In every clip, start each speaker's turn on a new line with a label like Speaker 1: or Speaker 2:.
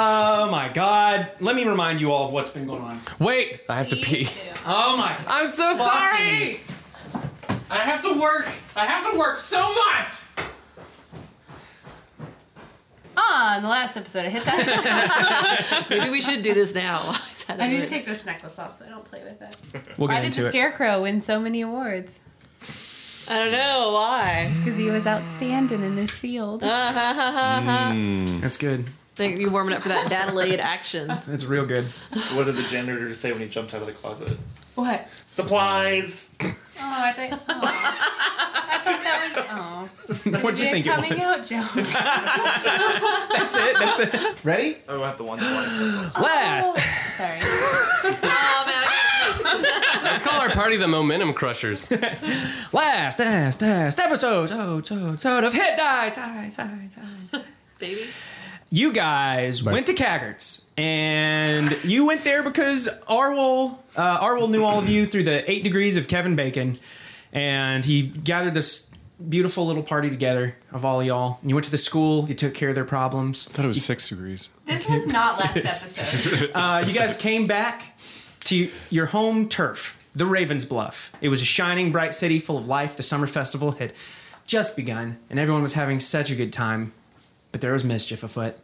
Speaker 1: my god. Let me remind you all of what's been going on.
Speaker 2: Wait, I have to pee.
Speaker 1: Oh my
Speaker 2: I'm so sorry. I have to work. I have to work so much.
Speaker 3: Ah, in the last episode, I hit that.
Speaker 4: Maybe we should do this now. Is that
Speaker 3: I need
Speaker 4: it?
Speaker 3: to take this necklace off so I don't play with it.
Speaker 1: We'll
Speaker 3: Why
Speaker 1: get
Speaker 3: did
Speaker 1: into
Speaker 3: the
Speaker 1: it.
Speaker 3: Scarecrow win so many awards?
Speaker 4: I don't know why.
Speaker 3: Because he was outstanding in his field.
Speaker 1: That's good.
Speaker 4: Think you warming up for that Dadelaide action.
Speaker 1: That's real good.
Speaker 5: What did the janitor say when he jumped out of the closet?
Speaker 3: What?
Speaker 5: Supplies.
Speaker 3: Oh, I think. Oh. I think that was. Oh.
Speaker 1: What'd you
Speaker 3: Be a
Speaker 1: think it
Speaker 3: coming
Speaker 1: was?
Speaker 3: out joke.
Speaker 1: That's it. That's the Ready?
Speaker 5: Oh, I have the one. Supplies.
Speaker 1: Last.
Speaker 3: Sorry.
Speaker 4: Oh man,
Speaker 2: Let's call our party the Momentum Crushers.
Speaker 1: Last, last, last episode, so, so, so of Hit Die, Sigh, Sigh, Sigh.
Speaker 4: baby.
Speaker 1: You guys went to Caggart's, and you went there because Arwol, uh, Arwol knew all of you through the eight degrees of Kevin Bacon, and he gathered this beautiful little party together of all y'all. You went to the school, you took care of their problems.
Speaker 6: thought it was six degrees.
Speaker 3: This was not last episode.
Speaker 1: Uh, you guys came back to your home turf, the Ravens Bluff. It was a shining, bright city full of life. The summer festival had just begun, and everyone was having such a good time. But there was mischief afoot.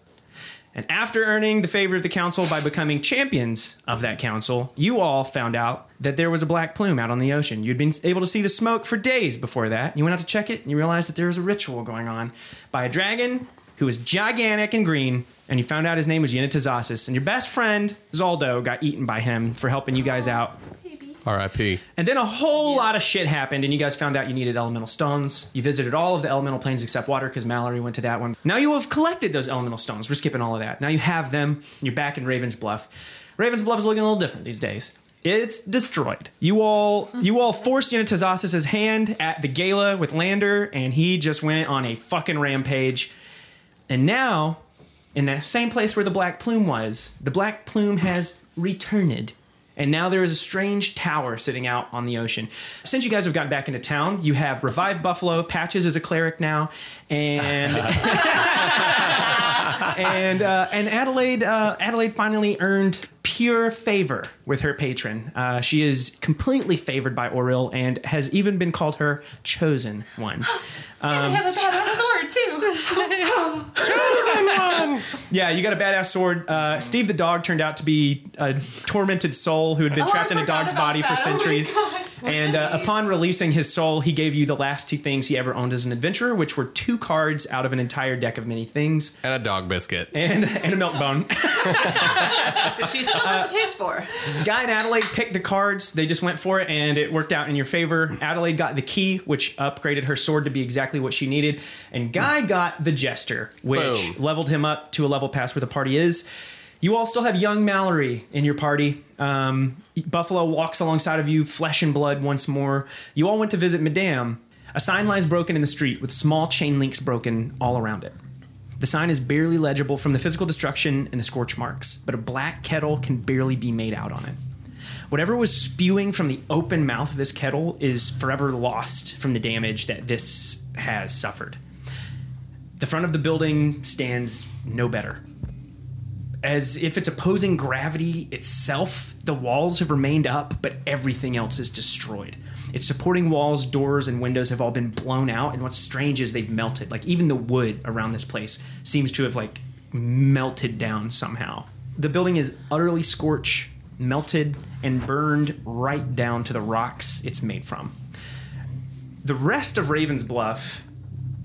Speaker 1: And after earning the favor of the council by becoming champions of that council, you all found out that there was a black plume out on the ocean. You'd been able to see the smoke for days before that. You went out to check it, and you realized that there was a ritual going on by a dragon who was gigantic and green, and you found out his name was Yenitazasis. And your best friend, Zaldo, got eaten by him for helping you guys out.
Speaker 2: R.I.P.
Speaker 1: And then a whole lot of shit happened, and you guys found out you needed elemental stones. You visited all of the elemental planes except water because Mallory went to that one. Now you have collected those elemental stones. We're skipping all of that. Now you have them. and You're back in Raven's Bluff. Raven's Bluff's looking a little different these days. It's destroyed. You all, you all forced Unitazosis' hand at the gala with Lander, and he just went on a fucking rampage. And now, in that same place where the black plume was, the black plume has returned. And now there is a strange tower sitting out on the ocean. Since you guys have gotten back into town, you have revived Buffalo. Patches is a cleric now, and and uh, and Adelaide uh, Adelaide finally earned pure favor with her patron. Uh, she is completely favored by Oril and has even been called her chosen one. Um,
Speaker 3: I have a badass sword too.
Speaker 1: Yeah, you got a badass sword. Uh, Steve the dog turned out to be a tormented soul who had been
Speaker 3: Oh, I
Speaker 1: trapped in a
Speaker 3: forgot
Speaker 1: dog's
Speaker 3: about
Speaker 1: body for
Speaker 3: that. Oh my
Speaker 1: centuries.
Speaker 3: God.
Speaker 1: and uh,
Speaker 3: Steve.
Speaker 1: upon releasing his soul, he gave you the last two things he ever owned as an adventurer, which were two cards out of an entire deck of many things
Speaker 2: And a dog biscuit.
Speaker 1: and, and a milk bone.
Speaker 4: She still has a taste for. her.
Speaker 1: Guy and Adelaide picked the cards. They just went for it, and it worked out in your favor. Adelaide got the key, which upgraded her sword to be exactly what she needed. And Guy got the jester, which
Speaker 2: Boom.
Speaker 1: leveled him up to a level past where the party is. You all still have young Mallory in your party. Um, Buffalo walks alongside of you, flesh and blood once more. You all went to visit Madame. A sign lies broken in the street with small chain links broken all around it. The sign is barely legible from the physical destruction and the scorch marks, but a black kettle can barely be made out on it. Whatever was spewing from the open mouth of this kettle is forever lost from the damage that this has suffered. The front of the building stands no better. As if it's opposing gravity itself, the walls have remained up, but everything else is destroyed. Its supporting walls, doors, and windows have all been blown out, and what's strange is they've melted. Like even the wood around this place seems to have like melted down somehow. The building is utterly scorched, melted, and burned right down to the rocks it's made from. The rest of Raven's Bluff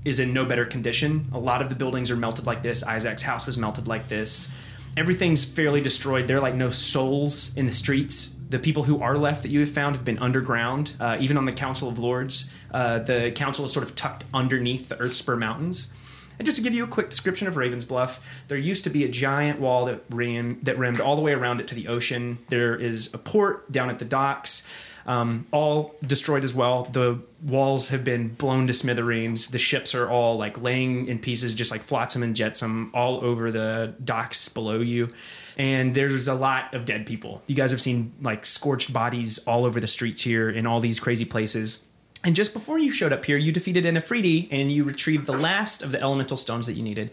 Speaker 1: is in no better condition. A lot of the buildings are melted like this. Isaac's house was melted like this. Everything's fairly destroyed. There are like no souls in the streets. The people who are left that you have found have been underground. Uh, even on the Council of Lords, uh, the council is sort of tucked underneath the Earthspur Mountains. And just to give you a quick description of Raven's Bluff, there used to be a giant wall that ran that rimmed all the way around it to the ocean. There is a port down at the docks, um, all destroyed as well. The walls have been blown to smithereens. The ships are all like laying in pieces, just like flotsam and jetsam, all over the docks below you. And there's a lot of dead people. You guys have seen like scorched bodies all over the streets here in all these crazy places. And just before you showed up here, you defeated an Afridi and you retrieved the last of the elemental stones that you needed.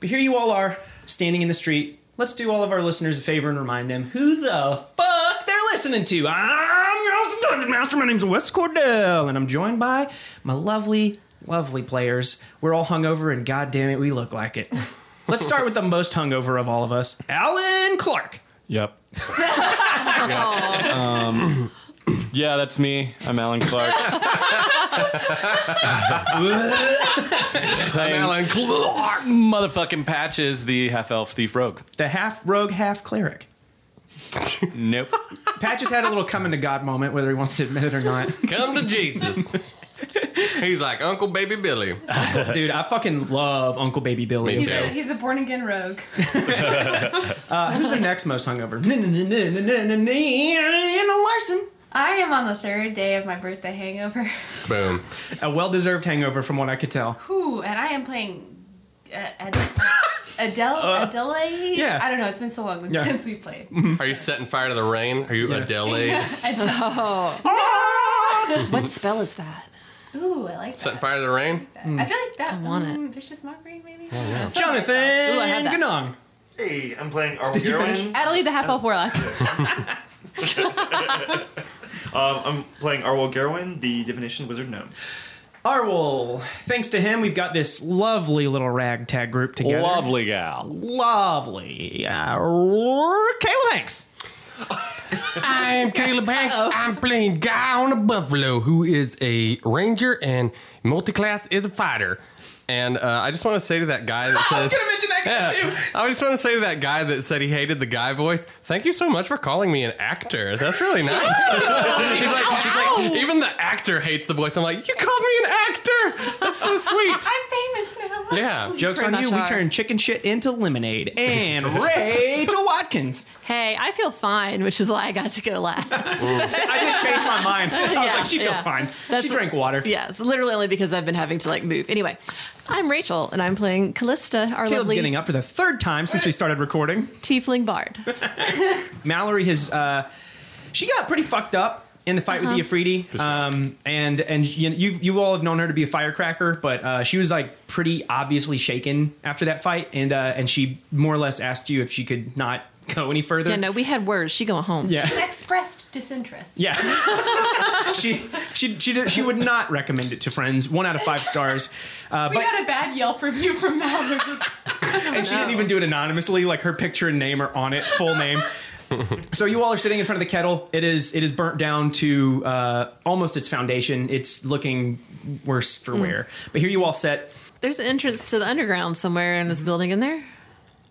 Speaker 1: But here you all are, standing in the street, let's do all of our listeners a favor and remind them who the fuck they're listening to. I'm your host, Dungeon Master. My name's Wes Cordell, and I'm joined by my lovely, lovely players. We're all hungover, and goddamn it, we look like it. Let's start with the most hungover of all of us, Alan Clark.
Speaker 6: Yep. um, yeah, that's me. I'm Alan Clark. Playing
Speaker 7: Clark.
Speaker 6: motherfucking patches the half elf thief rogue.
Speaker 1: The half rogue, half cleric.
Speaker 6: Nope.
Speaker 1: Pat just had a little coming to God moment, whether he wants to admit it or not.
Speaker 7: Come to Jesus. He's like Uncle Baby Billy.
Speaker 1: Dude, I fucking love Uncle Baby Billy.
Speaker 7: Me
Speaker 3: He's
Speaker 7: too.
Speaker 3: a, he's a born again rogue.
Speaker 1: Uh, who's the next most hungover? Anna Larson.
Speaker 3: I am on the third day of my birthday hangover.
Speaker 7: Boom.
Speaker 1: A well deserved hangover from what I could tell.
Speaker 3: Whew, and I am playing uh, Ad- Adele. Adelaide?
Speaker 1: Uh, yeah.
Speaker 3: I don't know. It's been so long
Speaker 1: Yeah.
Speaker 3: since we played.
Speaker 7: Are you setting fire to the rain? Are you Adele?
Speaker 3: Adele.
Speaker 4: Oh.
Speaker 1: Ah!
Speaker 4: what spell is that?
Speaker 3: Ooh, I like that.
Speaker 7: Setting fire to the rain?
Speaker 1: Mm.
Speaker 3: I feel like that.
Speaker 4: I want it.
Speaker 3: um, Vicious mockery, maybe.
Speaker 1: Oh, Jonathan
Speaker 4: Ooh, I had that.
Speaker 1: Ganong.
Speaker 5: Hey, I'm playing Arl
Speaker 1: Did you
Speaker 5: Gerwin.
Speaker 3: Adelaide the half elf warlock.
Speaker 5: Um, I'm playing Arwol Gerwin, the divination wizard gnome.
Speaker 1: Arwol. Thanks to him, we've got this lovely little ragtag group together.
Speaker 6: Lovely gal.
Speaker 1: Lovely. Uh, Caleb Hanks.
Speaker 7: I'm Caleb Hanks. I'm playing Guy on a Buffalo, who is a ranger and multi-class is a fighter. And uh, I just want to say to that guy that says,
Speaker 1: I was going to mention that guy
Speaker 7: Yeah.
Speaker 1: too.
Speaker 7: I just want to say to that guy that said he hated the guy voice, thank you so much for calling me an actor. That's really nice. he's, like, he's like, even the actor hates the voice. I'm like, you called me an actor. That's so sweet.
Speaker 3: I'm famous now.
Speaker 7: Yeah.
Speaker 1: Joke's on
Speaker 4: Pretty
Speaker 1: you.
Speaker 4: much
Speaker 1: We
Speaker 4: are.
Speaker 1: turn chicken shit into lemonade. And Rachel Watkins.
Speaker 4: Hey, I feel fine, which is why I got to go last.
Speaker 1: I did change my mind. I was
Speaker 4: Yeah,
Speaker 1: like, she feels
Speaker 4: yeah.
Speaker 1: fine.
Speaker 4: That's-
Speaker 1: she drank water.
Speaker 4: yeah, it's literally only because I've been having to like move. Anyway, I'm Rachel, and I'm playing Callista, our
Speaker 1: Caleb's
Speaker 4: lovely
Speaker 1: getting up for the third time since we started recording.
Speaker 4: tiefling bard.
Speaker 1: Mallory has uh, she got pretty fucked up in the fight with
Speaker 4: Uh-huh.
Speaker 1: the Afridi, um, and and you, you you all have known her to be a firecracker, but uh, she was like pretty obviously shaken after that fight, and uh, and she more or less asked you if she could not go any further.
Speaker 4: yeah, no, we had words. She going home.
Speaker 1: Yeah.
Speaker 3: Expressed disinterest.
Speaker 1: Yeah. she she she did, she would not recommend it to friends. One out of five stars. Uh,
Speaker 3: We
Speaker 1: but
Speaker 3: got a bad Yelp review from Mallory.
Speaker 1: and she didn't even do it anonymously. Like her picture and name are on it, full name. so you all are sitting in front of the kettle. It is it is burnt down to uh, almost its foundation. It's looking worse for wear. But here you all sit.
Speaker 4: There's an entrance to the underground somewhere in
Speaker 1: Mm-hmm.
Speaker 4: this building in there.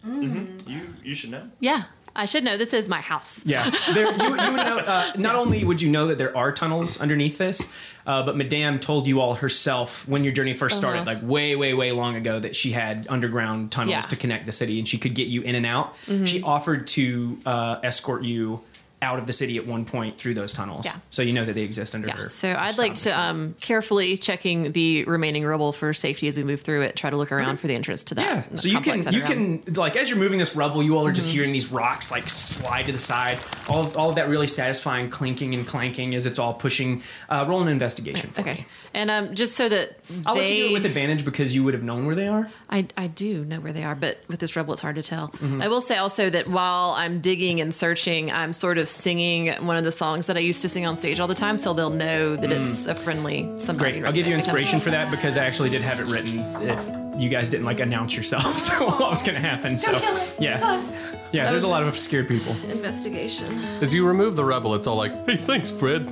Speaker 5: You you should know.
Speaker 4: Yeah, I should know. This is my house.
Speaker 1: Yeah, there, you, you would know. Uh, not only would you know that there are tunnels underneath this, uh, but Madame told you all herself when your journey 1st started, like way, way, way long ago, that she had underground tunnels
Speaker 4: Uh-huh. Yeah. Mm-hmm.
Speaker 1: to connect the city, and she could get you in and out. She offered to uh, escort you out of the city at one point through those tunnels.
Speaker 4: Yeah.
Speaker 1: So you know that they exist under
Speaker 4: Yeah.
Speaker 1: her.
Speaker 4: So I'd like to um, carefully checking the remaining rubble for safety as we move through it. Try to look around for the entrance to
Speaker 1: Yeah.
Speaker 4: that.
Speaker 1: So you can
Speaker 4: complex
Speaker 1: you
Speaker 4: underground.
Speaker 1: can like as you're moving this rubble, you all are just hearing these rocks like slide to the side. All of, all of that really satisfying clinking and clanking as it's all pushing. Uh, roll an investigation. for me.
Speaker 4: Okay, and um, just so that
Speaker 1: I'll
Speaker 4: they, Oh,
Speaker 1: let you do it with advantage because you would have known where they are.
Speaker 4: I, I do know where they are, but with this rubble, it's hard to tell.
Speaker 1: Mm-hmm.
Speaker 4: I will say also that while I'm digging and searching, I'm sort of singing one of the songs that I used to sing on stage all the time, so they'll know that it's a friendly somebody.
Speaker 1: Mm. Great. I'll give you
Speaker 4: recognized me.
Speaker 1: inspiration for that because I actually did have it written if you guys didn't like announce yourselves what was going to happen. So
Speaker 3: Kill us. Kill
Speaker 1: yeah.
Speaker 3: us.
Speaker 1: Yeah, there's a lot of obscure people.
Speaker 4: Investigation.
Speaker 7: As you remove the rubble, it's all like, hey, thanks, Fred.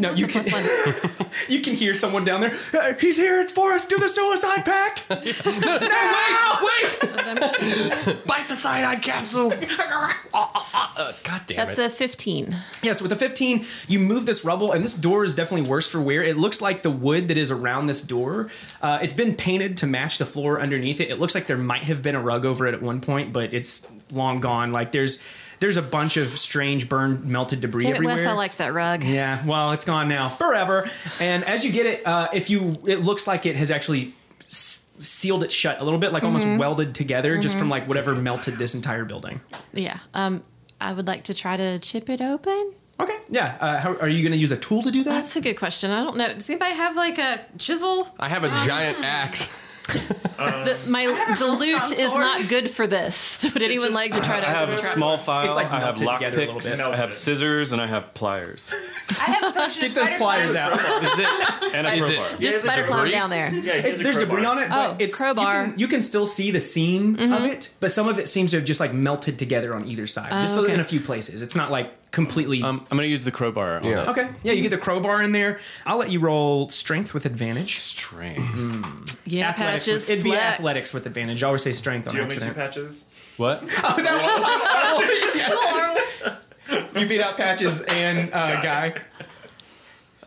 Speaker 1: No, you can
Speaker 4: Plus one.
Speaker 1: you can hear someone down there. "Hey, He's here. It's Forrest. Do the suicide pact.
Speaker 7: Wait, wait! Bite the cyanide capsules. Uh, God damn
Speaker 4: That's
Speaker 7: it.
Speaker 4: a 15.
Speaker 1: Yes, with the 15, you move this rubble, and this door is definitely worse for wear. It looks like the wood that is around this door, uh, it's been painted to match the floor underneath it. It looks like there might have been a rug over it at one point, but it's long gone. Like there's there's a bunch of strange burned melted debris
Speaker 4: Damn it,
Speaker 1: everywhere.
Speaker 4: Wes, I liked that rug.
Speaker 1: Yeah, well, it's gone now forever. And as you get it, uh, if you, it looks like it has actually s- sealed it shut a little bit, like almost welded together, just from like whatever melted this entire building.
Speaker 4: Yeah. Um, I would like to try to chip it open.
Speaker 1: Okay, yeah. Uh, how, are you going to use a tool to do that?
Speaker 4: That's a good question. I don't know. Does anybody have like a chisel?
Speaker 7: I have a giant axe.
Speaker 4: The, my the loot is
Speaker 3: sword.
Speaker 4: not good for this. Would anyone like to try to?
Speaker 6: I have a
Speaker 4: try-
Speaker 6: small file.
Speaker 1: It's like
Speaker 6: I have
Speaker 1: melted
Speaker 6: lock
Speaker 1: together a little
Speaker 6: picks.
Speaker 1: bit.
Speaker 6: I have scissors and I have pliers
Speaker 3: I have potions.
Speaker 1: Get those pliers out.
Speaker 7: Is it?
Speaker 6: and a
Speaker 7: Is
Speaker 6: crowbar.
Speaker 7: it?
Speaker 4: Just
Speaker 5: Yeah,
Speaker 4: spider
Speaker 5: it's a
Speaker 4: climb
Speaker 7: debris.
Speaker 4: down there.
Speaker 5: Yeah,
Speaker 1: It- there's debris on it, but
Speaker 4: Oh,
Speaker 1: it's
Speaker 4: crowbar. Mm-hmm.
Speaker 1: You can, you can still see the seam of it, but some of it seems to have just like melted together on either side, just
Speaker 4: Oh, okay.
Speaker 1: in a few places. It's not like completely.
Speaker 6: Um, I'm gonna use the crowbar. On
Speaker 7: Yeah.
Speaker 6: it.
Speaker 1: okay, yeah, you get the crowbar in there. I'll let you roll strength with advantage. Mm-hmm.
Speaker 6: Strange.
Speaker 4: Yeah,
Speaker 1: Athletics
Speaker 4: patches.
Speaker 1: with, it'd be
Speaker 4: flex.
Speaker 1: athletics with advantage. I always say strength on
Speaker 5: Do you want me to
Speaker 1: accident.
Speaker 5: patches?
Speaker 6: what?
Speaker 1: You beat out patches and uh, guy.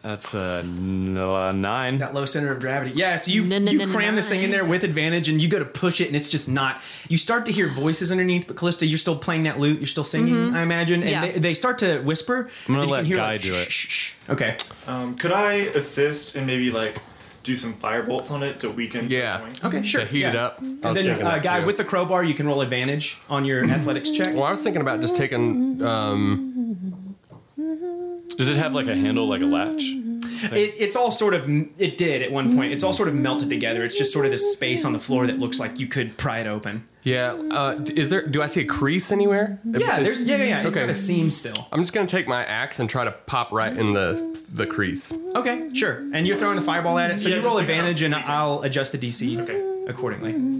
Speaker 6: That's a n- a nine.
Speaker 1: that low center of gravity. Yeah, so you,
Speaker 4: No, no,
Speaker 1: you
Speaker 4: no, no,
Speaker 1: cram this thing in there with advantage and you go to push it and it's just not. You start to hear voices underneath, but Callista, you're still playing that lute, you're still singing, I imagine. And
Speaker 4: Yeah.
Speaker 1: they, they start to whisper.
Speaker 6: I'm gonna
Speaker 1: and you
Speaker 6: let
Speaker 1: can hear
Speaker 6: Guy
Speaker 1: like,
Speaker 6: do
Speaker 1: shh,
Speaker 6: it.
Speaker 1: shh, shh. Okay.
Speaker 5: Um, could I assist and maybe like do some fire bolts on it to weaken? the
Speaker 7: Yeah.
Speaker 5: joints?
Speaker 1: Okay, sure.
Speaker 7: To heat
Speaker 1: yeah.
Speaker 7: it up.
Speaker 1: And then, uh, Guy, with the crowbar, you can roll advantage on your
Speaker 6: Mm-hmm.
Speaker 1: athletics check.
Speaker 7: Well, I was thinking about just taking. Um,
Speaker 6: Does it have like a handle, like a latch?
Speaker 1: It, it's all sort of, it did at one point. It's all sort of melted together. It's just sort of this space on the floor that looks like you could pry it open.
Speaker 7: yeah. Uh, d- is there? Do I see a crease anywhere?
Speaker 1: Yeah, there's, yeah, yeah, yeah. It's
Speaker 7: Okay.
Speaker 1: got a seam still.
Speaker 7: I'm just gonna take my axe and try to pop right in the the crease.
Speaker 1: Okay, sure. And you're throwing the fireball at it, so
Speaker 5: Yeah,
Speaker 1: you roll
Speaker 5: just like
Speaker 1: advantage,
Speaker 5: a-
Speaker 1: and I'll adjust the DC
Speaker 5: Okay.
Speaker 1: accordingly.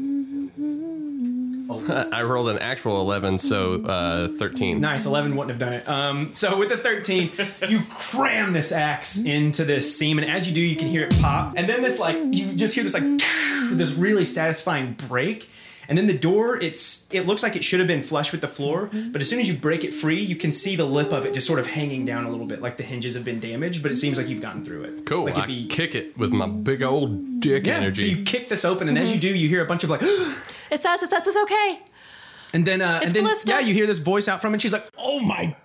Speaker 7: I rolled an actual 11, so uh, 13.
Speaker 1: Nice, eleven wouldn't have done it. Um, so with the thirteen, you cram this axe into this seam, and as you do, you can hear it pop, and then this like you just hear this like this really satisfying break. And then the door, it's it looks like it should have been flush with the floor, but as soon as you break it free, you can see the lip of it just sort of hanging down a little bit, like the hinges have been damaged, but it seems like you've gotten through it.
Speaker 7: Cool.
Speaker 1: Like
Speaker 7: I kick it with my big old dick
Speaker 1: yeah,
Speaker 7: energy.
Speaker 1: so you kick this open, and as you do, you hear a bunch of like
Speaker 4: It's us. It's us. It's okay.
Speaker 1: And then, uh, and then
Speaker 4: Callista.
Speaker 1: yeah, you hear this voice out from it. She's like, "Oh my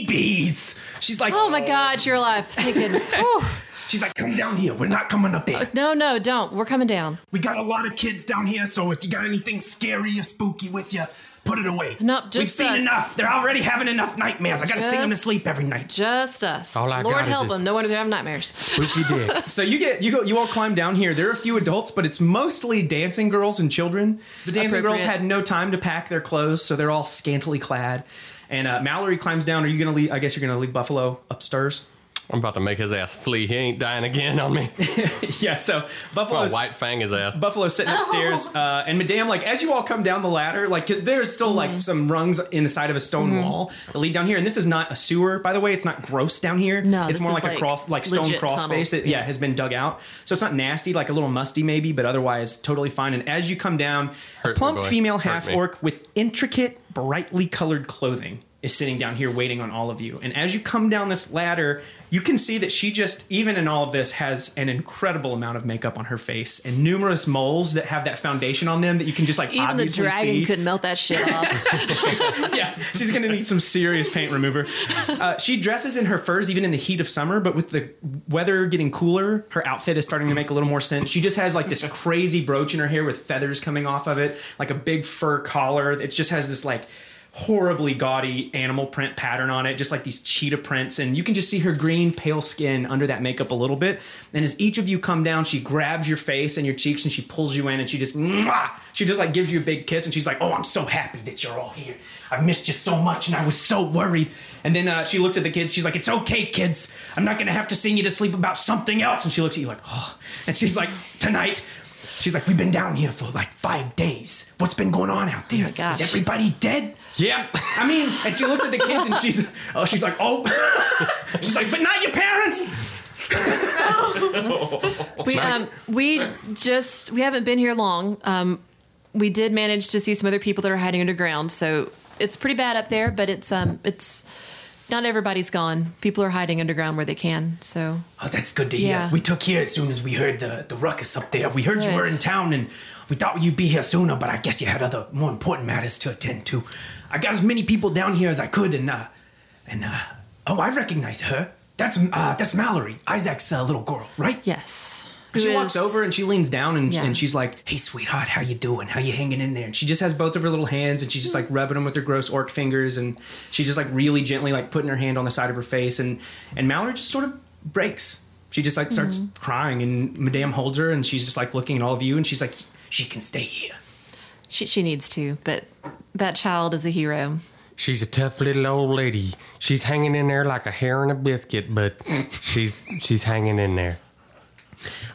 Speaker 1: babies!" She's like,
Speaker 4: Oh my God, you're alive. Thank goodness. Whew.
Speaker 1: "She's like, come down here. We're not coming up there.
Speaker 4: No, no, don't. We're coming down.
Speaker 1: We got a lot of kids down here, so if you got anything scary or spooky with you, put it away.
Speaker 4: Nope, just
Speaker 1: we've seen
Speaker 4: us.
Speaker 1: enough. They're already having enough nightmares. I gotta 'em sing them to
Speaker 4: Just-
Speaker 1: sleep every night."
Speaker 4: Just us.
Speaker 7: All I
Speaker 4: Lord
Speaker 7: got is
Speaker 4: help
Speaker 7: this-
Speaker 4: them. No one's gonna have nightmares.
Speaker 7: Spooky dick.
Speaker 1: So you get you go you all climb down here. There are a few adults, but it's mostly dancing girls and children. The dancing girls
Speaker 4: Appropriate.
Speaker 1: had no time to pack their clothes, so they're all scantily clad. And uh, Mallory climbs down. Are you gonna leave? I guess you're gonna leave Buffalo upstairs.
Speaker 7: I'm about to make his ass flee. He ain't dying again on me.
Speaker 1: yeah. So
Speaker 7: Well,
Speaker 1: Buffalo's
Speaker 7: white fang his ass.
Speaker 1: Buffalo sitting
Speaker 4: Oh.
Speaker 1: upstairs, uh, and Madame, like as you all come down the ladder, like 'cause there's still
Speaker 4: Mm-hmm.
Speaker 1: like some rungs in the side of a stone wall that lead down here, and this is not a sewer, by the way. It's not gross down here.
Speaker 4: No,
Speaker 1: it's
Speaker 4: this
Speaker 1: more
Speaker 4: is,
Speaker 1: like, a
Speaker 4: like,
Speaker 1: cross, like stone
Speaker 4: legit
Speaker 1: crawl
Speaker 4: tunnels,
Speaker 1: space that yeah. has been dug out. So it's not nasty, like a little musty maybe, but otherwise totally fine. And as you come down, a
Speaker 7: Hurt me,
Speaker 1: plump
Speaker 7: boy.
Speaker 1: female
Speaker 7: Hurt
Speaker 1: half
Speaker 7: me.
Speaker 1: orc with intricate, brightly colored clothing is sitting down here waiting on all of you. And as you come down this ladder, you can see that she just, even in all of this, has an incredible amount of makeup on her face and numerous moles that have that foundation on them that Ah, you can just like
Speaker 4: Even the
Speaker 1: obviously
Speaker 4: dragon
Speaker 1: see.
Speaker 4: could melt that shit off.
Speaker 1: yeah, she's gonna need some serious paint remover. Uh, she dresses in her furs even in the heat of summer, but with the weather getting cooler, her outfit is starting to make a little more sense. She just has like this crazy brooch in her hair with feathers coming off of it, like a big fur collar. It just has this like horribly gaudy animal print pattern on it, just like these cheetah prints. And you can just see her green, pale skin under that makeup a little bit. And as each of you come down, she grabs your face and your cheeks and she pulls you in and she just, Mwah! she just like gives you a big kiss and she's like, oh, I'm so happy that you're all here. I missed you so much and I was so worried. And then uh, she looks at the kids. She's like, it's okay, kids. I'm not going to have to sing you to sleep about something else. And she looks at you like, oh. And she's like, tonight. She's like, we've been down here for like five days. What's been going on out there? Is
Speaker 4: gosh.
Speaker 1: everybody dead?
Speaker 7: Yep.
Speaker 1: I mean, and she looks at the kids and she's, oh, she's like, oh, she's like, but not your parents.
Speaker 4: We um we just we haven't been here long. Um we did manage to see some other people that are hiding underground, so it's pretty bad up there, but it's um it's not everybody's gone. People are hiding underground where they can, so
Speaker 1: Oh, that's good to hear.
Speaker 4: Yeah.
Speaker 1: We took here as soon as we heard the, the ruckus up there. We heard you were
Speaker 4: Good.
Speaker 1: in town and we thought you'd be here sooner, but I guess you had other more important matters to attend to. I got as many people down here as I could and, uh, and, uh, oh, I recognize her. That's, uh, that's Mallory, Isaac's uh, little girl, right?
Speaker 4: yes.
Speaker 1: she
Speaker 4: Who
Speaker 1: walks
Speaker 4: is-
Speaker 1: over and she leans down and,
Speaker 4: Yeah.
Speaker 1: and she's like, "Hey, sweetheart, how you doing? How you hanging in there?" And she just has both of her little hands and she's just like rubbing them with her gross orc fingers and she's just like really gently like putting her hand on the side of her face and and Mallory just sort of
Speaker 4: Mm-hmm.
Speaker 1: breaks. She just like starts crying and Madame holds her and she's just like looking at all of you and she's like, She can stay here.
Speaker 4: She, she needs to, but that child is a hero.
Speaker 7: She's a tough little old lady. She's hanging in there like a hair in a biscuit, but she's she's hanging in there.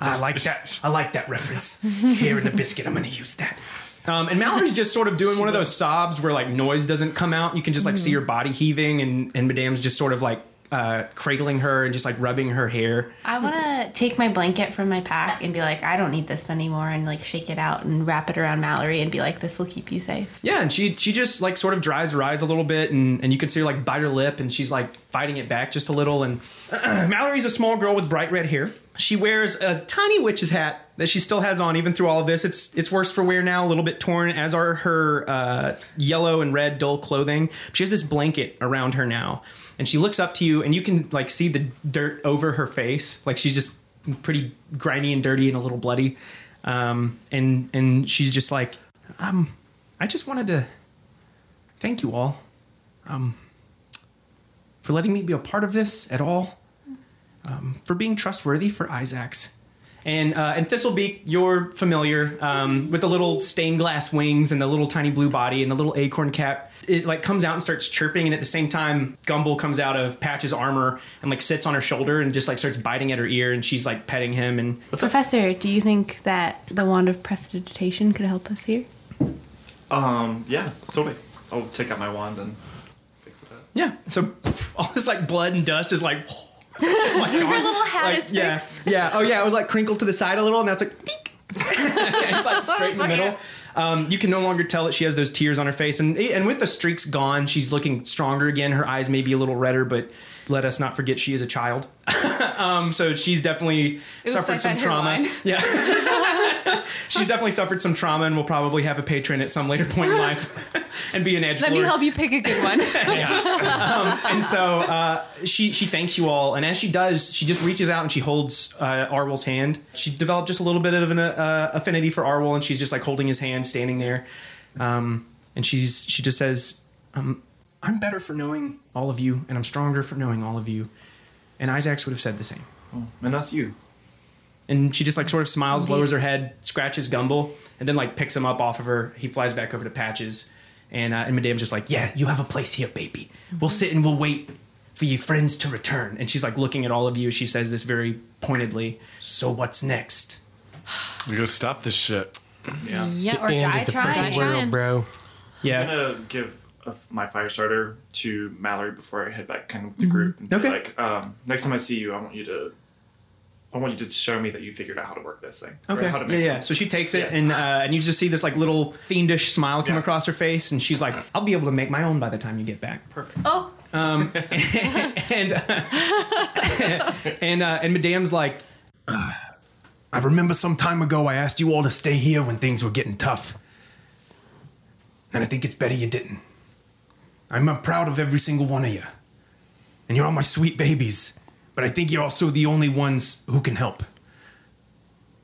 Speaker 1: I like that. I like that reference. Here in a biscuit, I'm gonna use that. Um, and Mallory's just sort of doing one of those sobs where like noise doesn't come out. You can just like see her body heaving, and and Madame's just sort of like uh, cradling her and just like rubbing her hair.
Speaker 3: I want to take my blanket from my pack and be like, I don't need this anymore, and like shake it out and wrap it around Mallory and be like, this will keep you safe.
Speaker 1: Yeah, and she she just like sort of dries her eyes a little bit, and and you can see her like bite her lip, and she's like fighting it back just a little. And Mallory's a small girl with bright red hair. She wears a tiny witch's hat that she still has on even through all of this. It's it's worse for wear now, a little bit torn, as are her uh, yellow and red dull clothing. She has this blanket around her now, and she looks up to you, and you can like see the dirt over her face, like she's just pretty grimy and dirty and a little bloody. Um, and and she's just like, um, I just wanted to thank you all, um, for letting me be a part of this at all um, for being trustworthy for Isaac's. And uh, and Thistlebeak, you're familiar um, with the little stained glass wings and the little tiny blue body and the little acorn cap. It like comes out and starts chirping, and at the same time, Gumble comes out of Patch's armor and like sits on her shoulder and just like starts biting at her ear, and she's like petting him. And
Speaker 3: Professor, do you think that the wand of prestidigitation could help us here?
Speaker 5: Um, yeah, totally. I'll take out my wand and fix it up.
Speaker 1: yeah, so all this like blood and dust is like. just, like,
Speaker 3: Her
Speaker 1: on-
Speaker 3: little hat
Speaker 1: like,
Speaker 3: is
Speaker 1: yeah,
Speaker 3: fixed.
Speaker 1: yeah. Oh yeah, it was like crinkled to the side a little, and that's like pink. it's like straight in the middle. Um, you can no longer tell that she has those tears on her face, and and with the streaks gone, she's looking stronger again. Her eyes may be a little redder, but let us not forget she is a child. um, so she's definitely
Speaker 3: I
Speaker 1: suffered some
Speaker 3: bet her
Speaker 1: trauma.
Speaker 3: line.
Speaker 1: Yeah, she's definitely suffered some trauma, and will probably have a patron at some later point in life and be an edge.
Speaker 4: Let me help you pick a good one.
Speaker 1: Yeah. um, and so uh, she she thanks you all, and as she does, she just reaches out and she holds uh, Arwel's hand. She developed just a little bit of an uh, affinity for Arwel, and she's just like holding his hand, standing there, um, and she's she just says, um, "I'm better for knowing all of you, and I'm stronger for knowing all of you." And Isaacs would have said the same.
Speaker 5: Oh, And that's you.
Speaker 1: And she just like sort of smiles, lowers her head, scratches Gumble, and then like picks him up off of her. He flies back over to Patches, and uh, and Madame's just like, "Yeah, you have a place here, baby. We'll sit and we'll wait for your friends to return." And she's like looking at all of you. She says this very pointedly. So what's next?
Speaker 6: We gotta stop this shit.
Speaker 3: Yeah, or
Speaker 7: End
Speaker 3: die
Speaker 7: of the freaking
Speaker 3: trying.
Speaker 7: world, bro.
Speaker 5: I'm
Speaker 1: Yeah.
Speaker 5: gonna give uh, my fire starter to Mallory before I head back kind of with the group. And be
Speaker 1: Mm-hmm. Okay.
Speaker 5: Like um, next time I see you, I want you to, I want you to show me that you figured out how to work this thing. or
Speaker 1: Okay.
Speaker 5: How to
Speaker 1: yeah,
Speaker 5: make
Speaker 1: yeah. So she takes it, and uh, and you just see this like little fiendish smile come
Speaker 5: Yeah.
Speaker 1: across her face, and she's like, "I'll be able to make my own by the time you get back." Um,
Speaker 3: Oh,
Speaker 1: and uh, and uh, and Madame's like, I remember some time ago I asked you all to stay here when things were getting tough, and I think it's better you didn't. I'm uh, proud of every single one of you, and you're all my sweet babies, but I think you're also the only ones who can help.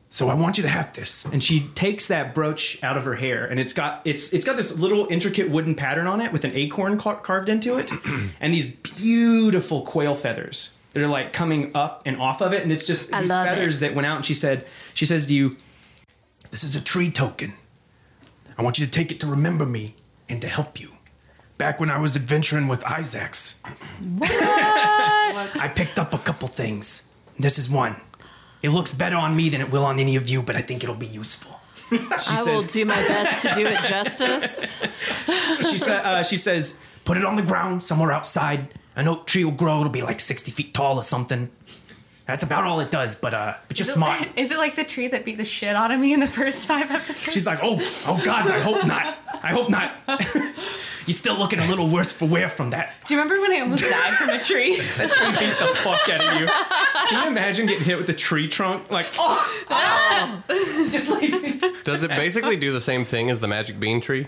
Speaker 1: So I want you to have this. And she takes that brooch out of her hair, and it's got it's it's got this little intricate wooden pattern on it with an acorn car- carved into it, and these beautiful quail feathers that are like coming up and off of it, and it's just
Speaker 4: I
Speaker 1: these
Speaker 4: love
Speaker 1: feathers that went out. And she said, she says to you, "This is a tree token. I want you to take it to remember me and to help you." Back when I was adventuring with Isaacs, I picked up a couple things. This is one. It looks better on me than it will on any of you, but I think it'll be useful.
Speaker 4: I will
Speaker 1: says-
Speaker 4: do my best to do it justice.
Speaker 1: She, sa- uh, she says, put it on the ground somewhere outside. An oak tree will grow. It'll be like 60 feet tall or something. That's about all it does, but, uh, but you're smart.
Speaker 3: is it like the tree that beat the shit out of me in the first five episodes?
Speaker 1: She's like, oh, oh, gods, I hope not. I hope not. you're still looking a little worse for wear from that.
Speaker 3: do you remember when I almost died from a tree?
Speaker 1: She beat the fuck out of you. Can you imagine getting hit with a tree trunk? Like, oh,
Speaker 4: Ah! Um,
Speaker 1: just leave
Speaker 7: Does it basically do the same thing as the magic bean tree?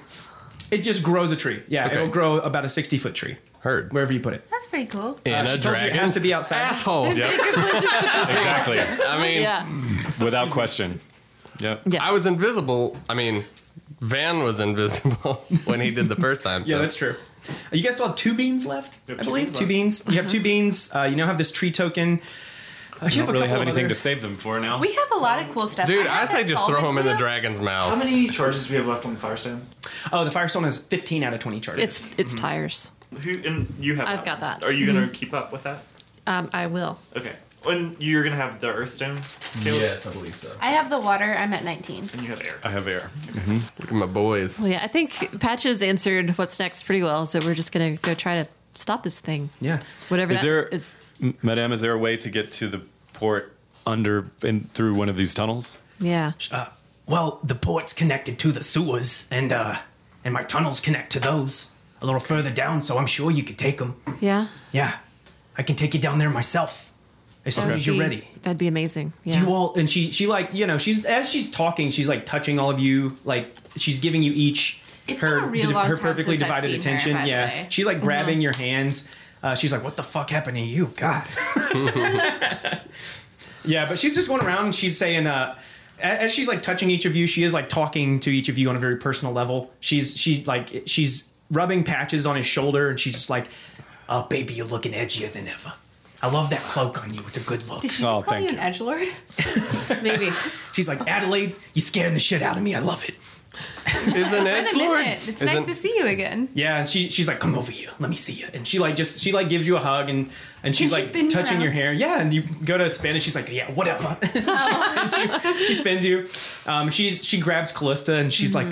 Speaker 1: It just grows a tree. Yeah,
Speaker 7: Okay.
Speaker 1: it'll grow about a 60 foot tree,
Speaker 7: Heard.
Speaker 1: wherever you put it.
Speaker 3: That's pretty cool.
Speaker 7: in
Speaker 1: Uh, she
Speaker 7: a
Speaker 1: told you
Speaker 7: dragon.
Speaker 1: it has to be outside.
Speaker 7: Asshole.
Speaker 6: Exactly.
Speaker 7: I mean,
Speaker 4: Yeah.
Speaker 6: Without question. Yep.
Speaker 4: Yeah.
Speaker 7: I was invisible. I mean, Van was invisible when he did the first time.
Speaker 1: Yeah,
Speaker 7: so.
Speaker 1: that's true. Uh, You guys still have two beans left,
Speaker 5: We have
Speaker 1: I
Speaker 5: two
Speaker 1: believe.
Speaker 5: beans
Speaker 1: two
Speaker 5: left.
Speaker 1: beans. You have two beans. Uh, you now have this tree token. I
Speaker 6: don't really have anything to save them for now.
Speaker 3: We have a lot of cool stuff.
Speaker 7: Dude,
Speaker 3: have
Speaker 7: I say
Speaker 3: that
Speaker 7: just throw
Speaker 3: solvent
Speaker 7: him in the
Speaker 3: glue.
Speaker 7: dragon's
Speaker 5: How
Speaker 7: mouth.
Speaker 5: many charges do we have left on the Firestone?
Speaker 1: Oh, the Firestone has 15 out of 20 charges.
Speaker 4: It's it's tires.
Speaker 5: Who and you have?
Speaker 4: I've got
Speaker 5: one.
Speaker 4: that.
Speaker 5: Are you
Speaker 1: Mm-hmm.
Speaker 5: gonna keep up with that?
Speaker 4: Um, I will.
Speaker 5: Okay. And you're gonna have the Earthstone, Caleb,
Speaker 7: I believe so.
Speaker 3: I have the water. I'm at 19.
Speaker 5: and you have air.
Speaker 6: I have air.
Speaker 7: Look at my boys.
Speaker 4: Well, yeah, I think Patches answered what's next pretty well, so we're just gonna go try to stop this thing.
Speaker 1: yeah.
Speaker 4: Whatever
Speaker 6: Is
Speaker 4: that
Speaker 6: there-
Speaker 4: is-
Speaker 6: M- Madame, is there a way to get to the port under and through one of these tunnels?
Speaker 4: Yeah.
Speaker 1: Uh, well, the port's connected to the sewers, and uh, and my tunnels connect to those a little further down. Oh, So I'm sure you could take them.
Speaker 4: Yeah.
Speaker 1: Yeah, I can take you down there myself as soon as you're
Speaker 4: Be-
Speaker 1: ready.
Speaker 4: That'd be amazing.
Speaker 1: Do
Speaker 4: Yeah.
Speaker 1: you all? And she she like you know she's as she's talking she's like touching all of you like she's giving you each
Speaker 3: It's
Speaker 1: her
Speaker 3: been a real
Speaker 1: di-
Speaker 3: long
Speaker 1: her
Speaker 3: time
Speaker 1: perfectly
Speaker 3: since I've
Speaker 1: divided
Speaker 3: seen her,
Speaker 1: attention.
Speaker 3: by the
Speaker 1: yeah,
Speaker 3: way. Mm-hmm.
Speaker 1: she's like grabbing your hands. Uh, she's like, "What the fuck happened to you, God?" yeah, but she's just going around and she's saying. Uh, a- as she's like touching each of you, she is like talking to each of you on a very personal level. She's she like she's rubbing patches on his shoulder and she's just like, "Oh, baby, you're looking edgier than ever. I love that cloak on you. It's a good look."
Speaker 3: Did she just
Speaker 6: Oh,
Speaker 3: call
Speaker 6: thank
Speaker 3: you an edge lord?
Speaker 4: Maybe.
Speaker 1: She's like, Adelaide, you scaring the shit out of me. I love it.
Speaker 7: Is an edge lord?
Speaker 3: It's nice to see you again.
Speaker 1: Yeah, and she she's like, come over here, let me see you. And she like just she like gives you a hug and and she's
Speaker 3: she
Speaker 1: like
Speaker 3: spin you
Speaker 1: touching
Speaker 3: around?
Speaker 1: your hair. Yeah, and you go to spin and she's like, yeah, whatever. she spins you. She spins you. Um, she's she grabs Callista and she's like.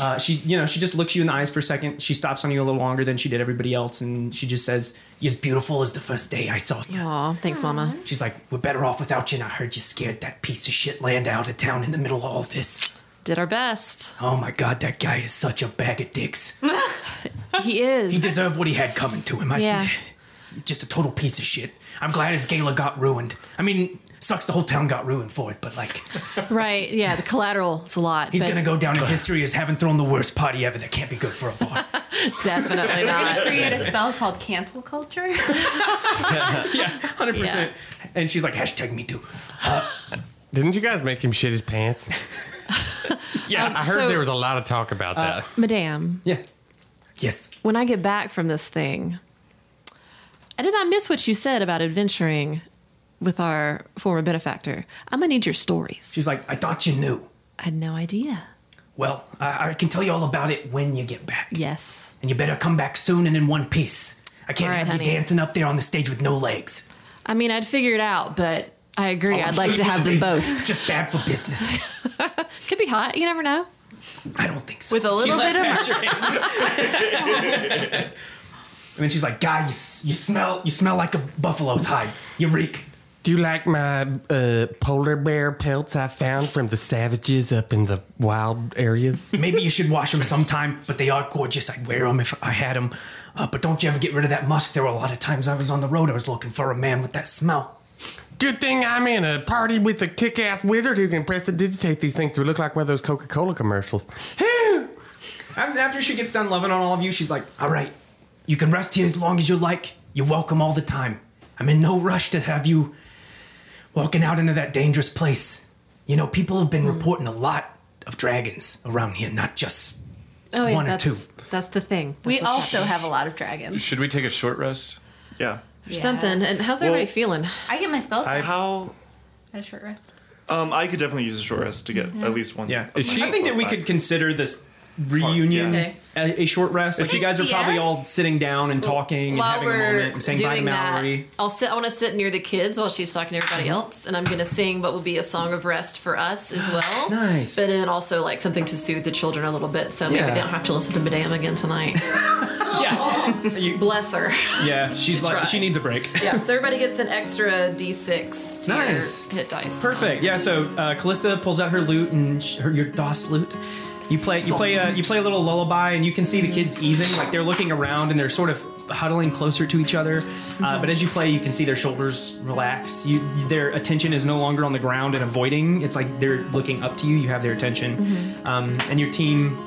Speaker 1: Uh, she, you know, she just looks you in the eyes for a second. She stops on you a little longer than she did everybody else, and she just says, "You're as beautiful as the first day I saw you."
Speaker 4: Aw, thanks, Mama.
Speaker 1: She's like, "We're better off without you." And I heard you scared that piece of shit land out of town in the middle of all this.
Speaker 4: Did our best.
Speaker 1: Oh my god, that guy is such a bag of dicks.
Speaker 4: He is.
Speaker 1: He deserved what he had coming to him. I,
Speaker 4: Yeah.
Speaker 1: Just a total piece of shit. I'm glad his gala got ruined. I mean, sucks the whole town got ruined for it, but like,
Speaker 4: right. Yeah. The collateral is a lot.
Speaker 1: he's
Speaker 4: but
Speaker 1: gonna go down in history as having thrown the worst party ever that can't be good for a bar.
Speaker 3: I
Speaker 4: Definitely not.
Speaker 3: create a spell called cancel culture.
Speaker 1: yeah, 100%. And she's like, hashtag me too.
Speaker 7: Didn't you guys make him shit his pants?
Speaker 1: Yeah.
Speaker 7: I heard
Speaker 4: So- Uh,
Speaker 7: there was a lot of talk about that.
Speaker 4: Madame,
Speaker 1: yeah. Yes.
Speaker 4: when I get back from this thing, I did not miss what you said about adventuring with our former benefactor. I'm gonna need your stories.
Speaker 1: She's like, I thought you knew.
Speaker 4: I had no idea.
Speaker 1: Well, I, I can tell you all about it when you get back.
Speaker 4: Yes.
Speaker 1: And you better come back soon and in one piece. I can't
Speaker 4: All
Speaker 1: have
Speaker 4: right,
Speaker 1: you
Speaker 4: honey.
Speaker 1: dancing up there on the stage with no legs.
Speaker 4: I mean, I'd figure it out, but I agree. I'd like to have them both.
Speaker 1: It's just bad for business.
Speaker 4: Could be hot. You never know.
Speaker 1: I don't think so.
Speaker 4: With a little bit of
Speaker 1: And then she's like, "Guy, you, s- you smell you smell like a buffalo's hide. You reek."
Speaker 7: Do you like my uh, polar bear pelts I found from the savages up in the wild areas?
Speaker 1: Maybe you should wash them sometime, but they are gorgeous. I'd wear them if I had them. Uh, but don't you ever get rid of that musk. There were a lot of times I was on the road, I was looking for a man with that smell.
Speaker 7: Good thing I'm in a party with a kick ass wizard who can press and digitate these things to look like one of those Coca Cola commercials. Whew!
Speaker 1: And after she gets done loving on all of you, she's like, "All right, you can rest here as long as you like. You're welcome all the time. I'm in no rush to have you walking out into that dangerous place. You know, people have been reporting a lot of dragons around here, not just
Speaker 4: oh, yeah,
Speaker 1: One or
Speaker 4: that's, That's the thing.
Speaker 3: we
Speaker 4: That's what's
Speaker 3: also
Speaker 4: happening.
Speaker 3: have a lot of dragons.
Speaker 6: Should we take a short rest?
Speaker 5: Yeah.
Speaker 4: Or something. And how's everybody feeling?
Speaker 3: I get my spells back
Speaker 5: How?
Speaker 3: at a short rest.
Speaker 5: Um, I could definitely use a short rest to get
Speaker 4: Mm-hmm.
Speaker 5: at least one.
Speaker 1: Yeah,
Speaker 5: of my
Speaker 1: I think that we
Speaker 5: back.
Speaker 1: could consider this reunion
Speaker 3: Okay.
Speaker 1: a, a short rest. Like you guys are
Speaker 3: Yeah.
Speaker 1: probably all sitting down and talking
Speaker 4: While
Speaker 1: and having a
Speaker 4: we're
Speaker 1: moment and saying bye to
Speaker 4: doing
Speaker 1: Mallory. Mm-hmm.
Speaker 4: that, I'll sit. I want to sit near the kids while she's talking to everybody else, and I'm going to sing what will be a song of rest for us as well.
Speaker 1: Nice.
Speaker 4: But then also like something to soothe the children a little bit, so maybe
Speaker 1: Yeah.
Speaker 4: they don't have to listen to Madame again tonight.
Speaker 1: Yeah, You-
Speaker 4: Bless her.
Speaker 1: yeah. She's like
Speaker 4: tries.
Speaker 1: she needs a break.
Speaker 4: yeah. So everybody gets an extra d6 to your
Speaker 1: Nice.
Speaker 4: hit dice.
Speaker 1: Perfect. Yeah. So uh, Callista pulls out her lute and sh- her, your DOS lute. You play. You play. A, you play a little lullaby, and you can see the kids easing. Like they're looking around and they're sort of huddling closer to each other. Uh, but as you play, you can see their shoulders relax. You, their attention is no longer on the ground and avoiding. It's like they're looking up to you. You have their attention, um, and your team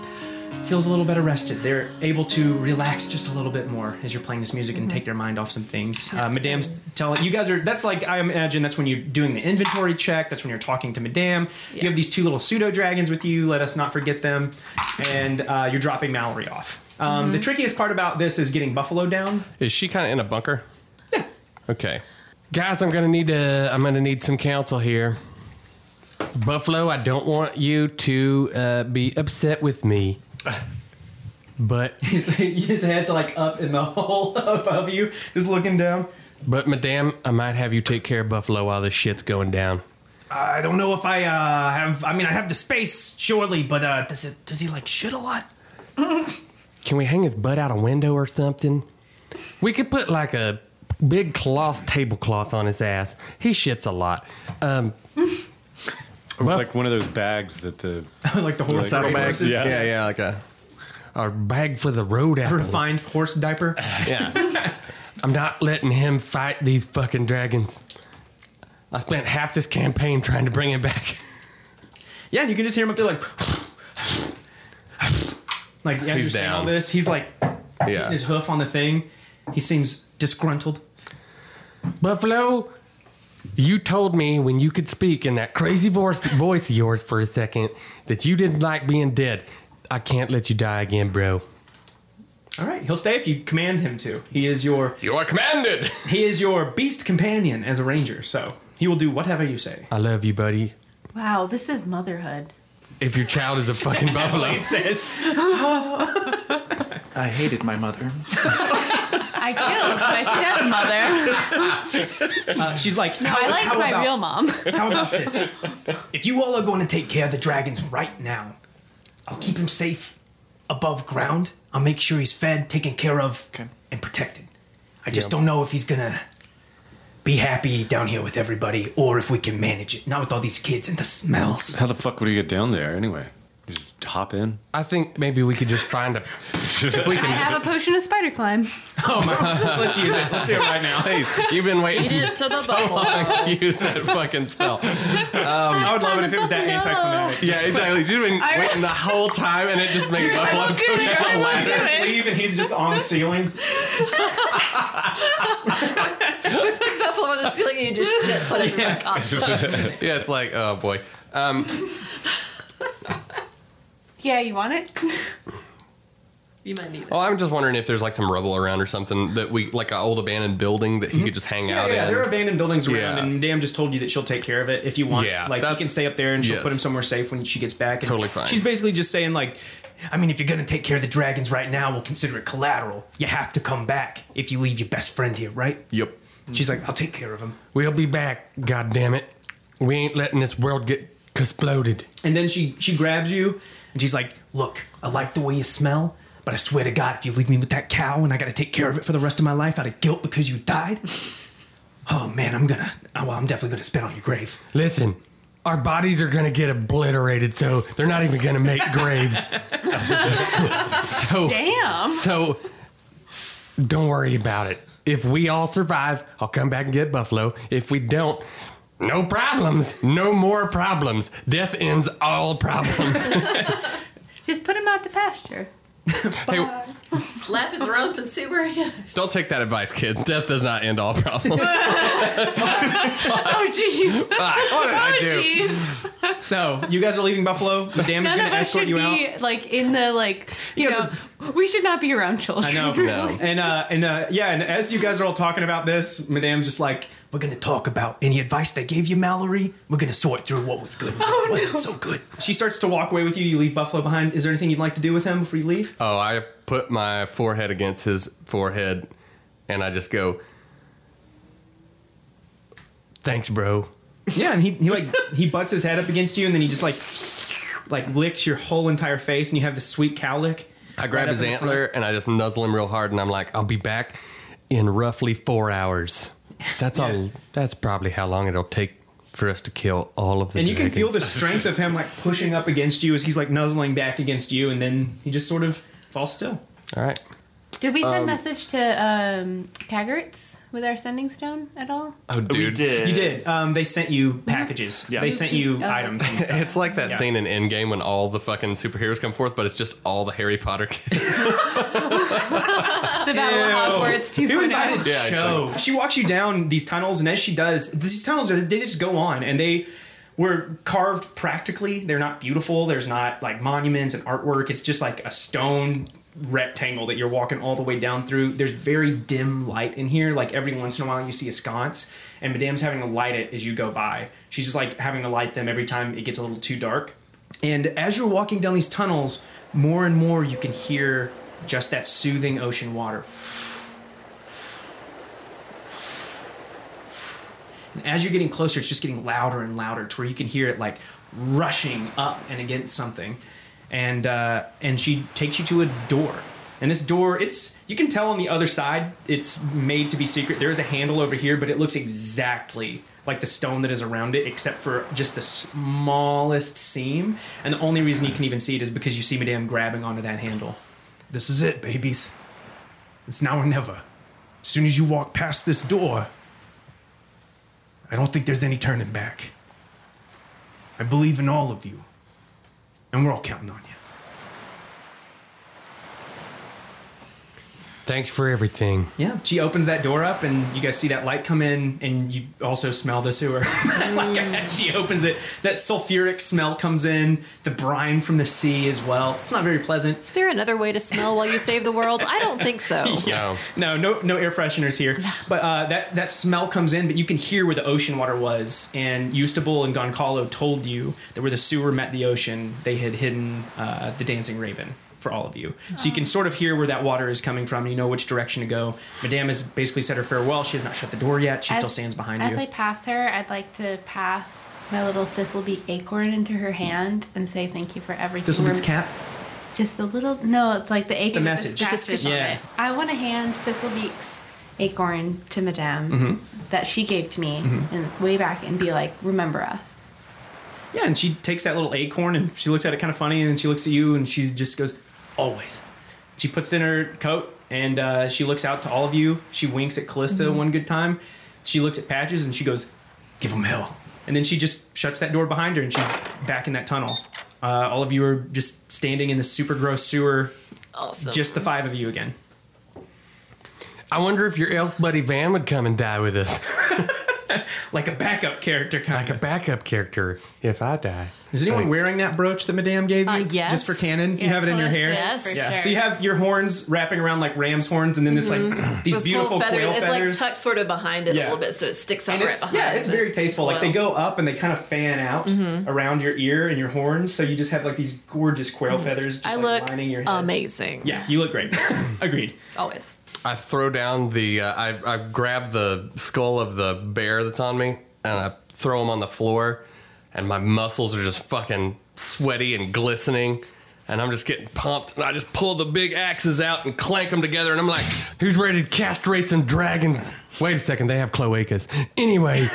Speaker 1: feels a little better rested. They're able to relax just a little bit more as you're playing this music and take their mind off some things. Uh, Madame's telling you guys are that's like I imagine that's when you're doing the inventory check. That's when you're talking to Madame.
Speaker 4: Yeah.
Speaker 1: You have these two little pseudo dragons with you. Let us not forget them, and uh, you're dropping Mallory off. Um, The trickiest part about this is getting Buffalo down.
Speaker 7: Is she kind of in a bunker? Yeah. Okay. guys, I'm gonna need to. I'm gonna need some counsel here. Buffalo, I don't want you to uh, be upset with me, but
Speaker 1: His, his head's like up in the hole above you, just looking down.
Speaker 7: but Madame, I might have you take care of Buffalo while this shit's going down.
Speaker 1: I don't know if I uh, have. I mean, I have the space, surely, but uh, does it? Does he like shit a lot?
Speaker 7: Can we hang his butt out a window or something? We could put like a big cloth tablecloth on his ass. He shits a lot. Um,
Speaker 6: Or like one of those bags that the
Speaker 1: like the horse
Speaker 6: Like
Speaker 1: saddlebag.
Speaker 6: horses? Yeah.
Speaker 7: yeah, yeah, like a a bag for the road apples.
Speaker 1: refined horse diaper.
Speaker 7: Yeah. I'm not letting him fight these fucking dragons. I spent half this campaign trying to bring him back.
Speaker 1: Yeah, and you can just hear him up there like, like as
Speaker 7: He's
Speaker 1: you're saying all
Speaker 7: down.
Speaker 1: this, he's like hitting his hoof on the thing. He seems disgruntled.
Speaker 7: Buffalo, you told me when you could speak in that crazy voice, voice of yours for a second that you didn't like being dead. I can't let you die again, bro.
Speaker 1: All right, he'll stay if you command him to. He is your
Speaker 7: You are commanded.
Speaker 1: he is your beast companion as a ranger, so he will do whatever you say.
Speaker 7: I love you, buddy.
Speaker 3: Wow, this is motherhood.
Speaker 7: If your child is a fucking buffalo.
Speaker 1: It says.
Speaker 5: I hated my mother.
Speaker 3: I killed my stepmother.
Speaker 1: She's like, how,
Speaker 3: I liked
Speaker 1: how
Speaker 3: my
Speaker 1: about,
Speaker 3: real mom.
Speaker 1: How about this? If you all are going to take care of the dragons right now, I'll keep him safe above ground. I'll make sure he's fed, taken care of,
Speaker 5: Okay.
Speaker 1: and protected. I just don't know if he's gonna be happy down here with everybody, or if we can manage it. Not with all these kids and the smells.
Speaker 6: how the fuck would he get down there anyway? Just hop in.
Speaker 7: I think maybe we could just find a. If we
Speaker 3: I
Speaker 7: can.
Speaker 3: have a potion of spider climb.
Speaker 1: Oh my! Let's use it. Let's do it right now.
Speaker 7: Please, you've been waiting
Speaker 4: Get it to the
Speaker 7: so long to use that fucking spell.
Speaker 1: I would love it if it was that
Speaker 4: No.
Speaker 1: anticlimactic.
Speaker 7: Yeah, exactly. She's been
Speaker 3: I-
Speaker 7: waiting the whole time, and it just makes Buffalo
Speaker 3: won't do
Speaker 7: go
Speaker 3: it,
Speaker 7: down
Speaker 3: I
Speaker 7: the
Speaker 3: won't
Speaker 7: ladder.
Speaker 3: do it.
Speaker 1: Leave, and he's just on the ceiling.
Speaker 4: Buffalo on the ceiling and you just shits on everyone constantly.
Speaker 7: Yeah, it's like, oh boy. Um,
Speaker 3: Yeah, you want it?
Speaker 4: You might need
Speaker 1: Oh.
Speaker 7: well,
Speaker 4: it.
Speaker 7: I'm just wondering if there's like some rubble around or something that we, like an old abandoned building that he could just hang
Speaker 1: Yeah,
Speaker 7: out
Speaker 1: yeah,
Speaker 7: in.
Speaker 1: there are abandoned buildings around,
Speaker 7: Yeah.
Speaker 1: and Dam just told you that she'll take care of it if you want.
Speaker 7: Yeah,
Speaker 1: like you
Speaker 7: that's-
Speaker 1: can stay up there, and she'll
Speaker 7: yes.
Speaker 1: put him somewhere safe when she gets back. And
Speaker 7: Totally fine.
Speaker 1: She's basically just saying like, I mean, if you're gonna take care of the dragons right now, we'll consider it collateral. You have to come back if you leave your best friend here, right?
Speaker 7: Yep.
Speaker 1: She's like, I'll take care of him.
Speaker 7: We'll be back. God damn it. We ain't letting this world get exploded.
Speaker 1: And then she she grabs you, and she's like, Look, I like the way you smell. But I swear to God, if you leave me with that cow and I gotta take care of it for the rest of my life out of guilt because you died, oh man, I'm gonna, oh, well, I'm definitely gonna spit on your grave.
Speaker 7: Listen, our bodies are gonna get obliterated, so they're not even gonna make graves. so
Speaker 3: Damn.
Speaker 7: So don't worry about it. If we all survive, I'll come back and get Buffalo. If we don't, no problems. No more problems. Death ends all problems.
Speaker 3: Just put him out to pasture.
Speaker 7: hey,
Speaker 4: Slap his rump and see where he goes.
Speaker 7: don't take that advice, kids. Death does not end all problems.
Speaker 3: Oh, jeez.
Speaker 7: Ah, what did
Speaker 3: Oh,
Speaker 7: I do?
Speaker 3: jeez.
Speaker 1: So you guys are leaving Buffalo. The dam is
Speaker 3: None
Speaker 1: going
Speaker 3: of
Speaker 1: to
Speaker 3: us
Speaker 1: escort
Speaker 3: should
Speaker 1: you out.
Speaker 3: be, like, in the, like, you
Speaker 1: guys
Speaker 3: know, we should not be around children.
Speaker 1: I know.
Speaker 7: No.
Speaker 1: And uh, and uh, yeah, and as you guys are all talking about this, Madame's just like, "We're going to talk about any advice they gave you, Mallory. We're going to sort through what was good, and what wasn't so good." She starts to walk away with you. You leave Buffalo behind. Is there anything you'd like to do with him before you leave?
Speaker 7: Oh, I put my forehead against his forehead and I just go, Thanks, bro.
Speaker 1: Yeah, and he, he like he butts his head up against you, and then he just like like licks your whole entire face, and you have this sweet cow lick.
Speaker 7: I
Speaker 1: Right
Speaker 7: grab
Speaker 1: up
Speaker 7: his
Speaker 1: in the front.
Speaker 7: antler and I just nuzzle him real hard, and I'm like, "I'll be back in roughly four hours." That's all. That's probably how long it'll take for us to kill all of the.
Speaker 1: And you can feel the
Speaker 7: dragons.
Speaker 1: strength of him like pushing up against you as he's like nuzzling back against you, and then he just sort of falls still.
Speaker 7: All right.
Speaker 3: Did we send message to um, Kaggerts with our sending stone at all?
Speaker 7: Oh, dude.
Speaker 5: We did.
Speaker 1: You did. Um, they sent you packages.
Speaker 5: Yeah.
Speaker 1: They sent you
Speaker 3: Oh.
Speaker 1: items and stuff.
Speaker 7: It's like that
Speaker 1: Yeah.
Speaker 7: scene in Endgame when all the fucking superheroes come forth, but it's just all the Harry Potter kids.
Speaker 3: The Battle of Hogwarts oh. 2.0.
Speaker 1: Who invited
Speaker 7: Yeah,
Speaker 1: Cho? She walks you down these tunnels, and as she does, these tunnels they just go on, and they were carved practically. They're not beautiful. There's not like monuments and artwork. It's just like a stone rectangle that you're walking all the way down through. There's very dim light in here. Like every once in a while, you see a sconce, and Madame's having to light it as you go by. She's just like having to light them every time it gets a little too dark. And as you're walking down these tunnels, more and more you can hear just that soothing ocean water. And as you're getting closer, it's just getting louder and louder to where you can hear it like rushing up and against something. And uh, and she takes you to a door. And this door, it's you can tell on the other side, it's made to be secret. There is a handle over here, but it looks exactly like the stone that is around it, except for just the smallest seam. And the only reason you can even see it is because you see Madame grabbing onto that handle. This is it, babies. It's now or never. As soon as you walk past this door, I don't think there's any turning back. I believe in all of you, and we're all counting on you.
Speaker 7: Thanks for everything.
Speaker 1: Yeah, she opens that door up, and you guys see that light come in, and you also smell the sewer. like, as she opens it, that sulfuric smell comes in, the brine from the sea as well. It's not very pleasant.
Speaker 4: Is there another way to smell while you save the world? I don't think so.
Speaker 7: No.
Speaker 1: No, no, no air fresheners here. But uh, that that smell comes in, but you can hear where the ocean water was. And Eustable and Goncalo told you that where the sewer met the ocean, they had hidden uh, the dancing raven for all of you. So you can
Speaker 3: Oh.
Speaker 1: sort of hear where that water is coming from. You know which direction to go. Madame has basically said her farewell. She has not shut the door yet. She still
Speaker 3: As-
Speaker 1: stands behind
Speaker 3: as
Speaker 1: you.
Speaker 3: I pass her, I'd like to pass my little thistlebeak acorn into her hand and say thank you for everything.
Speaker 1: this one's
Speaker 3: Rem-
Speaker 1: cap.
Speaker 3: Just a little. No, it's like the acorn. with
Speaker 1: message.
Speaker 3: scratches
Speaker 1: Yeah.
Speaker 3: on it. I want to hand Thistlebeak's acorn to Madame
Speaker 5: Mm-hmm.
Speaker 3: that she gave to me and way back and be like, remember us.
Speaker 1: Yeah, and she takes that little acorn and she looks at it kind of funny, and then she looks at you and she just goes, "Always." She puts it in her coat and uh, she looks out to all of you. She winks at Callista
Speaker 7: Mm-hmm.
Speaker 1: one good time. She looks at Patches and she goes, "Give him hell." And then she just shuts that door behind her and she's back in that tunnel. Uh, all of you are just standing in this super gross sewer.
Speaker 4: Awesome.
Speaker 1: Just the five of you again.
Speaker 7: I wonder if your elf buddy Van would come and die with us.
Speaker 1: Like a backup character kind
Speaker 7: Like a
Speaker 1: of.
Speaker 7: backup character if I die.
Speaker 1: Is anyone wearing that brooch that Madame gave you?
Speaker 4: Uh, yes.
Speaker 1: Just for canon? you have it in your hair?
Speaker 4: Yes.
Speaker 3: For
Speaker 1: Yeah.
Speaker 3: sure.
Speaker 1: So you have your horns wrapping around like ram's horns, and then this like these
Speaker 4: Mm-hmm. This
Speaker 1: beautiful
Speaker 4: little feather,
Speaker 1: quail
Speaker 4: it's
Speaker 1: feathers.
Speaker 4: like tucked sort of behind it
Speaker 1: Yeah.
Speaker 4: a little bit, so it sticks out
Speaker 1: and
Speaker 4: right
Speaker 1: it's,
Speaker 4: behind.
Speaker 1: yeah, it's
Speaker 4: the
Speaker 1: very tasteful. Like they
Speaker 4: quail. Mm-hmm.
Speaker 1: go up and they kind of fan out around your ear and your horns, so you just have like these gorgeous quail feathers just
Speaker 4: Mm-hmm. I
Speaker 1: like,
Speaker 4: look
Speaker 1: lining your head.
Speaker 4: amazing.
Speaker 1: Yeah, you look great. Agreed.
Speaker 4: Always.
Speaker 7: I throw down the, uh, I, I grab the skull of the bear that's on me and I throw him on the floor and my muscles are just fucking sweaty and glistening and I'm just getting pumped and I just pull the big axes out and clank them together and I'm like, who's ready to castrate some dragons? Wait a second, they have cloacas. Anyway,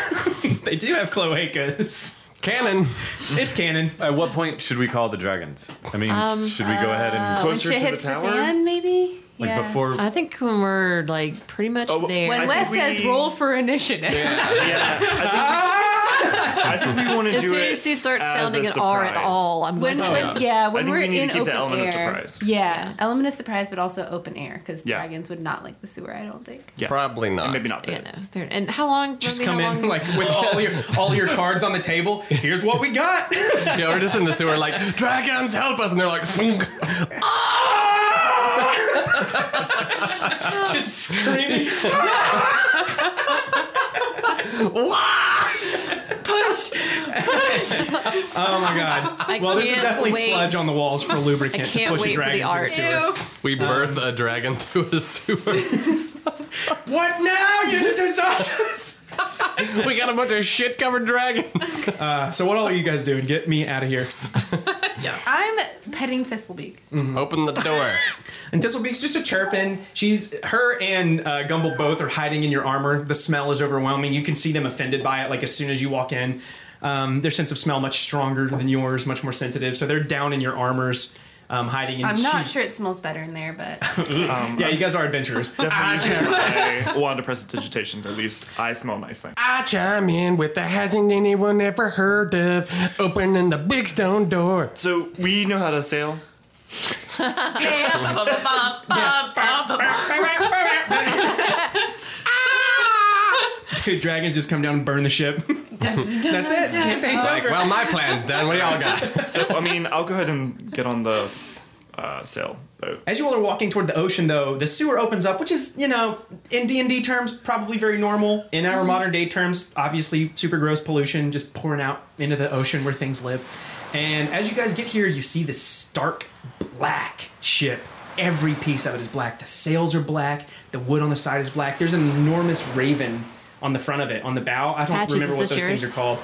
Speaker 1: They do have cloacas.
Speaker 7: cannon.
Speaker 1: It's canon.
Speaker 6: At what point should we call the dragons? I mean, should we go ahead and
Speaker 3: When
Speaker 5: Closer
Speaker 3: shit
Speaker 5: to the
Speaker 3: hits
Speaker 5: tower?
Speaker 3: fan, maybe?
Speaker 6: like
Speaker 3: yeah.
Speaker 6: before?
Speaker 4: I think when we're like pretty much
Speaker 5: Oh,
Speaker 4: there.
Speaker 5: I
Speaker 3: When Wes
Speaker 5: think
Speaker 3: says
Speaker 5: we- Oh,
Speaker 3: roll for initiative.
Speaker 5: I think we want to
Speaker 4: as
Speaker 5: do
Speaker 4: soon
Speaker 5: it.
Speaker 4: as you start
Speaker 5: as
Speaker 4: sounding
Speaker 5: a
Speaker 4: an R at
Speaker 5: surprise.
Speaker 4: all, I'm oh,
Speaker 3: When,
Speaker 4: going to.
Speaker 3: when- yeah, when
Speaker 5: think
Speaker 3: we're
Speaker 5: we need to
Speaker 3: in
Speaker 5: keep
Speaker 3: open
Speaker 5: the element
Speaker 3: air,
Speaker 5: of surprise.
Speaker 3: yeah, element of surprise, but also open air because
Speaker 5: Yeah.
Speaker 3: dragons would not like the sewer. I don't think.
Speaker 5: Yeah.
Speaker 7: Probably not.
Speaker 5: Uh, Maybe not.
Speaker 4: You
Speaker 5: Then.
Speaker 4: know, there- and how long?
Speaker 1: Just
Speaker 4: Remy,
Speaker 1: come
Speaker 4: how
Speaker 1: in
Speaker 4: long-
Speaker 1: like with all your all your cards on the table. Here's what we got.
Speaker 7: Yeah, we're just in the sewer like, dragons help us. And they're like, "Thunk."
Speaker 1: Just screaming. Oh my god. well, there's
Speaker 4: can't
Speaker 1: definitely
Speaker 4: wait.
Speaker 1: sludge on the walls for lubricant to
Speaker 4: can't
Speaker 1: push a
Speaker 4: wait for the
Speaker 1: dragon
Speaker 4: art.
Speaker 1: to the sewer.
Speaker 7: we birth a dragon through a sewer.
Speaker 1: What now, you disasters?
Speaker 7: we got a bunch of shit covered dragons.
Speaker 1: Uh, so what all are you guys doing? Get me out of here.
Speaker 3: I'm petting Thistlebeak.
Speaker 7: Open the door.
Speaker 1: And Thistlebeak's just a chirping. She's her and uh, Gumble both are hiding in your armor. The smell is overwhelming. You can see them offended by it. Like as soon as you walk in, um, their sense of smell much stronger than yours, much more sensitive. So they're down in your armors, um, hiding. In
Speaker 3: I'm not
Speaker 1: she's-
Speaker 3: sure it smells better in there, but
Speaker 1: Yeah, you guys are adventurers.
Speaker 5: I wanted to press digitation. At least I smell nice thing.
Speaker 7: I chime in with the hasn't anyone ever heard of opening the big stone door.
Speaker 5: So we know how to sail.
Speaker 1: Dude, dragons just come down and burn the ship. That's it. Campaign's
Speaker 7: Like,
Speaker 1: over.
Speaker 7: well, my plan's done. What do y'all got?
Speaker 5: So I mean, I'll go ahead and get on the uh, sail boat.
Speaker 1: As you all are walking toward the ocean, though, the sewer opens up, which is, you know, in D and D terms, probably very normal. In
Speaker 4: Mm-hmm.
Speaker 1: our modern day terms, obviously super gross pollution just pouring out into the ocean where things live. And as you guys get here, you see this stark black ship. Every piece of it is black. The sails are black. The wood on the side is black. There's an enormous raven on the front of it, on the bow. I don't
Speaker 4: Patches,
Speaker 1: remember
Speaker 4: is
Speaker 1: what
Speaker 4: this
Speaker 1: those things
Speaker 4: yours?
Speaker 1: are called.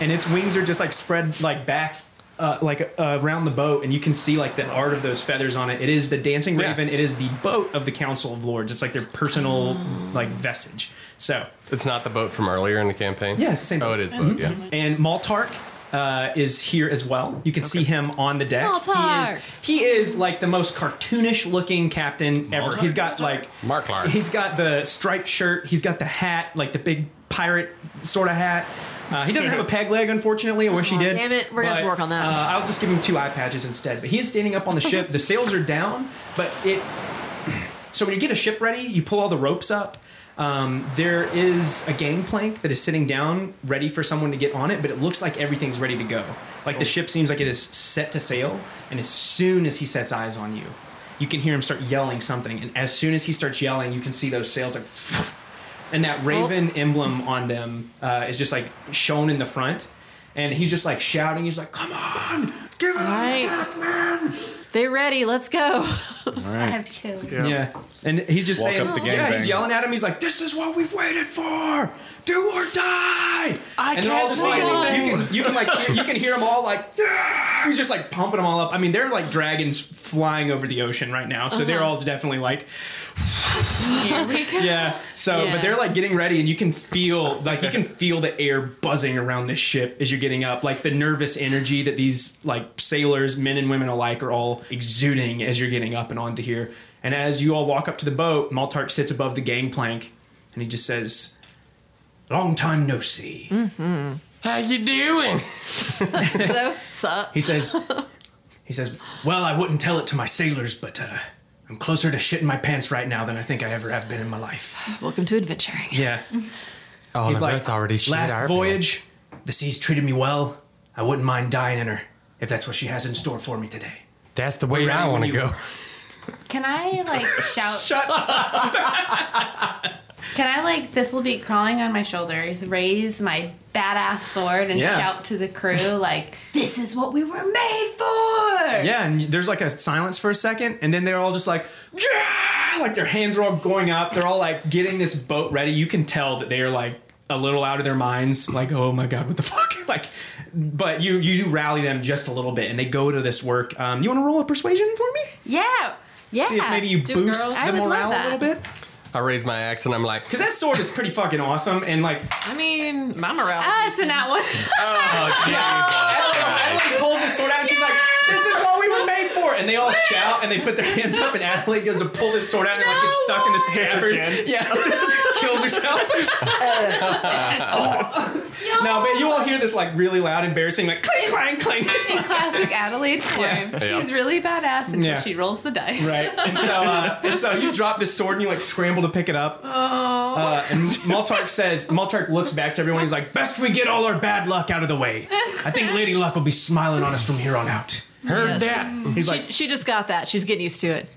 Speaker 1: And its wings are just like spread like back. Uh, like uh, around the boat, and you can see like the art of those feathers on it. It is the dancing
Speaker 7: Yeah.
Speaker 1: raven. It is the boat of the Council of Lords. It's like their personal like vestige. So,
Speaker 7: It's not the boat from earlier in the campaign.
Speaker 1: Yeah, it's the same
Speaker 7: Oh,
Speaker 1: boat.
Speaker 7: it is boat. Yeah.
Speaker 1: Mm-hmm. and Maltark uh, is here as well. You can see him on the deck.
Speaker 4: Maltark.
Speaker 1: He is he is like the most cartoonish looking captain ever. He's got like
Speaker 7: Mark Clark.
Speaker 1: He's got the striped shirt. He's got the hat, like the big pirate sort of hat. Uh, he doesn't have a peg leg, unfortunately. I wish he
Speaker 4: Aw,
Speaker 1: did.
Speaker 4: damn it. We're gonna have to
Speaker 1: But,
Speaker 4: work on that.
Speaker 1: Uh, I'll just give him two eye patches instead. But he is standing up on the ship. The sails are down, but it. So when you get a ship ready, you pull all the ropes up. Um, there is a gangplank that is sitting down, ready for someone to get on it. But it looks like everything's ready to go. Like the ship seems like it is set to sail, and as soon as he sets eyes on you, you can hear him start yelling something. And as soon as he starts yelling, you can see those sails like. and that raven emblem on them uh, is just like shown in the front and he's just like shouting he's like come on give it
Speaker 4: All
Speaker 1: up
Speaker 4: right. They're ready. Let's go.
Speaker 6: All
Speaker 3: I
Speaker 6: right.
Speaker 3: have chills.
Speaker 1: yeah and he's just
Speaker 6: Walk
Speaker 1: saying
Speaker 6: up the
Speaker 1: yeah he's
Speaker 6: gangbang.
Speaker 1: yelling at him he's like this is what we've waited for do or die I and they're all
Speaker 4: can't
Speaker 1: just
Speaker 4: see
Speaker 1: like,
Speaker 4: anything.
Speaker 1: You, can, you can like hear, you can hear them all like "Yeah!" he's just like pumping them all up I mean they're like dragons flying over the ocean right now so they're all definitely like yeah so
Speaker 4: Yeah.
Speaker 1: but they're like getting ready and you can feel like you can feel the air buzzing around this ship as you're getting up like the nervous energy that these like sailors men and women alike are all exuding as you're getting up and onto here and as you all walk up to the boat maltark sits above the gangplank and he just says long time no see
Speaker 7: How you doing?
Speaker 4: so, sup?
Speaker 1: he says he says well i wouldn't tell it to my sailors but uh i'm closer to shitting my pants right now than i think i ever have been in my life
Speaker 4: Welcome to adventuring.
Speaker 1: yeah
Speaker 7: Oh,
Speaker 1: He's
Speaker 7: no,
Speaker 1: like,
Speaker 7: that's already shit
Speaker 1: last
Speaker 7: our
Speaker 1: voyage, the sea's treated me well. I wouldn't mind dying in her if that's what she has in store for me today.
Speaker 7: pants. That's the way
Speaker 1: Ready
Speaker 7: I
Speaker 1: when
Speaker 7: want to
Speaker 1: you
Speaker 7: go.
Speaker 1: are.
Speaker 3: Can I like shout?
Speaker 1: Shut
Speaker 3: up! Can I like this will be crawling on my shoulders, raise my badass sword, and
Speaker 1: Yeah.
Speaker 3: shout to the crew like, "This is what we were made for!"
Speaker 1: Yeah, and there's like a silence for a second, and then they're all just like, yeah! Like their hands are all going up. They're all like getting this boat ready. You can tell that they are like a little out of their minds, like, oh my god, what the fuck? like, but you you do rally them just a little bit, and they go to this work. Um, you want to roll a persuasion for me?
Speaker 3: yeah, yeah.
Speaker 1: See if maybe you
Speaker 4: do it,
Speaker 1: boost
Speaker 4: girl.
Speaker 3: I
Speaker 1: the
Speaker 3: would love
Speaker 1: morale a
Speaker 3: that.
Speaker 1: little bit.
Speaker 7: I raise my axe and I'm like,
Speaker 1: Because that sword is pretty fucking awesome, and like
Speaker 4: I mean, my morale.
Speaker 3: Ah, it's a nat one.
Speaker 7: oh, Jesus.
Speaker 1: Adelaide pulls his sword out and she's like, "This is what we were made for!" And they all shout and they put their hands up, and Adelaide goes to pull his sword out and like gets stuck in the scabbard.
Speaker 5: Again.
Speaker 1: Yeah, kills herself. No, but you all hear this like really loud, embarrassing like clang, clang, clang.
Speaker 3: Classic Adelaide form.
Speaker 1: Yeah.
Speaker 3: She's really badass until
Speaker 1: Yeah.
Speaker 3: she rolls the dice.
Speaker 1: Right, and so uh, and so you drop this sword and you like scramble to pick it up.
Speaker 3: Oh.
Speaker 1: Uh, and Maltark says, Maltark looks back to everyone. He's like, "Best we get all our bad luck out of the way. I think Lady Luck will be smiling on us from here on out."
Speaker 7: Heard that.
Speaker 1: He's like,
Speaker 4: She, she just got that. She's getting used to it.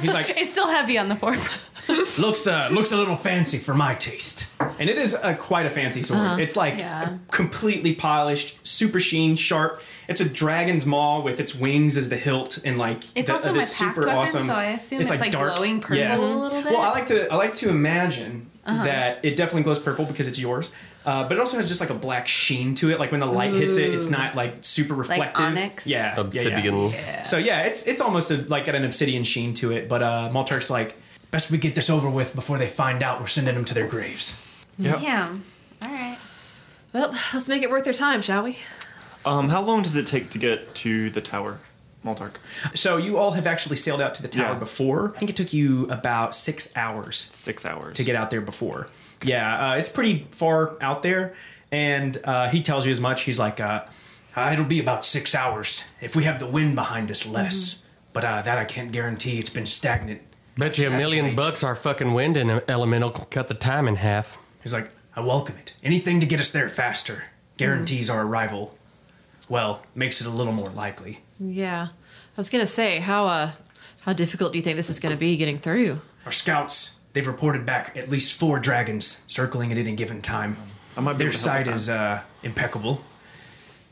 Speaker 1: he's like,
Speaker 3: It's still heavy on the forefront.
Speaker 1: looks uh, looks a little fancy for my taste. And it is uh, quite a fancy sword. It's like
Speaker 3: Uh-huh. Yeah.
Speaker 1: completely polished, super sheen, sharp. It's a dragon's maw with its wings as the hilt, and like
Speaker 3: It's
Speaker 1: the,
Speaker 3: also
Speaker 1: uh,
Speaker 3: my
Speaker 1: this
Speaker 3: pack
Speaker 1: super
Speaker 3: weapon,
Speaker 1: awesome.
Speaker 3: so I assume it's, like, glowing purple
Speaker 1: Yeah.
Speaker 3: a little bit. Uh-huh.
Speaker 1: Well, I like to I like to imagine that it definitely glows purple because it's yours. Uh, but it also has just like a black sheen to it. Like when the light hits it, it's not like super reflective.
Speaker 3: onyx?
Speaker 1: Yeah, yeah, yeah.
Speaker 7: Obsidian.
Speaker 1: So yeah, it's it's almost a, like got an obsidian sheen to it, but uh, Maltark's like, best we get this over with before they find out we're sending them to their graves.
Speaker 3: Yeah. All right.
Speaker 4: Well, let's make it worth their time, shall we?
Speaker 5: Um, how long does it take to get to the tower, Maltark?
Speaker 1: So you all have actually sailed out to the tower
Speaker 5: Yeah.
Speaker 1: before. I think it took you about six hours
Speaker 5: Six hours.
Speaker 1: to get out there before. Yeah, uh, it's pretty far out there, and uh, he tells you as much. He's like, uh, "Uh, "It'll be about six hours if we have the wind behind us, less." But uh, that I can't guarantee. It's been stagnant
Speaker 7: Bet you a million
Speaker 1: amazing.
Speaker 7: bucks our fucking wind and elemental can cut the time in half.
Speaker 1: He's like, I welcome it. Anything to get us there faster guarantees our arrival. well, makes it a little more likely.
Speaker 4: Yeah. I was gonna say how uh how difficult do you think this is gonna be getting through?
Speaker 1: Our scouts, they've reported back at least four dragons circling at any given time.
Speaker 5: I might be
Speaker 1: Their
Speaker 5: able to help
Speaker 1: sight
Speaker 5: with
Speaker 1: is uh, impeccable.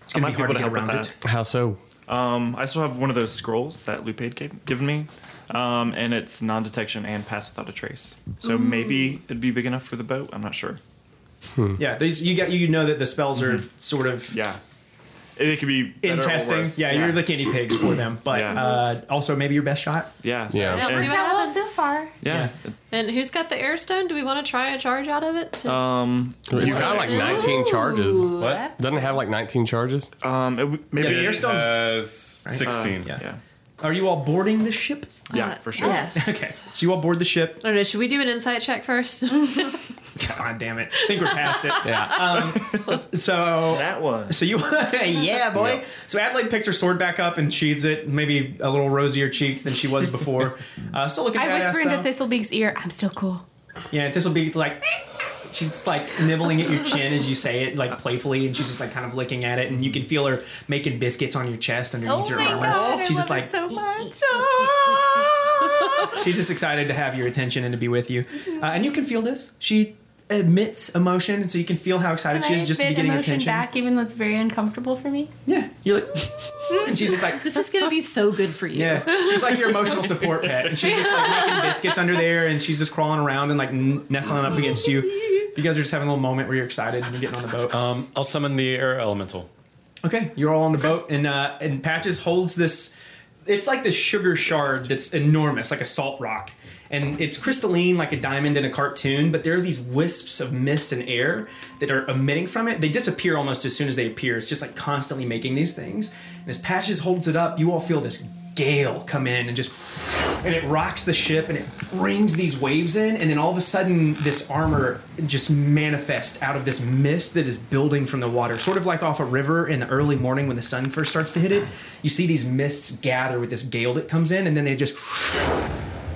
Speaker 1: It's
Speaker 5: I
Speaker 1: going
Speaker 5: might
Speaker 1: to be
Speaker 5: be
Speaker 1: hard to get
Speaker 5: able to help
Speaker 1: around
Speaker 5: with
Speaker 1: it.
Speaker 7: How so?
Speaker 5: Um, I still have one of those scrolls that Lupe gave given me, um, and it's non-detection and pass without a trace. So maybe it'd be big enough for the boat. I'm not sure.
Speaker 1: Yeah, these you got you know that the spells are sort of
Speaker 5: Mm-hmm. Yeah, it, it could be better
Speaker 1: in
Speaker 5: or
Speaker 1: testing.
Speaker 5: worse.
Speaker 1: Yeah, you're the guinea pigs for them, but
Speaker 5: Yeah.
Speaker 1: uh, also maybe your best shot.
Speaker 5: yeah, so-
Speaker 7: Yeah. I don't
Speaker 4: see
Speaker 5: and-
Speaker 4: what
Speaker 3: That was
Speaker 4: happens.
Speaker 3: so far.
Speaker 5: yeah.
Speaker 4: And who's got the air stone? Do we want to try a charge out of it?
Speaker 1: Uh,
Speaker 4: To-
Speaker 5: Um,
Speaker 7: It's got like 19 charges.
Speaker 3: Ooh,
Speaker 6: What?
Speaker 7: Doesn't it have like 19 charges?
Speaker 5: um, it, w- maybe
Speaker 1: Yeah, you're still- Stones.
Speaker 6: Has Uh, sixteen.
Speaker 1: Yeah.
Speaker 5: yeah,
Speaker 1: Are you all boarding the ship?
Speaker 5: yeah, for sure.
Speaker 4: Yes.
Speaker 1: Okay, so you all board the ship.
Speaker 4: I don't know. Should we do an insight check first?
Speaker 1: God damn it! I think we're past it.
Speaker 7: Yeah.
Speaker 1: So
Speaker 5: That one.
Speaker 1: So you, yeah, boy. So Adelaide picks her sword back up and sheathes it, maybe a little rosier cheek than she was before. uh, still looking
Speaker 3: I
Speaker 1: badass
Speaker 3: whisper
Speaker 1: though.
Speaker 3: into Thistlebeak's ear, I'm still cool.
Speaker 1: yeah, this will be like. She's just like nibbling at your chin as you say it, like playfully, and she's just like kind of licking at it, and you can feel her making biscuits on your chest underneath
Speaker 3: Oh
Speaker 1: your
Speaker 3: my
Speaker 1: armor.
Speaker 3: god,
Speaker 1: she's
Speaker 3: I
Speaker 1: just
Speaker 3: love
Speaker 1: like,
Speaker 3: it so much. Oh
Speaker 1: she's just excited to have your attention and to be with you, uh, and you can feel this. She emits emotion, and so you can feel how excited
Speaker 3: Can
Speaker 1: she is
Speaker 3: I
Speaker 1: just to be
Speaker 3: fit
Speaker 1: getting
Speaker 3: emotion
Speaker 1: attention.
Speaker 3: back, even though it's very uncomfortable for me.
Speaker 1: Yeah, you're like, and she's just like,
Speaker 4: this is gonna be so good for you.
Speaker 1: Yeah, she's like your emotional support pet, and she's just like making biscuits under there, and she's just crawling around and like n- nestling up against you. You guys are just having a little moment where you're excited and you're getting on the boat.
Speaker 6: Um, I'll summon the air elemental.
Speaker 1: Okay, you're all on the boat, and uh, and Patches holds this. It's like this sugar shard that's enormous, like a salt rock, and it's crystalline, like a diamond in a cartoon. But there are these wisps of mist and air that are emitting from it. They disappear almost as soon as they appear. It's just like constantly making these things. And as Patches holds it up, you all feel this gale come in and just and it rocks the ship and it brings these waves in and then all of a sudden this armor just manifests out of this mist that is building from the water sort of like off a river in the early morning when the sun first starts to hit it you see these mists gather with this gale that comes in and then they just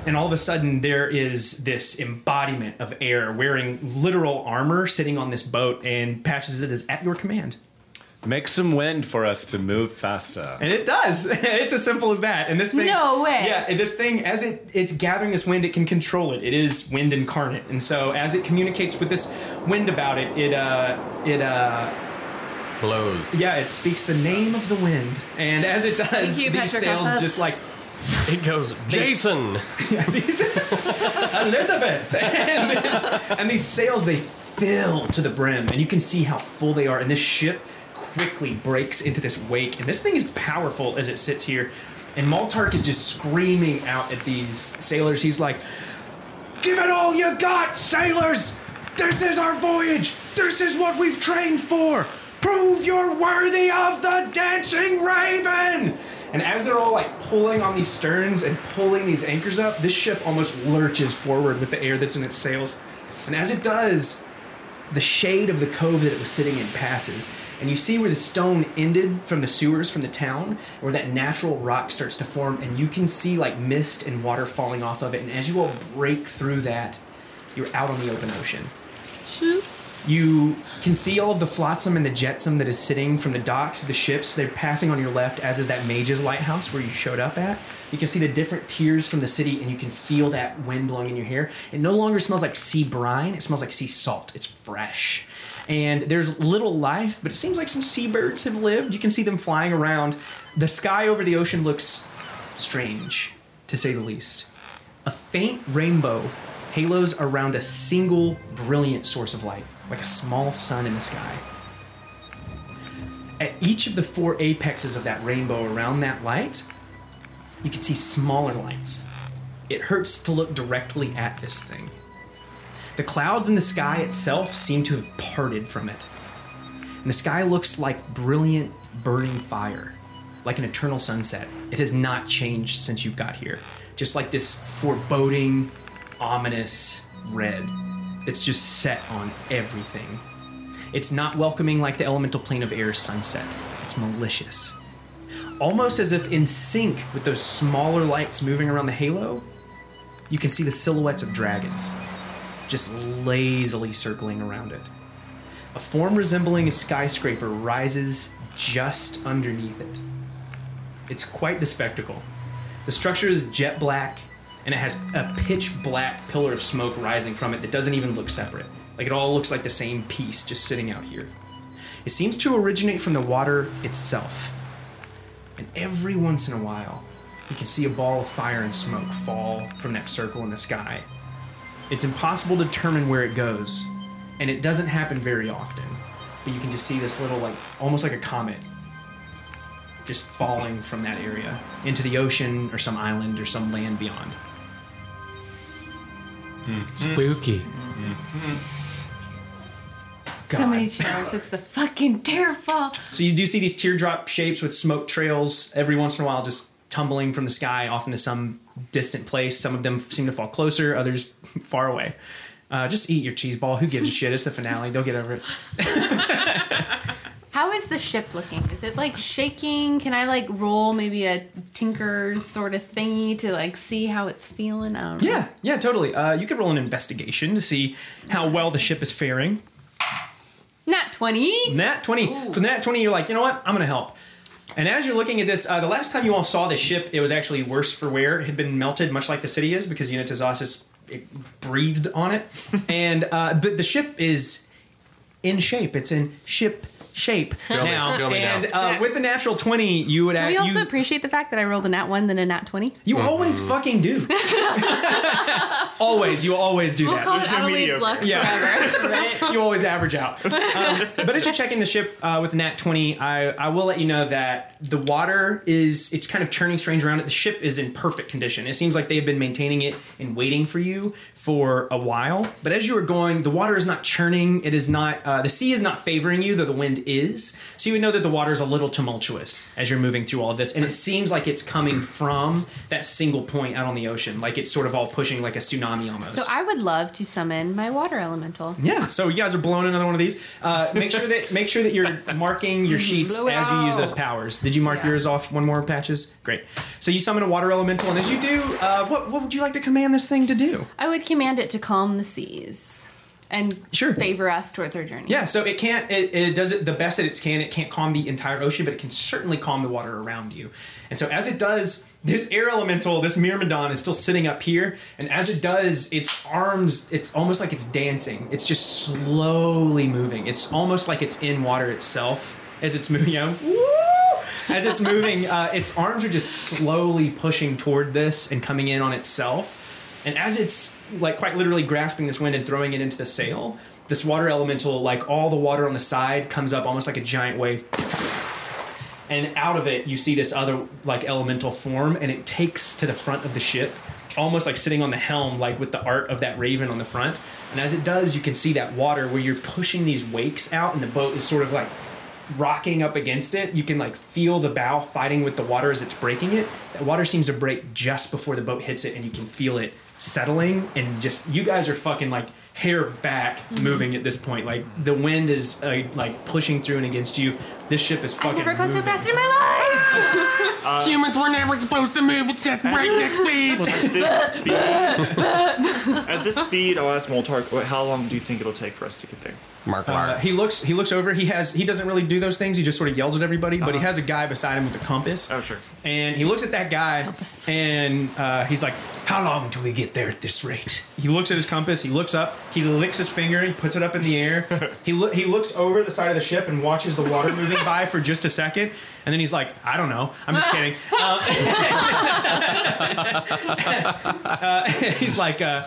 Speaker 1: and all of a sudden there is this embodiment of air wearing literal armor sitting on this boat and patches it as at your command
Speaker 6: Make some wind for us to move faster.
Speaker 1: and it does. It's as simple as that. And this thing,
Speaker 3: No way.
Speaker 1: Yeah, and this thing, as it it's gathering this wind, it can control it. It is wind incarnate, and so as it communicates with this wind about it, it uh, it uh,
Speaker 7: Blows.
Speaker 1: yeah, it speaks the name of the wind, and as it does,
Speaker 4: you,
Speaker 1: these
Speaker 4: Patrick
Speaker 1: sails
Speaker 4: Rothfuss.
Speaker 1: just like
Speaker 7: It goes, Jason.
Speaker 1: yeah, these Elizabeth, and, and these sails they fill to the brim, and you can see how full they are. And this ship quickly breaks into this wake, and this thing is powerful as it sits here. And Maltark is just screaming out at these sailors. He's like, "Give it all you got, sailors! This is our voyage. This is what we've trained for. Prove you're worthy of the dancing raven." And as they're all like pulling on these sterns and pulling these anchors up, this ship almost lurches forward with the air that's in its sails. And as it does, the shade of the cove that it was sitting in passes, and you see where the stone ended from the sewers from the town, where that natural rock starts to form, and you can see like mist and water falling off of it. And as you all break through that, you're out on the open ocean. You can see all of the flotsam and the jetsam that is sitting from the docks, the ships. They're passing on your left, as is that Mage's lighthouse where you showed up at. You can see the different tiers from the city, and you can feel that wind blowing in your hair. It no longer smells like sea brine; it smells like sea salt. It's fresh, and there's little life, but it seems like some seabirds have lived. You can see them flying around. The sky over the ocean looks strange, to say the least. A faint rainbow halos around a single brilliant source of light, like a small sun in the sky. At each of the four apexes of that rainbow around that light, you can see smaller lights. It hurts to look directly at this thing. The clouds in the sky itself seem to have parted from it. And the sky looks like brilliant, burning fire, like an eternal sunset. It has not changed since you've got here. Just like this foreboding, ominous red that's just set on everything. It's not welcoming like the elemental plane of air's sunset, it's malicious. Almost as if in sync with those smaller lights moving around the halo, you can see the silhouettes of dragons just lazily circling around it. A form resembling a skyscraper rises just underneath it. It's quite the spectacle. The structure is jet black, and it has a pitch black pillar of smoke rising from it that doesn't even look separate. Like it all looks like the same piece just sitting out here. It seems to originate from the water itself. And every once in a while, you can see a ball of fire and smoke fall from that circle in the sky. It's impossible to determine where it goes, and it doesn't happen very often. But you can just see this little, like, almost like a comet just falling from that area into the ocean or some island or some land beyond.
Speaker 7: Spooky.
Speaker 1: God.
Speaker 3: So many channels. It's the fucking Terrafall.
Speaker 1: So you do see these teardrop shapes with smoke trails every once in a while just tumbling from the sky off into some distant place. Some of them seem to fall closer, others far away. Uh, just eat your cheese ball. Who gives a shit? It's the finale. They'll get over it.
Speaker 3: How is the ship looking? Is it like shaking? Can I like roll maybe a tinker's sort of thingy to like see how it's feeling? I don't know.
Speaker 1: Yeah, yeah, totally. Uh, you could roll an investigation to see how well the ship is faring.
Speaker 3: Not 20.
Speaker 1: Nat 20. So nat 20, you're like, you know what? I'm going to help. And as you're looking at this, uh, the last time you all saw this ship, it was actually worse for wear. It had been melted, much like the city is, because Unitazos is, it breathed on it. and uh, but the ship is in shape. It's in ship shape
Speaker 7: me,
Speaker 1: now.
Speaker 7: feel me now.
Speaker 1: and Uh, with the natural 20, you would
Speaker 3: Do
Speaker 1: act-
Speaker 3: we also
Speaker 1: you,
Speaker 3: appreciate the fact that I rolled a nat 1 then a nat 20?
Speaker 1: you always
Speaker 7: Mm-hmm.
Speaker 1: fucking do. always. You always do
Speaker 3: We'll
Speaker 1: that.
Speaker 3: call it
Speaker 5: There's no
Speaker 3: Adelaide's
Speaker 5: mediocre.
Speaker 3: luck
Speaker 1: Yeah.
Speaker 3: forever. Right?
Speaker 1: you always average out. Um, but as you're checking the ship uh, with Nat 20, I, I will let you know that the water is, it's kind of churning strange around it. The ship is in perfect condition. It seems like they've been maintaining it and waiting for you for a while. But as you are going, the water is not churning. It is not, uh, the sea is not favoring you, though the wind is. So you would know that the water is a little tumultuous as you're moving through all of this. And it seems like it's coming from that single point out on the ocean. Like it's sort of all pushing like a tsunami almost.
Speaker 3: So I would love to summon my water elemental.
Speaker 1: Yeah. So you guys are blowing another one of these. Uh, make sure that make sure that you're marking your sheets
Speaker 3: Blow it
Speaker 1: as you use those
Speaker 3: out.
Speaker 1: powers. Did you mark
Speaker 3: Yeah.
Speaker 1: yours off one more patches? Great. So you summon a water elemental, and as you do, uh, what what would you like to command this thing to do?
Speaker 3: I would command it to calm the seas and
Speaker 1: Sure.
Speaker 3: favor us towards our journey.
Speaker 1: Yeah. So it can't. It, it does it the best that it can. It can't calm the entire ocean, but it can certainly calm the water around you. And so as it does. This air elemental, this Myrmidon, is still sitting up here, and as it does, its arms, it's almost like it's dancing. It's just slowly moving. It's almost like it's in water itself as it's moving. Yeah, woo! as it's moving, uh, its arms are just slowly pushing toward this and coming in on itself. And as it's like quite literally grasping this wind and throwing it into the sail, this water elemental, like all the water on the side, comes up almost like a giant wave. And out of it, you see this other like elemental form, and it takes to the front of the ship, almost like sitting on the helm, like with the art of that raven on the front. And as it does, you can see that water where you're pushing these wakes out, and the boat is sort of like rocking up against it. You can like feel the bow fighting with the water as it's breaking it. That water seems to break just before the boat hits it, and you can feel it settling. And just you guys are fucking like hair back
Speaker 3: Mm-hmm.
Speaker 1: moving at this point. Like the wind is uh, like pushing through and against you. This ship is
Speaker 3: I've
Speaker 1: fucking.
Speaker 3: never gone so
Speaker 1: moving.
Speaker 3: fast in my life!
Speaker 7: Uh, Humans were never supposed to move at that breakneck speed.
Speaker 5: At this speed, at this speed, I'll ask Moltark, what- how long do you think it'll take for us to get there?
Speaker 7: Mark
Speaker 1: Uh, he looks. He looks over. He has. He doesn't really do those things. He just sort of yells at everybody. But he has a guy beside him with a compass.
Speaker 5: Uh-huh. Oh, sure.
Speaker 1: And he looks at that guy,
Speaker 4: Compass.
Speaker 1: and uh, he's like, "How long do we get there at this rate?" He looks at his compass. He looks up. He licks his finger. He puts it up in the air. he loo- he looks over the side of the ship and watches the water moving by for just a second, and then he's like, "I don't know. I'm just kidding." Um, he's like, uh,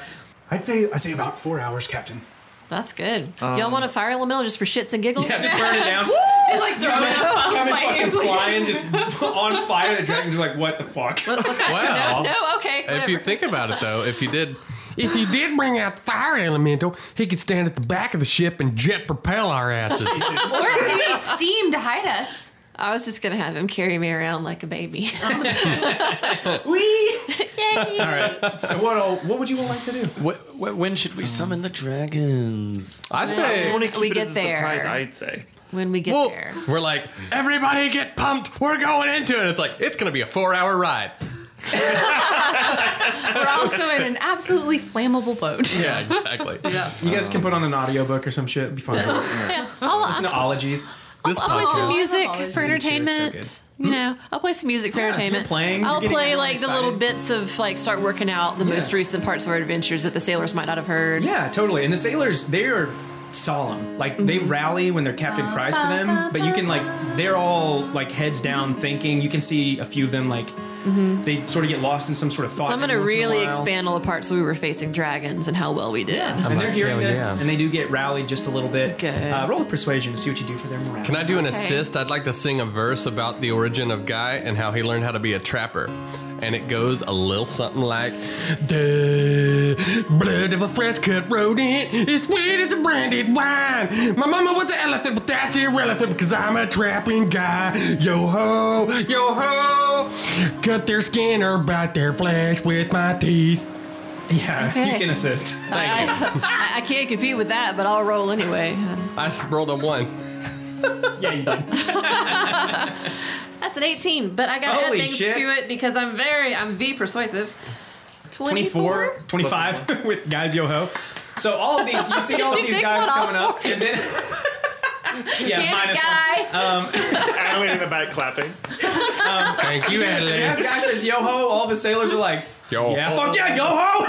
Speaker 1: "I'd say I'd say about four hours, Captain."
Speaker 4: That's good. Y'all
Speaker 1: Um,
Speaker 4: want a fire elemental just for shits and giggles?
Speaker 1: Yeah, just burn it down.
Speaker 3: like throw it out.
Speaker 1: coming fucking
Speaker 3: Like,
Speaker 1: flying, just on fire. The dragons are like, what the fuck?
Speaker 7: Well,
Speaker 4: no, okay.
Speaker 7: if
Speaker 4: whatever.
Speaker 7: you think about it, though, if you did, if you did bring out the fire elemental, he could stand at the back of the ship and jet propel our asses.
Speaker 3: or if you need steam to hide us.
Speaker 4: I was just gonna have him carry me around like a baby.
Speaker 1: Wee! All right. So what? all- What would you all like to do?
Speaker 6: when should we summon the dragons?
Speaker 7: I
Speaker 5: I want
Speaker 7: say,
Speaker 5: to keep
Speaker 4: We
Speaker 5: it
Speaker 4: get
Speaker 5: as a surprise,
Speaker 4: there.
Speaker 5: I'd say.
Speaker 4: when we get
Speaker 7: well,
Speaker 4: there.
Speaker 7: we're like, everybody get pumped. We're going into it. It's like it's gonna be a four-hour ride.
Speaker 3: We're also in an absolutely flammable boat.
Speaker 7: Yeah, exactly. yeah.
Speaker 1: You guys can put on an audiobook or some shit. It'd be fun.
Speaker 4: I'll,
Speaker 1: Listen to ologies.
Speaker 7: This
Speaker 4: I'll play some
Speaker 7: podcast.
Speaker 4: music
Speaker 3: Always
Speaker 1: been
Speaker 4: for
Speaker 1: too, it's so
Speaker 4: entertainment. You know, I'll play some music for
Speaker 1: so you're
Speaker 4: entertainment.
Speaker 1: playing, you're
Speaker 4: I'll
Speaker 1: getting
Speaker 4: play
Speaker 1: everyone
Speaker 4: like the little
Speaker 1: excited.
Speaker 4: bits of like start working out the most
Speaker 1: Yeah.
Speaker 4: recent parts of our adventures that the sailors might not have heard.
Speaker 1: Yeah, totally. And the sailors, they are solemn. Like they rally when their captain cries for them, but you can like they're all like heads down thinking. You can see a few of them like they sort of get lost in Mm-hmm. some sort of thought.
Speaker 4: So I'm gonna
Speaker 1: every once in a
Speaker 4: really
Speaker 1: while.
Speaker 4: expand on the parts we were facing dragons and how well we did.
Speaker 1: And they're
Speaker 7: like,
Speaker 1: hearing
Speaker 7: hell
Speaker 1: this,
Speaker 7: yeah.
Speaker 1: and they do get rallied just a little bit.
Speaker 4: Good.
Speaker 1: Uh, roll a persuasion to see what you do for their morale.
Speaker 7: Can I do an
Speaker 4: Okay.
Speaker 7: assist? I'd like to sing a verse about the origin of Guy and how he learned how to be a trapper. And it goes a little something like The blood of a fresh cut rodent is sweet as a branded wine. My mama was an elephant, but that's irrelevant because I'm a trapping guy. Yo ho, yo ho. Cut their skin or bite their flesh with my teeth.
Speaker 1: Yeah, you
Speaker 4: Okay.
Speaker 1: can assist.
Speaker 7: Thank you.
Speaker 4: I, I can't compete with that, but I'll roll anyway.
Speaker 7: I rolled a one.
Speaker 1: yeah, you did.
Speaker 4: That's an 18, but I
Speaker 1: Holy
Speaker 4: gotta add things
Speaker 1: shit.
Speaker 4: to it because I'm very I'm V persuasive.
Speaker 1: 24, 25 with guys yo ho. So all of these, you see
Speaker 4: Did
Speaker 1: all
Speaker 4: you
Speaker 1: of these
Speaker 4: take
Speaker 1: guys
Speaker 4: one off
Speaker 1: coming up, and then yeah,
Speaker 4: Damn it,
Speaker 1: minus one. Uh,
Speaker 4: guy.
Speaker 5: Adelaide in the back clapping.
Speaker 7: Thank you,
Speaker 1: As
Speaker 7: Adelaide.
Speaker 1: the guy says yo ho, all the sailors are like,
Speaker 7: Yo
Speaker 1: yeah,
Speaker 7: ho.
Speaker 1: fuck yeah, yo ho!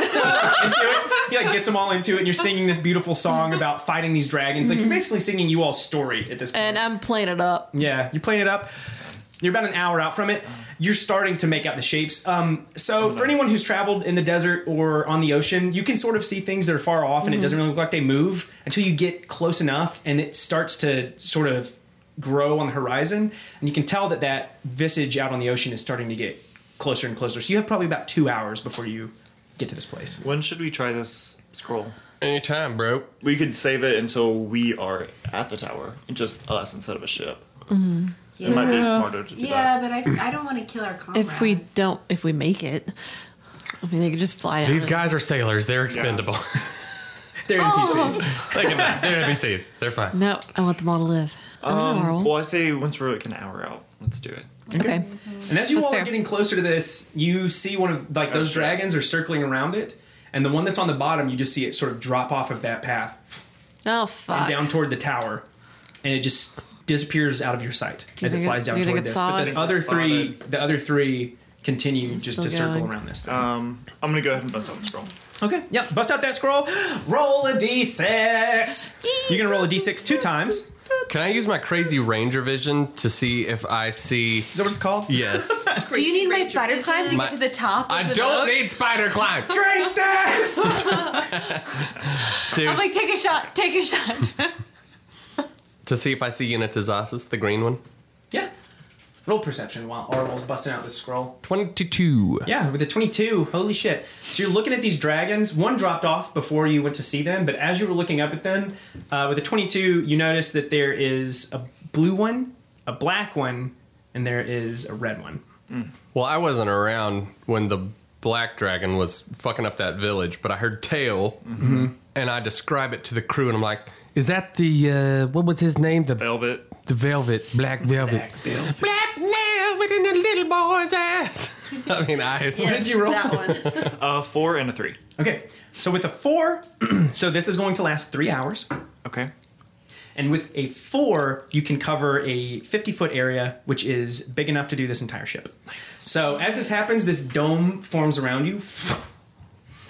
Speaker 1: into it. He like gets them all into it, and you're singing this beautiful song about fighting these dragons.
Speaker 4: Mm-hmm.
Speaker 1: Like you're basically singing you all's story at this point.
Speaker 4: and I'm playing it up.
Speaker 1: yeah, you're playing it up. You're about an hour out from it. You're starting to make out the shapes. Um, so for anyone who's traveled in the desert or on the ocean, you can sort of see things that are far off, and it doesn't really look like they move until you get close enough, and it starts to sort of grow on the horizon, and you can tell that that visage out on the ocean is starting to get closer and closer. So you have probably about two hours before you get to this place.
Speaker 5: When should we try this scroll?
Speaker 7: Anytime, bro.
Speaker 5: We could save it until we are at the tower, just us instead of a ship. It might be smarter to do
Speaker 3: Yeah,
Speaker 5: that.
Speaker 3: but I, I don't want to kill our comrades.
Speaker 4: If we don't if we make it. I mean they could just fly down.
Speaker 7: These
Speaker 4: and-
Speaker 7: guys are sailors. They're expendable.
Speaker 1: They're NPCs.
Speaker 7: They can, they're NPCs. They're fine.
Speaker 4: No, I want them all to live. I'm
Speaker 5: Um,
Speaker 4: Carl.
Speaker 5: well, I say once we're like an hour out, let's do it.
Speaker 4: okay.
Speaker 1: And as you
Speaker 4: That's
Speaker 1: all are
Speaker 4: fair.
Speaker 1: getting closer to this, you see one of like those
Speaker 5: shit.
Speaker 1: dragons are circling around it, and the one that's on the bottom, you just see it sort of drop off of that path
Speaker 4: Oh fuck.
Speaker 1: and down toward the tower, and it just disappears out of your sight as it
Speaker 4: think it-
Speaker 1: flies
Speaker 4: do
Speaker 1: down
Speaker 4: you think
Speaker 1: toward
Speaker 4: it
Speaker 1: this.
Speaker 4: saw
Speaker 1: But
Speaker 4: us?
Speaker 1: the other three, the other three continue just
Speaker 4: still
Speaker 1: to circle
Speaker 4: going.
Speaker 1: around this thing.
Speaker 5: Um, I'm gonna go ahead and bust out the scroll.
Speaker 1: okay, yeah, bust out that scroll, roll a d6. You're gonna roll a d6 two times.
Speaker 7: Can I use my crazy ranger vision to see if I see?
Speaker 1: Is that what it's called?
Speaker 7: Yes.
Speaker 3: do you need my spider climb to
Speaker 7: My-
Speaker 3: get to the top? Of
Speaker 7: I
Speaker 3: the
Speaker 7: don't
Speaker 3: boat? Oh
Speaker 7: need spider climb.
Speaker 1: Drink this.
Speaker 7: To,
Speaker 3: I'm like, take a shot, take a shot.
Speaker 7: to see if I see Unitazasis, the green one.
Speaker 1: yeah. Roll perception while Orwell's busting out this scroll.
Speaker 7: Twenty-two.
Speaker 1: Yeah, with a 22. Holy shit. So you're looking at these dragons. One dropped off before you went to see them, but as you were looking up at them, uh, with a 22, you notice that there is a blue one, a black one, and there is a red one.
Speaker 7: Well, I wasn't around when the black dragon was fucking up that village, but I heard tail, and I describe it to the crew, and I'm like, "Is that the uh, what was his name? The
Speaker 5: Velvet.
Speaker 7: the velvet, black velvet, black velvet, in the little boy's ass." I mean, I.
Speaker 1: did you roll?
Speaker 3: That one.
Speaker 5: Uh, four and a three.
Speaker 1: Okay, so with a 4, so this is going to last three hours.
Speaker 5: Okay.
Speaker 1: And with a 4, you can cover a 50 foot area, which is big enough to do this entire ship. Nice. So as this happens, this dome forms around you.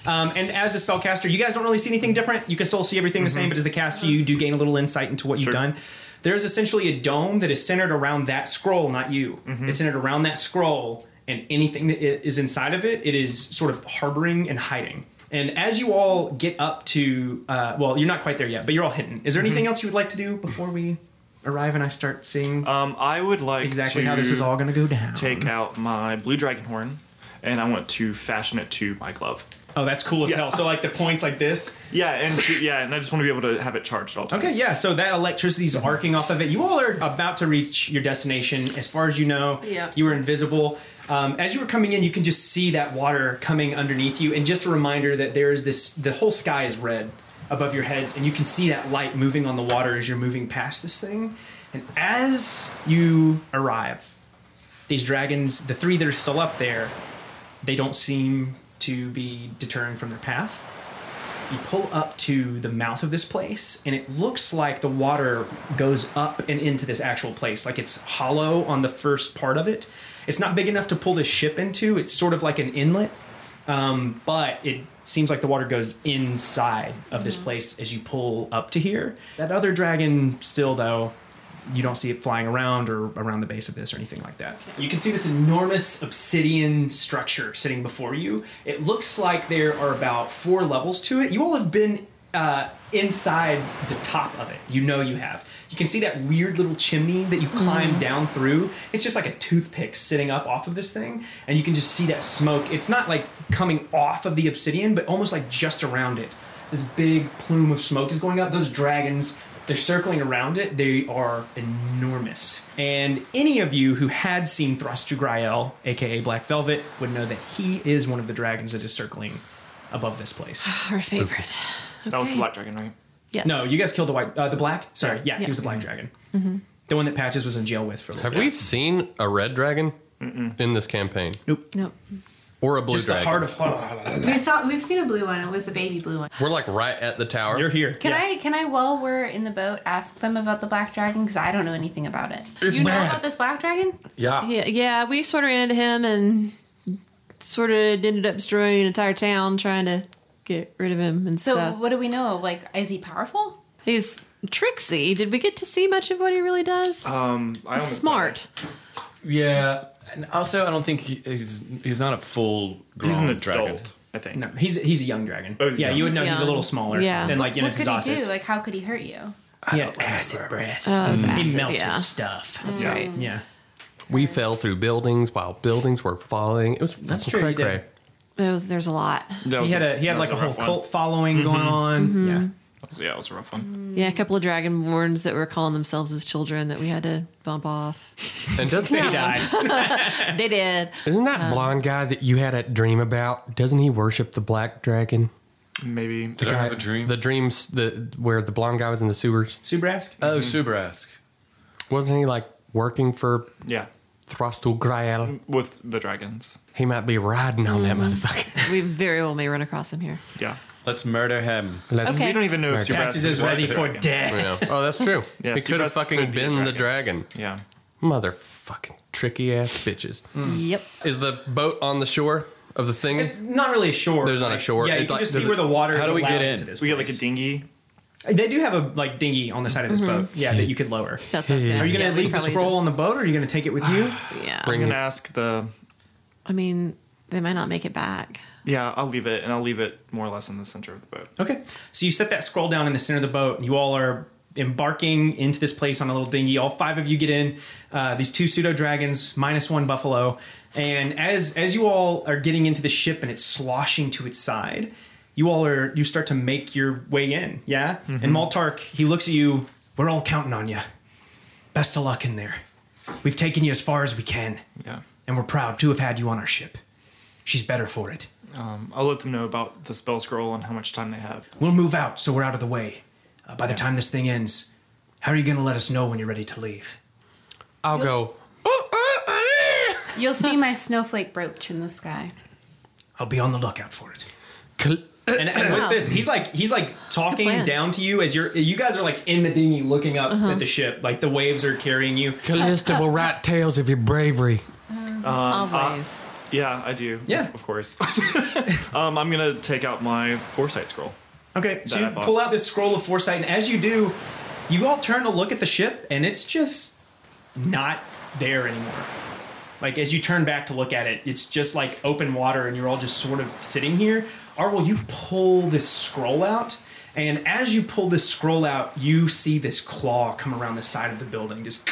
Speaker 1: Um, and as the spellcaster, you guys don't really see anything different. You can still see everything the same, but as the caster, you do gain a little insight into what you've
Speaker 5: Mm-hmm. Sure.
Speaker 1: done. There's essentially a dome that is centered around that scroll, not you.
Speaker 5: Mm-hmm.
Speaker 1: It's centered around that scroll, and anything that i- is inside of it, it is sort of harboring and hiding. And as you all get up to, uh, well, you're not quite there yet, but you're all hidden.
Speaker 5: Mm-hmm.
Speaker 1: Is there anything else you would like to do before we arrive and I start seeing
Speaker 5: Um, I would like
Speaker 1: exactly
Speaker 5: to
Speaker 1: how this is all going to go down?
Speaker 5: take out my blue dragon horn, and I want to fashion it to my glove.
Speaker 1: oh, that's cool as hell. So like the points like this.
Speaker 5: Yeah, and to- yeah, and I just want to be able to have it charged at all times.
Speaker 1: Okay, yeah. So that electricity's arcing off of it. You all are about to reach your destination. As far as you know,
Speaker 4: Yeah.
Speaker 1: you were invisible. Um, as you were coming in, you can just see that water coming underneath you. And just a reminder that there is this the whole sky is red above your heads, and you can see that light moving on the water as you're moving past this thing. And as you arrive, these dragons, the three that are still up there, they don't seem to be deterring from their path. You pull up to the mouth of this place, and it looks like the water goes up and into this actual place. Like it's hollow on the first part of it. It's not big enough to pull this ship into. It's sort of like an inlet, um, but it seems like the water goes inside of this place as you pull up to here. That other dragon, still though, you don't see it flying around or around the base of this or anything like that. You can see this enormous obsidian structure sitting before you. It looks like there are about four levels to it. You all have been uh, inside the top of it. You know you have. You can see that weird little chimney that you climb down through. It's just like a toothpick sitting up off of this thing, and you can just see that smoke. It's not like coming off of the obsidian, but almost like just around it. This big plume of smoke is going up. Those dragons they're circling around it. They are enormous. And any of you who had seen Thrastrugrael, aka Black Velvet, would know that he is one of the dragons that is circling above this place.
Speaker 4: Our favorite.
Speaker 5: That was the Black Dragon, right?
Speaker 4: Yes.
Speaker 1: No, you guys killed the white, uh, the black. Sorry, yeah, he
Speaker 4: Yeah. Mm-hmm.
Speaker 1: was the black dragon, the one that Patches was in jail with for a little
Speaker 7: Have
Speaker 1: bit.
Speaker 7: we seen a red dragon in this campaign?
Speaker 4: Nope.
Speaker 7: Or a blue
Speaker 1: Just
Speaker 7: dragon?
Speaker 1: the heart of
Speaker 3: We saw we've seen a blue one. It was a baby blue one.
Speaker 7: We're like right at the tower.
Speaker 1: You're here.
Speaker 3: Can
Speaker 1: Yeah.
Speaker 3: I can I while we're in the boat ask them about the black dragon because I don't know anything about it.
Speaker 7: It's
Speaker 3: you know
Speaker 7: bad.
Speaker 3: about this black dragon?
Speaker 7: Yeah.
Speaker 4: Yeah, yeah, we sort of ran into him and sort of ended up destroying an entire town trying to get rid of him and
Speaker 3: So
Speaker 4: stuff.
Speaker 3: what do we know? Like, is he powerful?
Speaker 4: He's tricksy. Did we get to see much of what he really does?
Speaker 5: Um, I only
Speaker 4: Smart.
Speaker 6: Yeah. And also, I don't think he, he's he's not a full grown
Speaker 5: He's an
Speaker 6: dragon.
Speaker 5: adult, I think.
Speaker 1: No, he's he's a young dragon.
Speaker 5: Oh, he's
Speaker 1: yeah,
Speaker 5: young.
Speaker 1: you would know
Speaker 4: He's
Speaker 1: he's a
Speaker 4: young.
Speaker 1: little smaller
Speaker 4: Yeah.
Speaker 1: than like
Speaker 3: what could he do?
Speaker 1: Yenitazasis.
Speaker 3: Like, how could he hurt you?
Speaker 1: he had acid breath.
Speaker 4: Oh, it's
Speaker 1: Mm. he
Speaker 4: acid,
Speaker 1: melted
Speaker 4: yeah.
Speaker 1: stuff.
Speaker 4: That's right.
Speaker 1: Yeah,
Speaker 7: We fell through buildings while buildings were falling. It was
Speaker 1: That's
Speaker 7: fucking
Speaker 1: true, you
Speaker 7: cray-cray.
Speaker 1: did.
Speaker 4: There was, there's a lot.
Speaker 5: That
Speaker 1: he
Speaker 5: was
Speaker 1: had a he had
Speaker 5: that
Speaker 1: like a
Speaker 5: was
Speaker 1: whole
Speaker 5: rough one.
Speaker 1: cult following
Speaker 4: Mm-hmm.
Speaker 1: going on. Yeah.
Speaker 5: That was- yeah, it was a rough one.
Speaker 4: Yeah, a couple of dragonborns that were calling themselves as children that we had to bump off.
Speaker 7: And doesn't
Speaker 1: He died.
Speaker 4: they did.
Speaker 7: Isn't that blonde guy that you had a dream about? Doesn't he worship the black dragon?
Speaker 5: Maybe
Speaker 6: Mm. Did I
Speaker 7: Guy-
Speaker 6: have a dream?
Speaker 7: The dreams the where the blonde guy was in the sewers.
Speaker 1: Subrask?
Speaker 6: oh, Subrask.
Speaker 7: Wasn't he like working for
Speaker 5: yeah,
Speaker 7: Throstul Grael?
Speaker 5: with the dragons.
Speaker 7: He might be riding on that motherfucker.
Speaker 4: We very well may run across him here.
Speaker 5: Yeah,
Speaker 6: Let's murder him.
Speaker 7: Let's-
Speaker 4: Okay.
Speaker 5: we don't even know if
Speaker 7: Murder.
Speaker 5: Subrask
Speaker 1: Patches is
Speaker 5: was
Speaker 1: ready
Speaker 5: a
Speaker 1: for
Speaker 5: dragon.
Speaker 1: death.
Speaker 7: Yeah. Oh, that's true.
Speaker 5: Yeah,
Speaker 7: he could have
Speaker 5: Seabass
Speaker 7: fucking
Speaker 5: could be a
Speaker 7: been the dragon.
Speaker 5: Yeah,
Speaker 7: Motherfucking tricky ass bitches.
Speaker 1: Hmm.
Speaker 4: Yep.
Speaker 7: Is the boat on the shore of the thing?
Speaker 1: It's not really a shore.
Speaker 7: There's not a
Speaker 1: Like,
Speaker 7: shore.
Speaker 1: Yeah, you
Speaker 7: It's
Speaker 1: can
Speaker 7: like-
Speaker 1: just
Speaker 7: does
Speaker 1: see
Speaker 7: it-
Speaker 1: where the water is
Speaker 6: how do we
Speaker 1: allowed
Speaker 6: get in?
Speaker 1: into this
Speaker 5: we get like
Speaker 1: place.
Speaker 5: a dinghy.
Speaker 1: They do have a like dinghy on the side of this boat. Yeah, that you could lower.
Speaker 4: That's what's good.
Speaker 1: Are you going to
Speaker 4: Yeah, we
Speaker 1: leave the
Speaker 4: probably
Speaker 1: scroll on the boat, or are you going to take it with you?
Speaker 4: did. Yeah.
Speaker 7: Bring
Speaker 5: I'm
Speaker 7: it.
Speaker 5: gonna ask the.
Speaker 4: I mean, they might not make it back.
Speaker 5: Yeah, I'll leave it, and I'll leave it more or less in the center of the boat.
Speaker 1: Okay. So you set that scroll down in the center of the boat, and you all are embarking into this place on a little dinghy. All five of you get in. Uh, these two pseudo dragons, minus one buffalo, and as as you all are getting into the ship and it's sloshing to its side, you all are you start to make your way in. Yeah. And Maltark, he looks at you. We're all counting on you. Best of luck in there. We've taken you as far as we can,
Speaker 5: Yeah,
Speaker 1: and we're proud to have had you on our ship. She's better for it.
Speaker 5: um, I'll let them know about the spell scroll and how much time they have.
Speaker 1: We'll move out so we're out of the way. Uh, by the time this thing ends, how are you going to let us know when you're ready to leave?
Speaker 7: I'll go.
Speaker 3: You'll see my snowflake brooch in the sky.
Speaker 1: I'll be on the lookout for it.
Speaker 7: Cl-
Speaker 1: And, and with this, he's like he's like talking
Speaker 4: plan.
Speaker 1: down to you as you're you guys are like in the dinghy looking up at the ship, like the waves are carrying you.
Speaker 7: Callista will write tales of your bravery.
Speaker 4: Always.
Speaker 5: Um, uh, Yeah, I do.
Speaker 1: Yeah.
Speaker 5: of course. um, I'm gonna take out my foresight scroll.
Speaker 1: Okay, so
Speaker 5: That
Speaker 1: you
Speaker 5: I bought.
Speaker 1: pull out this scroll of foresight, and as you do, you all turn to look at the ship, and it's just not there anymore. Like as you turn back to look at it, it's just like open water, and you're all just sort of sitting here. Arwell, you pull this scroll out, and as you pull this scroll out, you see this claw come around the side of the building, just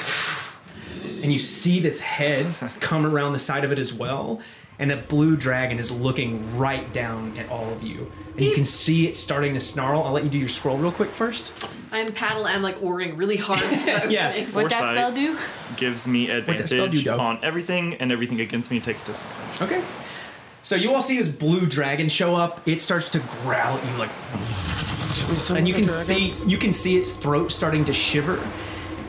Speaker 1: and you see this head come around the side of it as well and a blue dragon is looking right down at all of you and you can see it starting to snarl i'll let you do your scroll real quick first
Speaker 4: I'm paddling. I'm like oaring really hard.
Speaker 1: yeah
Speaker 3: What that
Speaker 5: Foresight.
Speaker 3: spell do?
Speaker 5: Gives me
Speaker 1: does spell do,
Speaker 5: advantage
Speaker 1: though?
Speaker 5: on everything, and everything against me takes disadvantage.
Speaker 1: okay so you all see this blue dragon show up it starts to growl at you like and you can see you can see its throat starting to shiver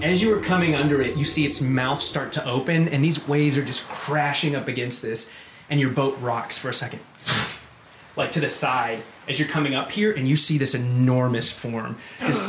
Speaker 1: as you are coming under it you see its mouth start to open and these waves are just crashing up against this and your boat rocks for a second like to the side as you're coming up here, and you see this enormous form just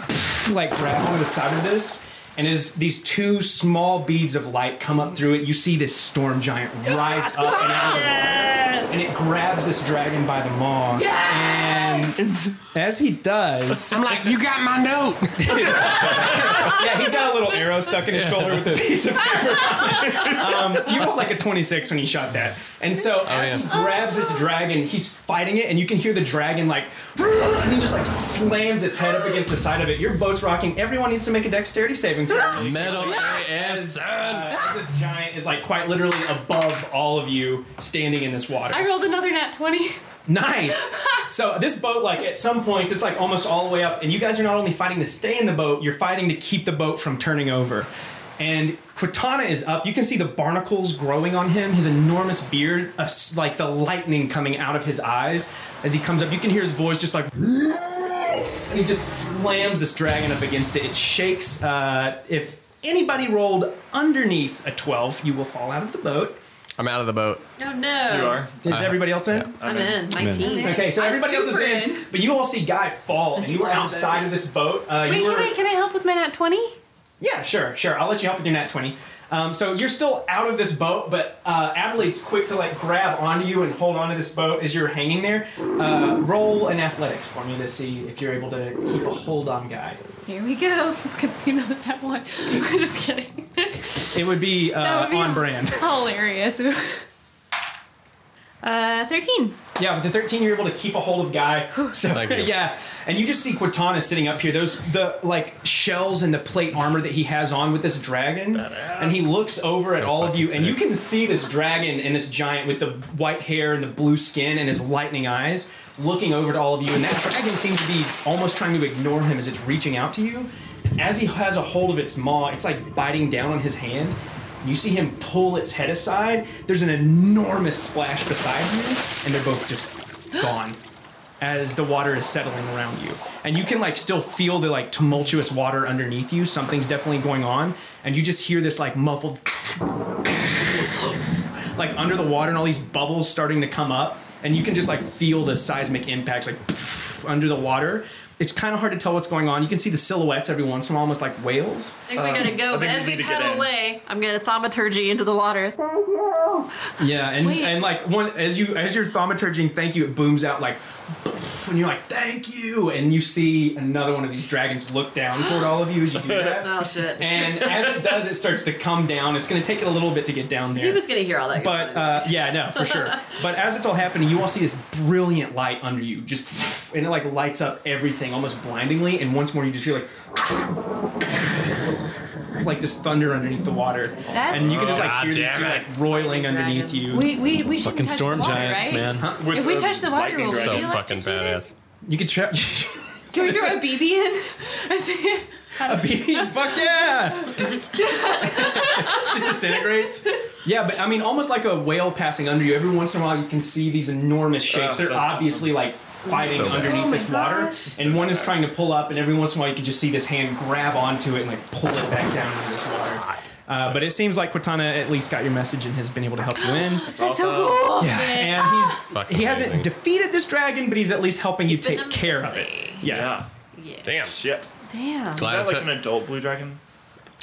Speaker 1: like grab onto the side of this. And as these two small beads of light come up through it, you see this storm giant rise up and out of the water and it grabs this dragon by the maw. And as he does,
Speaker 7: I'm like, you got my note.
Speaker 1: yeah, he's got a little arrow stuck in his shoulder with a piece of paper. on it. um, you rolled like a 26 when you shot that. And so as he grabs this dragon, he's fighting it, and you can hear the dragon like, and he just like slams its head up against the side of it. Your boat's rocking. Everyone needs to make a dexterity saving throw.
Speaker 7: Metal AF,
Speaker 1: As,
Speaker 7: son.
Speaker 1: uh, this giant is like quite literally above all of you, standing in this water.
Speaker 3: I rolled another nat 20.
Speaker 1: Nice. so this boat, like at some points, it's like almost all the way up, and you guys are not only fighting to stay in the boat, you're fighting to keep the boat from turning over. And Quitana is up. You can see the barnacles growing on him, his enormous beard, uh, s- like the lightning coming out of his eyes as he comes up. You can hear his voice just like, and he just slams this dragon up against it. It shakes. Uh, if anybody rolled underneath a 12, you will fall out of the boat.
Speaker 7: I'm out of the boat.
Speaker 4: Oh no.
Speaker 5: You are.
Speaker 1: Is everybody else in?
Speaker 4: I'm in.
Speaker 6: in.
Speaker 4: 19.
Speaker 1: Okay, so
Speaker 3: I'm
Speaker 1: everybody else is
Speaker 3: super
Speaker 1: in,
Speaker 3: in.
Speaker 1: but you all see Guy fall, and you were outside of this boat. Uh,
Speaker 3: Wait,
Speaker 1: you were,
Speaker 3: can I, can I help with my nat 20?
Speaker 1: Yeah, sure, sure. I'll let you help with your nat twenty. Um, so you're still out of this boat, but uh, Adelaide's quick to like grab onto you and hold onto this boat as you're hanging there. Uh, roll an athletics for me to see if you're able to keep a hold on Guy.
Speaker 3: Here we go. It's gonna be another nat one. I'm just kidding.
Speaker 1: It would be, uh,
Speaker 3: That would be-
Speaker 1: on brand.
Speaker 3: Hilarious. Uh, 13.
Speaker 1: Yeah, with the 13, you're able to keep a hold of Guy. So
Speaker 7: Thank you.
Speaker 1: yeah, and you just see Cortana sitting up here. Those the like shells and the plate armor that he has on with this dragon, and he looks over at
Speaker 7: So
Speaker 1: all of you,
Speaker 7: fucking
Speaker 1: and you
Speaker 7: sick.
Speaker 1: can see this dragon and this giant with the white hair and the blue skin and his lightning eyes looking over to all of you, and that dragon seems to be almost trying to ignore him as it's reaching out to you. And as he has a hold of its maw, it's like biting down on his hand. You see him pull its head aside. There's an enormous splash beside you, and they're both just gone as the water is settling around you. And you can like still feel the like tumultuous water underneath you. Something's definitely going on, and you just hear this like muffled like under the water and all these bubbles starting to come up, and you can just like feel the seismic impacts like under the water. It's kind of hard to tell what's going on. You can see the silhouettes every once in a while, almost like whales.
Speaker 4: I think we gotta go, but
Speaker 5: think
Speaker 4: as
Speaker 5: we
Speaker 4: we
Speaker 5: need to get
Speaker 4: paddle
Speaker 5: in.
Speaker 4: away, I'm gonna thaumaturgy into the water.
Speaker 1: Yeah, and
Speaker 4: Wait.
Speaker 1: and like one as you as you're thaumaturging, thank you, it booms out like, and you're like, thank you, and you see another one of these dragons look down toward all of you as you do that.
Speaker 4: Oh shit.
Speaker 1: And as it does, it starts to come down. It's going to take it a little bit to get down there.
Speaker 4: He was gonna hear all that.
Speaker 1: but uh, yeah, no, for sure. But as it's all happening, you all see this brilliant light under you, just and it like lights up everything almost blindingly. And once more, you just hear like like this thunder underneath the water, and you can just like
Speaker 5: God
Speaker 1: hear this
Speaker 5: damn
Speaker 1: dude
Speaker 5: it.
Speaker 1: like roiling
Speaker 4: Fucking
Speaker 1: underneath
Speaker 4: dragon.
Speaker 1: you.
Speaker 3: We, we, we should
Speaker 6: Fucking storm giants, man.
Speaker 5: With
Speaker 3: If we
Speaker 5: a
Speaker 3: touch the water,
Speaker 5: lightning
Speaker 3: we'll
Speaker 5: dragon.
Speaker 7: So
Speaker 3: You like
Speaker 7: fucking
Speaker 3: to do
Speaker 7: badass.
Speaker 1: You could trap
Speaker 3: Can we throw a BB in? I see.
Speaker 1: a bee. Fuck yeah! Just disintegrates. Yeah, but I mean, almost like a whale passing under you. Every once in a while, you can see these enormous shapes.
Speaker 5: Oh,
Speaker 1: They're
Speaker 5: that's
Speaker 1: obviously like fighting
Speaker 7: So bad.
Speaker 1: underneath
Speaker 3: my
Speaker 1: this water, and one is trying to pull up, and every once in a while, you can just see this hand grab onto it and like pull it back down into this water. Uh, but it seems like Cortana at least got your message and has been able to help you in.
Speaker 3: That's so cool.
Speaker 1: Yeah, and he's
Speaker 7: Fucking
Speaker 1: he hasn't
Speaker 7: amazing.
Speaker 1: defeated this dragon, but he's at least helping you take care of it. Yeah,
Speaker 5: Yeah.
Speaker 7: Damn.
Speaker 5: Shit. Is
Speaker 3: Damn.
Speaker 7: Glad I
Speaker 5: that like
Speaker 7: took-
Speaker 5: an adult blue dragon?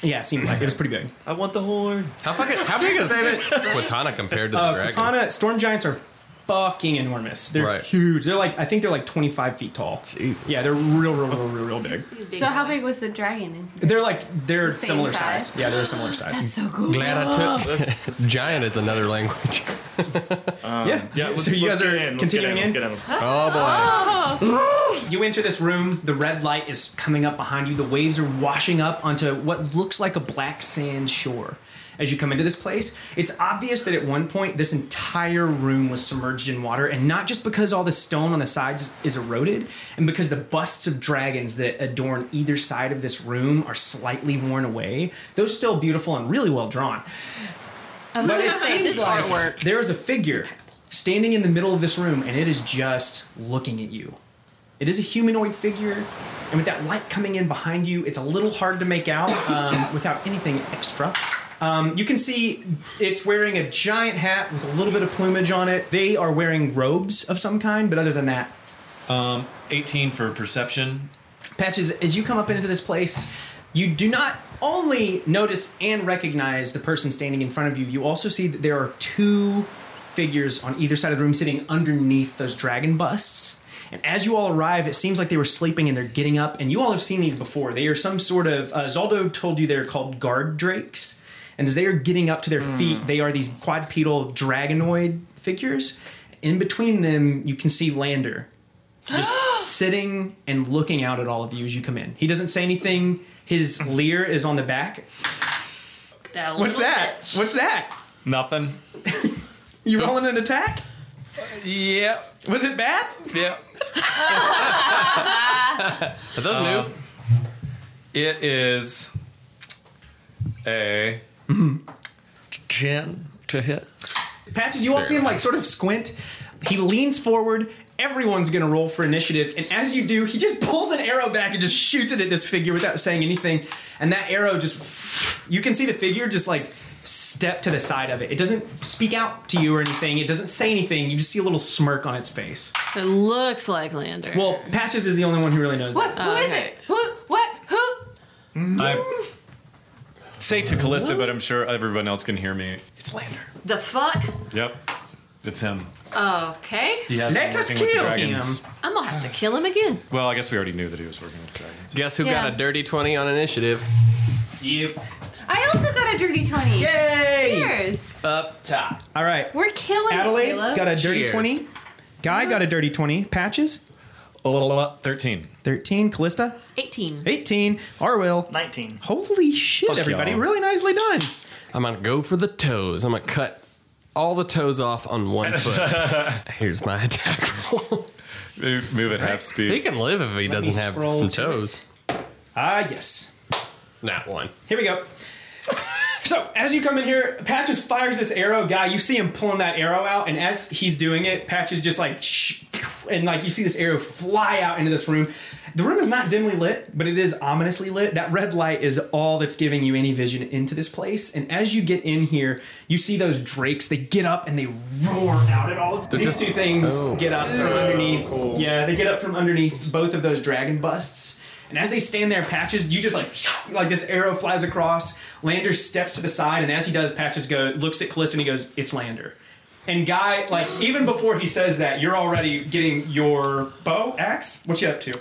Speaker 1: yeah, it seemed like it was pretty big.
Speaker 5: I want the whole orb.
Speaker 7: How fucking how big is Quatana compared to the
Speaker 1: Uh,
Speaker 7: dragon?
Speaker 1: Katana storm giants are fucking enormous. They're
Speaker 7: Right.
Speaker 1: huge. They're like I think they're like 25 feet tall.
Speaker 7: Jesus.
Speaker 1: Yeah, they're real, real, real, real, real big.
Speaker 3: So how big was the dragon?
Speaker 1: They're like they're
Speaker 3: same
Speaker 1: similar
Speaker 3: size?
Speaker 1: size. Yeah, they're a similar size.
Speaker 3: So cool.
Speaker 7: Glad I took.
Speaker 5: Let's-
Speaker 7: Giant is another language.
Speaker 1: yeah,
Speaker 5: Um, Yeah, let's,
Speaker 1: so you
Speaker 5: let's
Speaker 1: guys
Speaker 5: get
Speaker 1: are
Speaker 5: in. Let's
Speaker 1: continuing
Speaker 5: get
Speaker 1: in.
Speaker 5: in. Let's get in. Let's-
Speaker 7: Oh boy.
Speaker 1: You enter this room. The red light is coming up behind you. The waves are washing up onto what looks like a black sand shore. As you come into this place, it's obvious that at one point this entire room was submerged in water, and not just because all the stone on the sides is eroded, and because the busts of dragons that adorn either side of this room are slightly worn away. Though still beautiful and really well drawn,
Speaker 4: I was
Speaker 1: but
Speaker 4: gonna
Speaker 1: it
Speaker 4: say,
Speaker 1: seems
Speaker 4: this
Speaker 1: like-
Speaker 4: artwork.
Speaker 1: there is a figure standing in the middle of this room and it is just looking at you. It is a humanoid figure, and with that light coming in behind you, it's a little hard to make out um, without anything extra. Um, you can see it's wearing a giant hat with a little bit of plumage on it. They are wearing robes of some kind, but other than that,
Speaker 6: 18 for perception.
Speaker 1: Patches, as you come up into this place, you do not only notice and recognize the person standing in front of you, you also see that there are two figures on either side of the room sitting underneath those dragon busts. And as you all arrive, it seems like they were sleeping and they're getting up, and you all have seen these before. They are some sort of, uh, Zaldo told you they're called guard drakes. And as they are getting up to their feet, they are these quadrupedal dragonoid figures. In between them, you can see Lander, just sitting and looking out at all of you as you come in. He doesn't say anything. His leer is on the back.
Speaker 3: That
Speaker 1: What's
Speaker 3: little
Speaker 1: that?
Speaker 3: bitch.
Speaker 1: What's that?
Speaker 6: Nothing.
Speaker 1: You rolling an attack?
Speaker 6: Yep.
Speaker 1: Was it bad?
Speaker 6: Yep.
Speaker 7: Are those new?
Speaker 6: It is a 10 to hit.
Speaker 1: Patches, you all see him like sort of squint. He leans forward. Everyone's gonna roll for initiative, and as you do, he just pulls an arrow back and just shoots it at this figure without saying anything. And that arrow just, you can see the figure just like step to the side of it. It doesn't speak out to you or anything. It doesn't say anything. You just see a little smirk on its face.
Speaker 4: It looks like Lander.
Speaker 1: Well, Patches is the only one who really knows.
Speaker 3: What?
Speaker 1: That.
Speaker 3: Who is
Speaker 4: Okay.
Speaker 3: it? Who? What? Who?
Speaker 6: I say to Callista, but I'm sure everyone else can hear me. It's Lander.
Speaker 8: The fuck?
Speaker 6: Yep. It's him.
Speaker 8: Okay.
Speaker 6: He has
Speaker 1: Let
Speaker 6: been
Speaker 1: us
Speaker 6: working with
Speaker 1: kill him.
Speaker 6: dragons.
Speaker 4: I'm gonna have to kill him again.
Speaker 6: Well, I guess we already knew that he was working with dragons.
Speaker 7: Guess who
Speaker 4: Yeah.
Speaker 7: got a dirty 20 on initiative?
Speaker 1: Yep.
Speaker 3: I also got a dirty twenty.
Speaker 1: Yay!
Speaker 3: Cheers.
Speaker 7: Up top.
Speaker 1: All right.
Speaker 3: We're killing it,
Speaker 1: Adelaide
Speaker 3: Caleb.
Speaker 1: got a dirty
Speaker 7: Cheers.
Speaker 1: 20. Guy got a dirty 20. Patches,
Speaker 6: Oh, 13.
Speaker 1: 13. Callista,
Speaker 4: 18.
Speaker 1: 18. Arwill,
Speaker 5: 19.
Speaker 1: Holy shit,
Speaker 6: Fuck
Speaker 1: everybody.
Speaker 6: y'all.
Speaker 1: Really nicely done.
Speaker 7: I'm gonna go for the toes. I'm gonna cut all the toes off on one foot. Here's my attack roll.
Speaker 6: Move move at half
Speaker 7: he
Speaker 6: speed.
Speaker 7: can live if he doesn't have
Speaker 1: Scroll
Speaker 7: some
Speaker 1: to
Speaker 7: toes.
Speaker 1: it. Ah, yes.
Speaker 7: Not one.
Speaker 1: Here we go. So as you come in here, Patches fires this arrow. Guy, you see him pulling that arrow out, and as he's doing it, Patches just like, shh, and like you see this arrow fly out into this room. The room is not dimly lit, but it is ominously lit. That red light is all that's giving you any vision into this place. And as you get in here, you see those drakes. They get up and they roar out at all. These
Speaker 7: just-
Speaker 1: two things
Speaker 7: Oh.
Speaker 1: get up from underneath. Yeah, they get up from underneath both of those dragon busts. And as they stand there, Patches, you just like like this arrow flies across. Lander steps to the side, and as he does, Patches go looks at Callista and he goes, "It's Lander." And guy, like even before he says that, you're already getting your bow, axe. What you up to?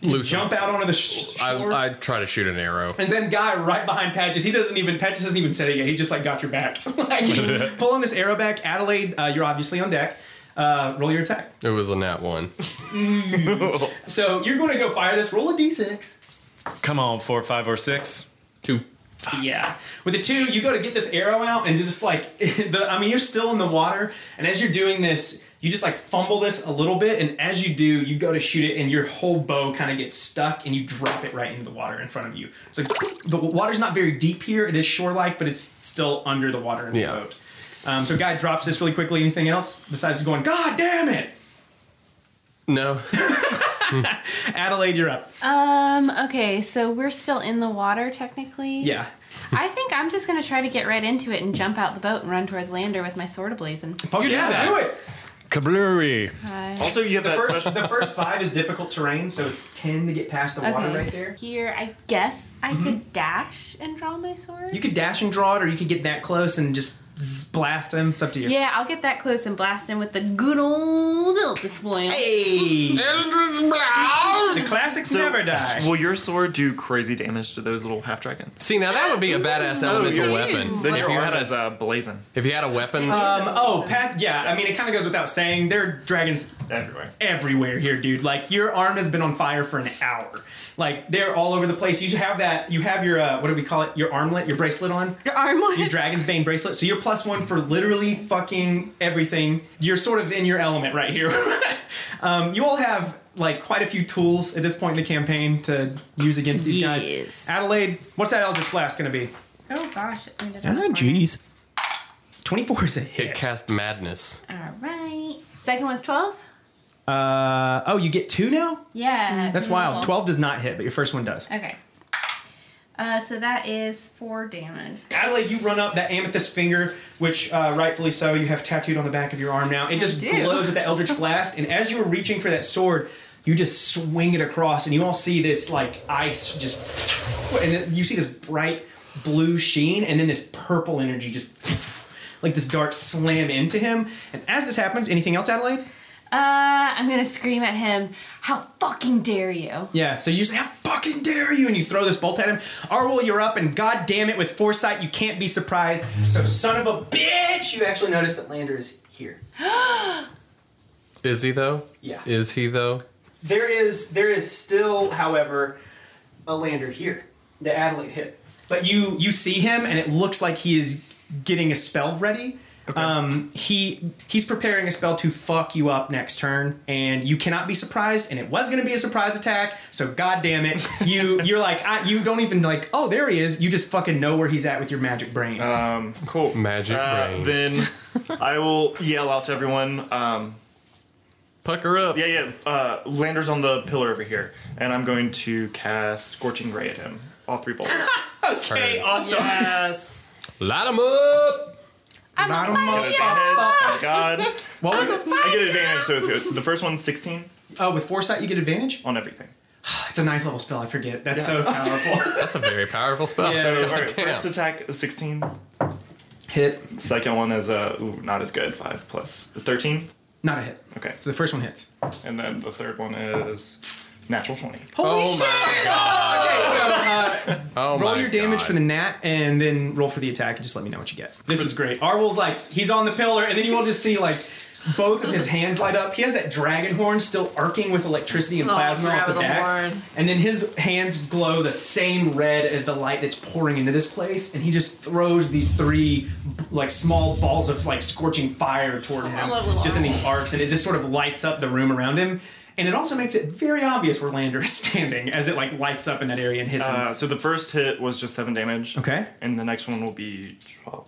Speaker 7: Loose.
Speaker 1: Jump out onto the sh- shore.
Speaker 7: I, I try to shoot an arrow.
Speaker 1: and then guy right behind Patches, he doesn't even Patches hasn't even said it yet. He's just like got your back, like he's pulling this arrow back. Adelaide, uh, you're obviously on deck. Uh, roll your attack.
Speaker 7: It was a nat one.
Speaker 1: So you're going to go fire this. Roll a d6.
Speaker 6: Come on, four, five, or six.
Speaker 7: Two.
Speaker 1: Yeah. With the two, you go to get this arrow out and just like the I mean you're still in the water and as you're doing this, you just like fumble this a little bit and as you do, you go to shoot it and your whole bow kind of gets stuck and you drop it right into the water in front of you. It's like the water's not very deep here. It is shore-like, but it's still under the water in
Speaker 7: Yeah.
Speaker 1: the boat. Um, so guy drops this really quickly. Anything else besides going, God damn it!
Speaker 7: No.
Speaker 1: Adelaide, you're up.
Speaker 3: Um. Okay. So we're still in the water, technically.
Speaker 1: Yeah.
Speaker 3: I think I'm just gonna try to get right into it and jump out the boat and run towards Lander with my sword ablazing.
Speaker 1: Fuck
Speaker 7: You did
Speaker 1: yeah,
Speaker 7: that.
Speaker 1: do it.
Speaker 6: Kablooey.
Speaker 3: Right.
Speaker 5: Also, you have
Speaker 1: The
Speaker 5: that
Speaker 1: first,
Speaker 5: special.
Speaker 1: the first five is difficult terrain, so it's ten to get past the water
Speaker 3: Okay.
Speaker 1: right there. Mm-hmm.
Speaker 3: Here, I guess I could dash and draw my sword.
Speaker 1: You could dash and draw it, or you could get that close and just zzz, blast him. It's up to you.
Speaker 3: yeah, I'll get that close and blast him with the good old Eldritch Blast.
Speaker 1: Hey!
Speaker 7: Eldritch Blast!
Speaker 1: The classics never die.
Speaker 5: Will your sword do crazy damage to those little half dragons?
Speaker 7: See, now that would be a badass
Speaker 1: Oh,
Speaker 7: elemental
Speaker 5: you're-
Speaker 7: weapon.
Speaker 5: Oh, Then
Speaker 7: if
Speaker 5: your
Speaker 7: you
Speaker 5: arm
Speaker 7: had
Speaker 5: is
Speaker 7: a
Speaker 5: uh, blazing
Speaker 7: if you had a weapon,
Speaker 1: Um, oh, Pat, yeah, I mean, it kind of goes without saying. There are dragons
Speaker 5: everywhere.
Speaker 1: everywhere here, dude. Like, your arm has been on fire for an hour. Like, they're all over the place. You have that, you have your, uh, what do we call it? Your armlet, your bracelet on?
Speaker 3: Your arm on
Speaker 1: Your Dragon's Bane bracelet. So you're plus one for literally fucking everything. You're sort of in your element right here. um, you all have like quite a few tools at this point in the campaign to use against these guys.
Speaker 4: Yes.
Speaker 1: Adelaide, what's that Eldritch Blast going to be?
Speaker 3: Oh gosh. it ended up
Speaker 1: Ah,
Speaker 3: on-
Speaker 1: jeez. 24 is a
Speaker 7: it
Speaker 1: hit.
Speaker 7: cast madness.
Speaker 3: All right. Second one's twelve.
Speaker 1: Uh, oh, you get two now?
Speaker 3: Yeah.
Speaker 1: That's
Speaker 3: cool.
Speaker 1: wild. 12 does not hit, but your first one does.
Speaker 3: Okay.
Speaker 8: Uh, so that is four damage.
Speaker 1: Adelaide, you run up that amethyst finger, which uh, rightfully so, you have tattooed on the back of your arm now. It just
Speaker 3: do.
Speaker 1: glows with the eldritch blast, and as you were reaching for that sword, you just swing it across, and you all see this like ice just, and then you see this bright blue sheen, and then this purple energy just, like this dart slam into him. And as this happens, anything else, Adelaide?
Speaker 3: Uh, I'm gonna scream at him. How fucking dare you?
Speaker 1: Yeah, so you say, How fucking dare you? And you throw this bolt at him. Arwol, you're up, and god damn it, with foresight, you can't be surprised. So, son of a bitch, you actually notice that Lander is here.
Speaker 7: Is he though?
Speaker 1: Yeah.
Speaker 7: Is he though?
Speaker 1: There is there is still, however, a Lander here. The Adelaide hit. But you you see him and it looks like he is getting a spell ready. Um, he he's preparing a spell to fuck you up next turn, and you cannot be surprised. And it was going to be a surprise attack, so god damn it, you you're like I, you don't even like oh there he is. You just fucking know where he's at with your magic brain.
Speaker 5: Um, cool.
Speaker 7: Magic
Speaker 5: Uh,
Speaker 7: brain.
Speaker 5: Then I will yell out to everyone. Um,
Speaker 7: Pucker up.
Speaker 5: yeah, yeah. Uh, Lander's on the pillar over here, and I'm going to cast Scorching Ray at him. All three bolts.
Speaker 1: okay, awesome.
Speaker 4: Yes.
Speaker 7: Light him up.
Speaker 8: I'm
Speaker 1: Not a
Speaker 5: Got
Speaker 1: mother-
Speaker 5: advantage. Thank God.
Speaker 1: What was it?
Speaker 5: I get advantage, so it's good. So the first one's 16
Speaker 1: Oh, with foresight you get advantage. Oh,
Speaker 5: on everything.
Speaker 1: It's a ninth level spell. I forget. That's so
Speaker 5: powerful.
Speaker 7: That's a very powerful spell.
Speaker 5: so, all right,
Speaker 7: Damn.
Speaker 5: first attack is 16.
Speaker 1: hit.
Speaker 5: Second one is uh, ooh, not as good. Five plus thirteen.
Speaker 1: Not a hit.
Speaker 5: Okay,
Speaker 1: So the first one hits.
Speaker 5: and then the third one is natural twenty.
Speaker 1: Holy
Speaker 7: Oh my god.
Speaker 1: Okay, so uh,
Speaker 7: Oh
Speaker 1: roll
Speaker 7: my
Speaker 1: your damage
Speaker 7: God.
Speaker 1: for the nat, and then roll for the attack, and just let me know what you get. This is great. Arwol's like he's on the pillar, and then you will just see like both of his hands light up. He has that dragon horn still arcing with electricity and
Speaker 4: Oh,
Speaker 1: plasma off
Speaker 4: grab
Speaker 1: the
Speaker 4: the
Speaker 1: back,
Speaker 4: horn.
Speaker 1: and then his hands glow the same red as the light that's pouring into this place, and he just throws these three like small balls of like scorching fire toward him,
Speaker 4: Oh, love little
Speaker 1: just in these arcs, and it just sort of lights up the room around him. And it also makes it very obvious where Lander is standing as it like lights up in that area and hits him.
Speaker 5: Uh, so the first hit was just seven damage.
Speaker 1: Okay.
Speaker 5: And the next one will be twelve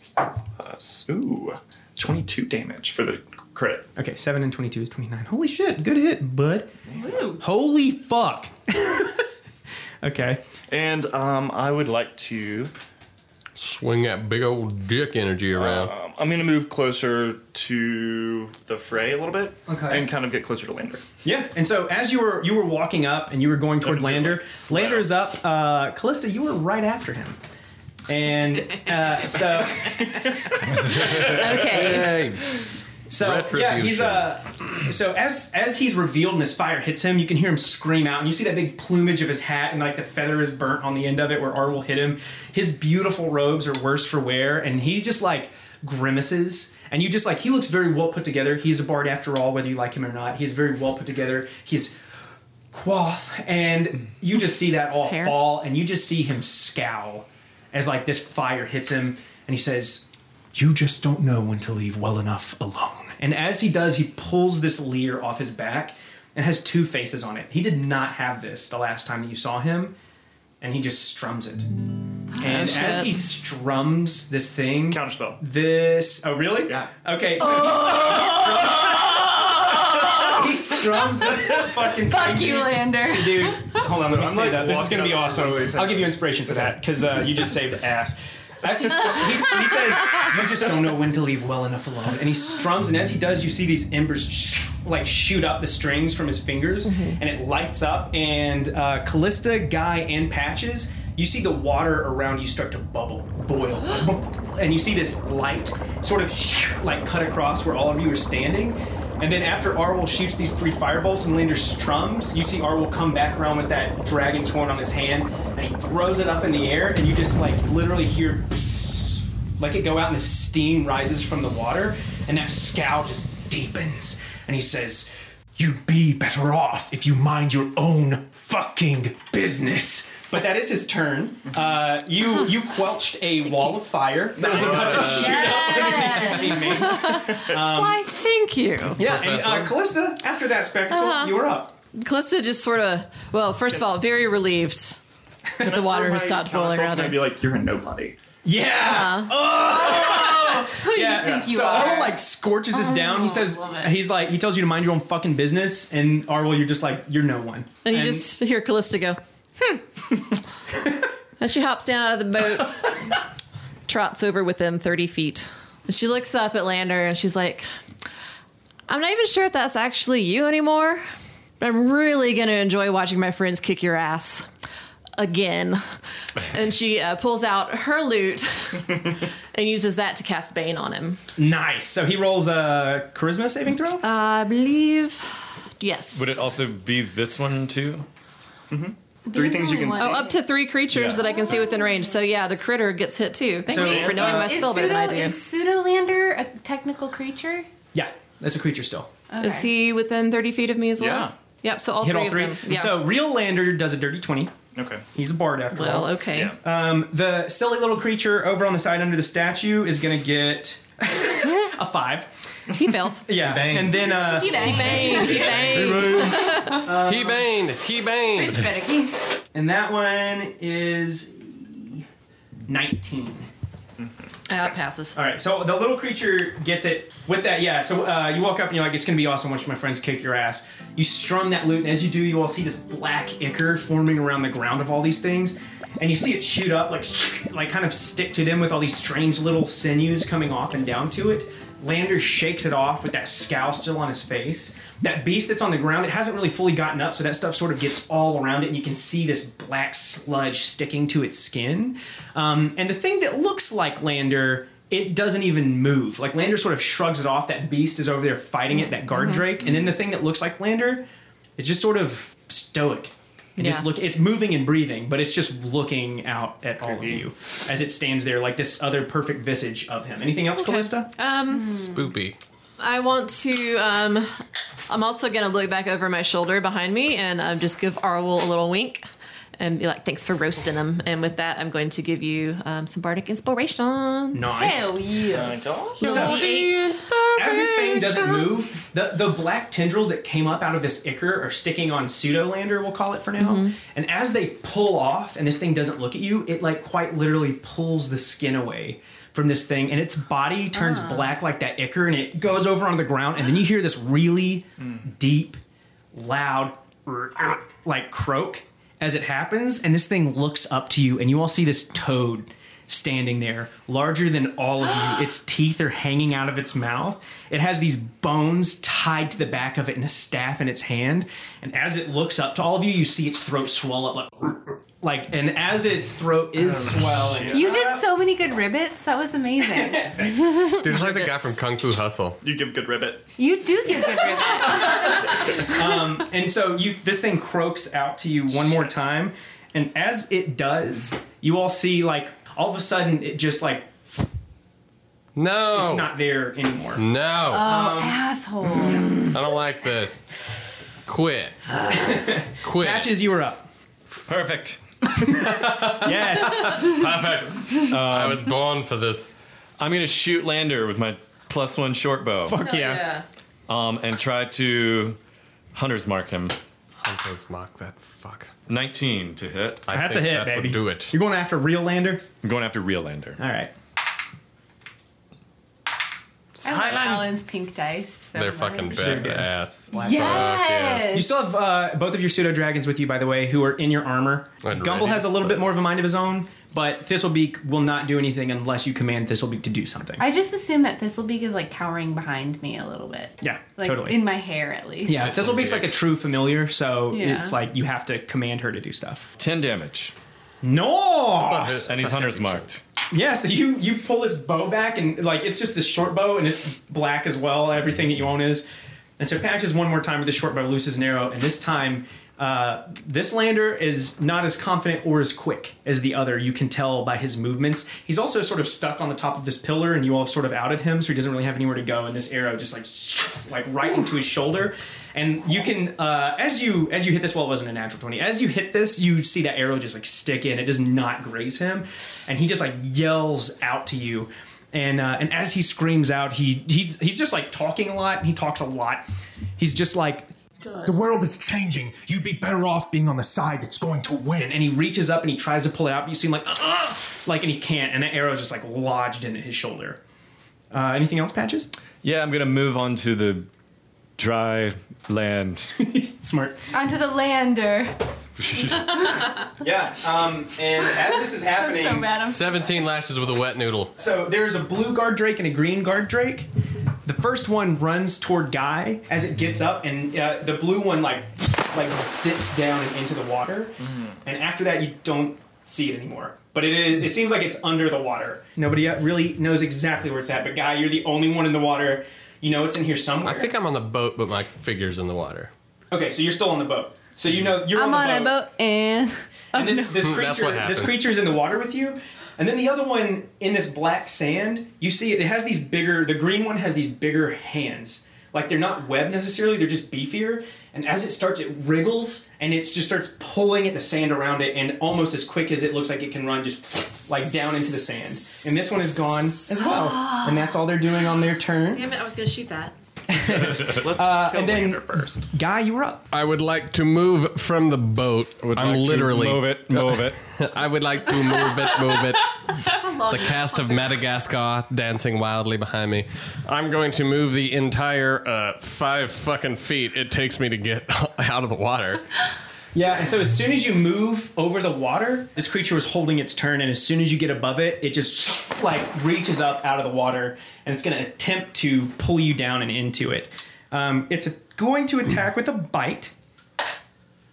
Speaker 5: plus ooh twenty-two damage for the crit.
Speaker 1: Okay, 7 and 22 is 29. Holy shit, good hit, bud. Holy fuck. okay.
Speaker 5: And um, I would like to.
Speaker 7: Swing that big old dick energy around.
Speaker 5: Um, I'm gonna move closer to the fray a little bit.
Speaker 1: Okay.
Speaker 5: And kind of get closer to Lander.
Speaker 1: Yeah, and so as you were you were walking up and you were going toward
Speaker 5: Let me do
Speaker 1: Lander,
Speaker 5: it.
Speaker 1: Lander's up. Uh, Callista, you were right after him. And uh, so
Speaker 4: Okay.
Speaker 7: Hey.
Speaker 1: So yeah, he's
Speaker 7: Retribution.
Speaker 1: uh so as as he's revealed and this fire hits him, you can hear him scream out, and you see that big plumage of his hat, and like the feather is burnt on the end of it where Arwol hit him. His beautiful robes are worse for wear, and he just like grimaces, and you just like he looks very well put together. He's a bard after all, whether you like him or not. He's very well put together. He's quaff, and you just see that all
Speaker 4: hair.
Speaker 1: fall, and you just see him scowl as like this fire hits him, and he says, "You just don't know when to leave well enough alone." And as he does, he pulls this leer off his back and has two faces on it. He did not have this the last time that you saw him, and he just strums it.
Speaker 3: Oh,
Speaker 1: And as
Speaker 4: shit.
Speaker 1: he strums this thing,
Speaker 5: Counter spell.
Speaker 1: this. Oh, really?
Speaker 5: Yeah.
Speaker 1: Okay. So he, strums, he strums this fucking.
Speaker 3: Oh. Fuck
Speaker 1: thing,
Speaker 3: you,
Speaker 1: dude.
Speaker 3: Lander.
Speaker 1: Dude, hold on, let me stay
Speaker 5: like,
Speaker 1: that. This is gonna be
Speaker 5: walking up
Speaker 1: awesome.
Speaker 5: slowly to-
Speaker 1: I'll give you inspiration for that because uh, you just saved ass. As he, he, he says, "You just don't know when to leave well enough alone," and he strums, and as he does, you see these embers sh- like shoot up the strings from his fingers, and it lights up. And uh, Callista, Guy, and Patches, you see the water around you start to bubble, boil, and you see this light sort of sh- like cut across where all of you are standing. And then after Arwol shoots these three firebolts and Lander strums, you see Arwol come back around with that dragon's horn on his hand, and he throws it up in the air, and you just like literally hear psst, like it go out, and the steam rises from the water, and that scowl just deepens, and he says, "You'd be better off if you mind your own fucking business." But that is his turn. Uh, you you quelched a wall of fire that was about to shoot out underneath your teammates.
Speaker 4: Why? Thank you.
Speaker 1: Yeah, and uh, Callista, after that spectacle,
Speaker 4: Uh-huh.
Speaker 1: you were up.
Speaker 4: Callista just sort of. Well, first of all, very relieved that the water has stopped boiling around
Speaker 5: I'd
Speaker 4: her.
Speaker 5: be like, you're a nobody.
Speaker 1: Yeah.
Speaker 3: Who do you think you
Speaker 1: so
Speaker 3: are?
Speaker 1: Arwol like scorches this down. He says,
Speaker 3: love it.
Speaker 1: he's like, he tells you to mind your own fucking business, and Arwol, you're just like, you're no one.
Speaker 4: And you just hear Callista go, hmm. And she hops down out of the boat, trots over with him 30 feet. And she looks up at Lander and she's like, I'm not even sure if that's actually you anymore, but I'm really going to enjoy watching my friends kick your ass again. And she uh, pulls out her loot and uses that to cast Bane on him.
Speaker 1: Nice. So he rolls a charisma saving throw.
Speaker 4: I believe. Yes.
Speaker 6: Would it also be this one too?
Speaker 5: Three things you can
Speaker 3: Only
Speaker 5: see.
Speaker 3: one.
Speaker 4: Oh, up to three creatures
Speaker 5: Yeah.
Speaker 4: that I can see within range. So yeah, the critter gets hit too. Thank
Speaker 1: So-
Speaker 4: you for knowing my
Speaker 3: Is
Speaker 4: spell better than I
Speaker 3: pseudo
Speaker 4: do.
Speaker 3: is pseudolander a technical creature?
Speaker 1: yeah, that's a creature still.
Speaker 4: Is he within 30 feet of me as well?
Speaker 5: Yeah.
Speaker 4: Yep, so all
Speaker 1: Hit
Speaker 4: three
Speaker 1: all
Speaker 4: of
Speaker 1: three.
Speaker 4: them. Yeah.
Speaker 1: So real lander does a dirty twenty.
Speaker 4: Oh.
Speaker 5: Okay.
Speaker 1: He's a bard after all.
Speaker 4: well, okay.
Speaker 5: Yeah.
Speaker 1: Um, the silly little creature over on the side under the statue is gonna get a five.
Speaker 4: He fails.
Speaker 1: Yeah,
Speaker 7: Bang.
Speaker 1: and then uh,
Speaker 4: He banged. He banged.
Speaker 1: Um,
Speaker 7: he baned. He baned.
Speaker 1: and that one is nineteen.
Speaker 4: Uh, passes.
Speaker 1: All right, so the little creature gets it with that. Yeah, so uh, you walk up and you're like, "It's gonna be awesome." Watch my friends kick your ass. You strum that loot, and as you do, you all see this black ichor forming around the ground of all these things, and you see it shoot up, like, like kind of stick to them with all these strange little sinews coming off and down to it. Lander shakes it off with that scowl still on his face. That beast that's on the ground, it hasn't really fully gotten up, so that stuff sort of gets all around it, and you can see this black sludge sticking to its skin. Um, and the thing that looks like Lander it doesn't even move. Like Lander sort of shrugs it off. That beast is over there fighting it, that guard drake, and then the thing that looks like Lander, it's just sort of stoic. It just
Speaker 4: Yeah.
Speaker 1: look. It's moving and breathing, but it's just looking out at all of
Speaker 5: Creepy.
Speaker 1: you as it stands there, like this other perfect visage of him. Anything else, Callista?
Speaker 7: Spoopy.
Speaker 4: I want to. Um, I'm also going to look back over my shoulder behind me and um, just give Arwol a little wink and be like, thanks for roasting him. And with that, I'm going to give you um, some bardic inspiration.
Speaker 1: nice.
Speaker 3: yeah.
Speaker 5: My gosh.
Speaker 1: So-
Speaker 4: D8.
Speaker 1: As this thing doesn't move, the, the black tendrils that came up out of this ichor are sticking on Pseudolander, we'll call it for now. And as they pull off and this thing doesn't look at you, it like quite literally pulls the skin away from this thing and its body turns black like that ichor and it goes over on the ground and then you hear this really deep, loud like croak as it happens and this thing looks up to you and you all see this toad standing there, larger than all of you. Its teeth are hanging out of its mouth. It has these bones tied to the back of it and a staff in its hand. And as it looks up to all of you, you see its throat swell up like, like and as its throat is swelling.
Speaker 3: You did so many good ribbits. That was amazing.
Speaker 7: Dude, it's like the guy from Kung Fu Hustle.
Speaker 5: You give good ribbit.
Speaker 3: you do give good ribbits.
Speaker 1: And so you this thing croaks out to you one more time, and as it does, you all see like all of a sudden it just like
Speaker 7: No.
Speaker 1: it's not Um. there anymore.
Speaker 7: No.
Speaker 3: Asshole.
Speaker 7: I don't like this. Quit. Quit.
Speaker 1: Patches, you were up.
Speaker 6: Perfect.
Speaker 1: Yes.
Speaker 7: Perfect.
Speaker 1: Um.
Speaker 7: I was born for this.
Speaker 6: I'm gonna shoot Lander with my plus one short bow,
Speaker 1: Fuck yeah.
Speaker 6: um, and try to hunter's mark him.
Speaker 7: Hunters mark that fuck.
Speaker 6: 19 to hit. I,
Speaker 1: That's a
Speaker 7: think
Speaker 1: hit,
Speaker 7: that
Speaker 1: baby.
Speaker 7: Would do it.
Speaker 1: You're going after real lander?
Speaker 6: am going after real Lander.
Speaker 1: All right.
Speaker 3: I love Alan's pink dice. So
Speaker 7: They're
Speaker 3: much.
Speaker 7: fucking
Speaker 1: Sure did.
Speaker 7: badass.
Speaker 3: Yes.
Speaker 1: You still have uh, both of your pseudo dragons with you, by the way, who are in your armor.
Speaker 7: And
Speaker 1: Gumble
Speaker 7: ready
Speaker 1: has a
Speaker 7: to
Speaker 1: little
Speaker 7: fight.
Speaker 1: bit more of a mind of his own, but Thistlebeak will not do anything unless you command Thistlebeak to do something.
Speaker 3: I just assume that Thistlebeak is like cowering behind me a little bit.
Speaker 1: yeah,
Speaker 3: Like
Speaker 1: totally.
Speaker 3: in my hair at least.
Speaker 1: yeah, Thistlebeak's like a true familiar, so
Speaker 3: Yeah.
Speaker 1: it's like you have to command her to do stuff.
Speaker 6: 10 damage,
Speaker 1: No.
Speaker 7: That's
Speaker 6: and he's hunter's marked.
Speaker 1: Yeah, so you you pull this bow back and like it's just this short bow and it's black as well. Everything that you own is. And so patches one more time with the short bow, loose as narrow, and this time uh, this lander is not as confident or as quick as the other. You can tell by his movements. He's also sort of stuck on the top of this pillar, and you all have sort of outed him, so he doesn't really have anywhere to go. And this arrow just like like right into his shoulder. And you can uh, as you as you hit this, well, it wasn't a natural twenty. As you hit this, you see that arrow just like stick in. It does not graze him, and he just like yells out to you. And uh, and as he screams out, he he's he's just like talking a lot. He talks a lot. He's just like the world is changing. You'd be better off being on the side that's going to win. And he reaches up and he tries to pull it out, but you seem like, "Ugh," like, and he can't. And that arrow is just like lodged into his shoulder. Uh, anything else, Patches?
Speaker 6: Yeah, I'm gonna move on to the dry land.
Speaker 1: Smart.
Speaker 3: Onto the lander.
Speaker 1: Yeah. Um, and as this is happening,
Speaker 8: So bad. I'm
Speaker 7: 17 lashes with a wet noodle.
Speaker 1: So there's a blue guard drake and a green guard drake. The first one runs toward Guy as it gets up, and uh, the blue one like like dips down and into the water. And after that, you don't see it anymore. But it is, it seems like it's under the water. Nobody yet really knows exactly where it's at. But Guy, you're the only one in the water. You know it's in here somewhere.
Speaker 7: I think I'm on the boat, but my figure's in the water.
Speaker 1: okay, so you're still on the boat. So you know you're
Speaker 3: I'm
Speaker 1: on
Speaker 3: on
Speaker 1: the
Speaker 3: a boat and.
Speaker 1: and this this
Speaker 7: That's what
Speaker 1: creature
Speaker 7: happens.
Speaker 1: this creature is in the water with you and then the other one in this black sand you see it, it has these bigger the green one has these bigger hands like they're not webbed necessarily they're just beefier and as it starts it wriggles and it just starts pulling at the sand around it and almost as quick as it looks like it can run just like down into the sand and this one is gone as well and that's all they're doing on their turn
Speaker 4: Damn it, I was gonna shoot that.
Speaker 5: Let's kill
Speaker 1: and then-
Speaker 5: Lander first.
Speaker 1: guy you were up
Speaker 7: I would like to move from the boat. I'm literally.
Speaker 6: move it, move it.
Speaker 7: I would like to move it, move it. The cast of Madagascar dancing wildly behind me. I'm going to move the entire uh, five fucking feet it takes me to get out of the water.
Speaker 1: Yeah, and so as soon as you move over the water, this creature was holding its turn, and as soon as you get above it, it just like reaches up out of the water, and it's going to attempt to pull you down and into it. Um, it's going to attack with a bite.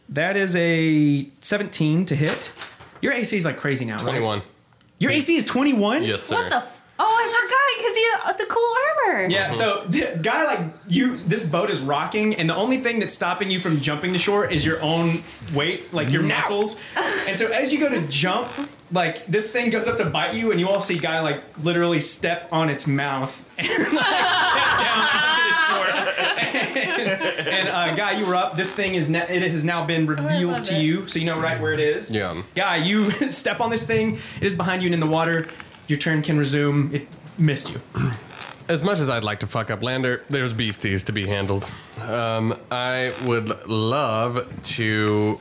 Speaker 1: That is a 17 to hit. Your AC is like crazy now. right?
Speaker 7: 21.
Speaker 1: Your AC is 21.
Speaker 7: Yes, sir.
Speaker 3: What the? F- oh, I forgot because he uh, the cool armor.
Speaker 1: Yeah, so the guy like you this boat is rocking and the only thing that's stopping you from jumping to shore is your own weight, like your muscles. And so as you go to jump, like this thing goes up to bite you and you all see guy like literally step on its mouth and like step down onto the shore. And, and, uh, guy, you were up. This thing is now it has now been revealed
Speaker 3: Oh, love
Speaker 1: to
Speaker 3: it.
Speaker 1: you, so you know right where it is.
Speaker 7: Yeah.
Speaker 1: Guy, you step on this thing, it is behind you and in the water. Your turn can resume. It missed you.
Speaker 7: As much as I'd like to fuck up Lander, there's beasties to be handled. Um, I would love to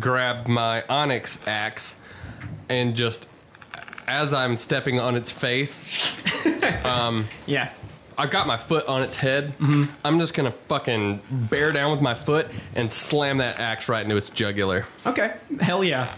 Speaker 7: grab my onyx axe and just, as I'm stepping on its face,
Speaker 1: Yeah.
Speaker 7: I've got my foot on its head.
Speaker 1: Mm-hmm.
Speaker 7: I'm just gonna fucking bear down with my foot and slam that axe right into its jugular.
Speaker 1: Okay. Hell yeah.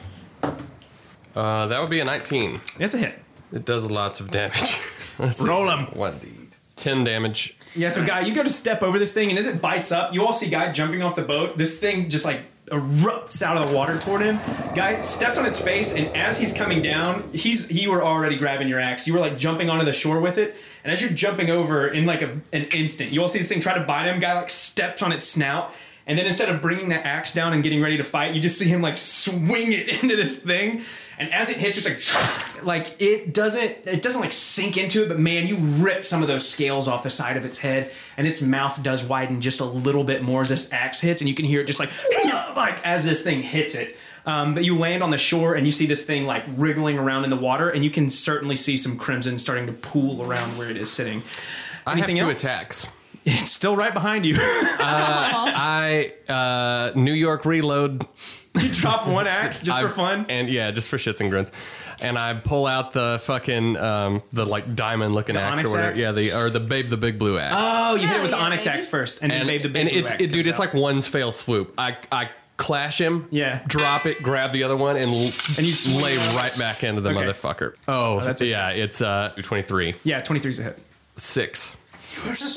Speaker 7: Uh, that would be a 19.
Speaker 1: It's a hit.
Speaker 7: It does lots of damage. Let's see.
Speaker 1: Roll 'em.
Speaker 7: One d 10 damage.
Speaker 1: Yeah, so guy, you go to step over this thing, and as it bites up, you all see guy jumping off the boat. This thing just like erupts out of the water toward him. Guy steps on its face, and as he's coming down, he's he were already grabbing your axe. You were like jumping onto the shore with it, and as you're jumping over in like a, an instant, you all see this thing try to bite him. Guy like steps on its snout. And then instead of bringing that axe down and getting ready to fight, you just see him like swing it into this thing. And as it hits, it's like, like it doesn't, it doesn't like sink into it, but man, you rip some of those scales off the side of its head, and its mouth does widen just a little bit more as this axe hits, and you can hear it just like, like as this thing hits it. Um, but you land on the shore and you see this thing like wriggling around in the water, and you can certainly see some crimson starting to pool around where it is sitting. Anything
Speaker 7: I have two
Speaker 1: else?
Speaker 7: attacks.
Speaker 1: It's still right behind you.
Speaker 7: I uh, New York reload
Speaker 1: you drop one axe just for
Speaker 7: I-
Speaker 1: fun.
Speaker 7: and yeah, just for shits and grins. And I pull out the fucking um, the like diamond looking axe
Speaker 1: onyx
Speaker 7: or whatever.
Speaker 1: axe?
Speaker 7: Yeah, the or the babe the big blue axe.
Speaker 1: Oh, you hit it
Speaker 3: Hell
Speaker 1: with the
Speaker 3: yeah,
Speaker 1: onyx
Speaker 3: baby.
Speaker 1: axe first, and,
Speaker 7: and,
Speaker 1: then babe, the big
Speaker 7: and
Speaker 1: blue
Speaker 7: it's
Speaker 1: axe
Speaker 7: it, dude,
Speaker 1: comes
Speaker 7: it's
Speaker 1: out.
Speaker 7: like one fail swoop. I I clash him,
Speaker 1: Yeah.
Speaker 7: drop it, grab the other one, and l-
Speaker 1: And you swing
Speaker 7: lay
Speaker 1: it.
Speaker 7: right back into the
Speaker 1: Okay.
Speaker 7: motherfucker. Oh,
Speaker 1: that's a-
Speaker 7: yeah, it's uh twenty three
Speaker 1: yeah, twenty three's a hit.
Speaker 7: six.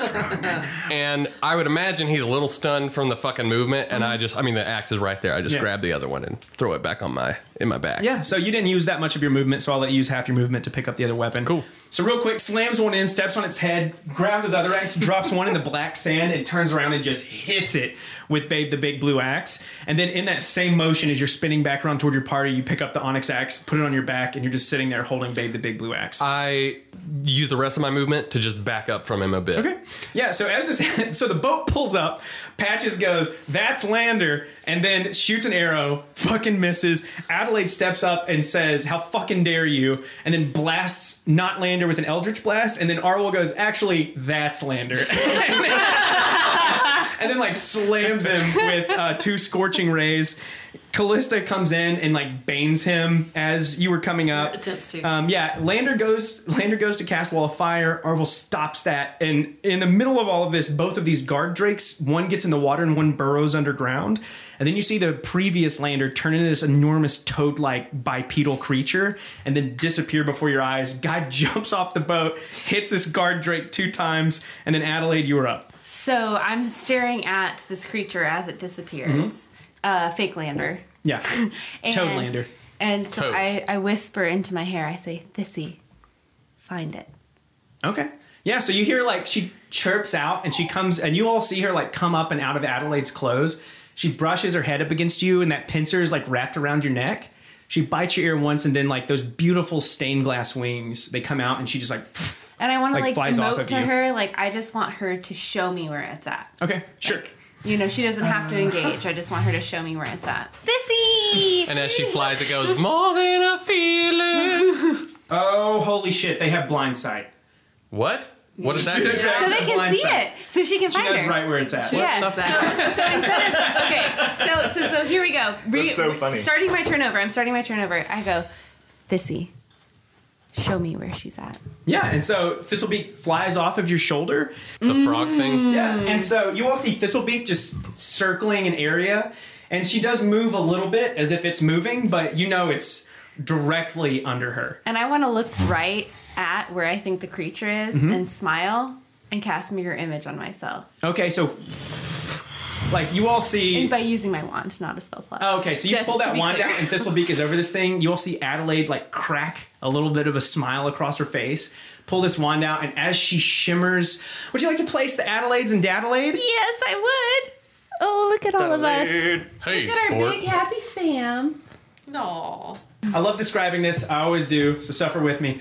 Speaker 7: and I would imagine he's a little stunned from the fucking movement, and I just, I mean, the axe is right there. I
Speaker 1: Mm-hmm.
Speaker 7: just
Speaker 1: Yeah.
Speaker 7: grab the other one and throw it back on my in my back.
Speaker 1: Yeah, so you didn't use that much of your movement, so I'll let you use half your movement to pick up the other weapon.
Speaker 7: Cool.
Speaker 1: So real quick, slams one in, steps on its head, grabs his other axe, drops one in the black sand, and turns around and just hits it with Babe the big blue axe. And then in that same motion, as you're spinning back around toward your party, you pick up the onyx axe, put it on your back, and you're just sitting there holding Babe the big blue axe.
Speaker 7: I use the rest of my movement to just back up from him a bit.
Speaker 1: Okay. Yeah. So as this, so the boat pulls up, Patches goes, "That's Lander," and then shoots an arrow, fucking misses. Adelaide steps up and says, "How fucking dare you!" and then blasts not Lander with an Eldritch blast, and then Arwell goes, "Actually, that's Lander," and, then, and then, like slams him with uh, two scorching rays. Callista comes in and like banes him as you were coming up.
Speaker 4: Attempts to.
Speaker 1: Um, yeah, Lander goes. Lander goes to cast Wall of Fire. Arvel stops that, and in the middle of all of this, both of these guard drakes, one gets in the water and one burrows underground. And then you see the previous Lander turn into this enormous toad-like bipedal creature, and then disappear before your eyes. Guy jumps off the boat, hits this guard drake two times, and then Adelaide, you were up.
Speaker 3: So I'm staring at this creature as it disappears. Uh, fake lander.
Speaker 1: Yeah,
Speaker 3: And,
Speaker 1: Mm-hmm. toad Lander.
Speaker 3: And so
Speaker 7: Toads.
Speaker 3: I, I whisper into my hair. I say, "Thissy, find it."
Speaker 1: Okay. Yeah, so you hear like she chirps out and she comes and you all see her like come up and out of Adelaide's clothes. She brushes her head up against you and that pincer is like wrapped around your neck. She bites your ear once and then like those beautiful stained glass wings, they come out and she just like
Speaker 3: And I want to
Speaker 1: Like,
Speaker 3: like,
Speaker 1: flies off
Speaker 3: emote
Speaker 1: of
Speaker 3: to
Speaker 1: you.
Speaker 3: her. Like I just want her to show me where it's at.
Speaker 1: Okay, sure.
Speaker 3: You know, she doesn't have
Speaker 5: Uh.
Speaker 3: to engage. I just want her to show me where it's at. Thissy.
Speaker 7: And as she flies, it goes more than a feeling.
Speaker 1: Oh, holy shit, they have blind sight.
Speaker 7: What? What does that do?
Speaker 3: so they can
Speaker 1: Blind
Speaker 3: see
Speaker 1: sight.
Speaker 3: it, so she can
Speaker 1: She
Speaker 3: find
Speaker 1: knows
Speaker 3: her.
Speaker 1: right where it's at.
Speaker 3: Yeah. So, so instead of okay, so so so here we go. Re-
Speaker 5: That's so funny.
Speaker 3: Starting my turnover. I'm starting my turnover. I go, Thissy, show me where she's at.
Speaker 1: Yeah, and so Thistlebeak flies off of your shoulder
Speaker 7: The frog thing?
Speaker 1: Yeah. And so you all see Thistlebeak just circling an area, and she does move a little bit as if it's moving, but you know it's directly under her.
Speaker 3: And I want to look right at where I think the creature is and smile and cast mirror image on myself.
Speaker 1: Okay, so like you all see. Oh,
Speaker 3: And by using my wand, not a spell slot.
Speaker 1: Okay, so you
Speaker 3: Just
Speaker 1: pull
Speaker 3: to
Speaker 1: that
Speaker 3: be
Speaker 1: wand
Speaker 3: clear.
Speaker 1: out, and Thistlebeak is over this thing. You all see Adelaide like crack a little bit of a smile across her face. Pull this wand out, and as she shimmers, would you like to place the Adelaides and Dadelaide?
Speaker 3: Yes, I would. Oh, look at all of us.
Speaker 7: Hey,
Speaker 3: Look at our
Speaker 7: sport.
Speaker 3: big happy fam.
Speaker 4: No.
Speaker 1: I love describing this. I always do. So suffer with me.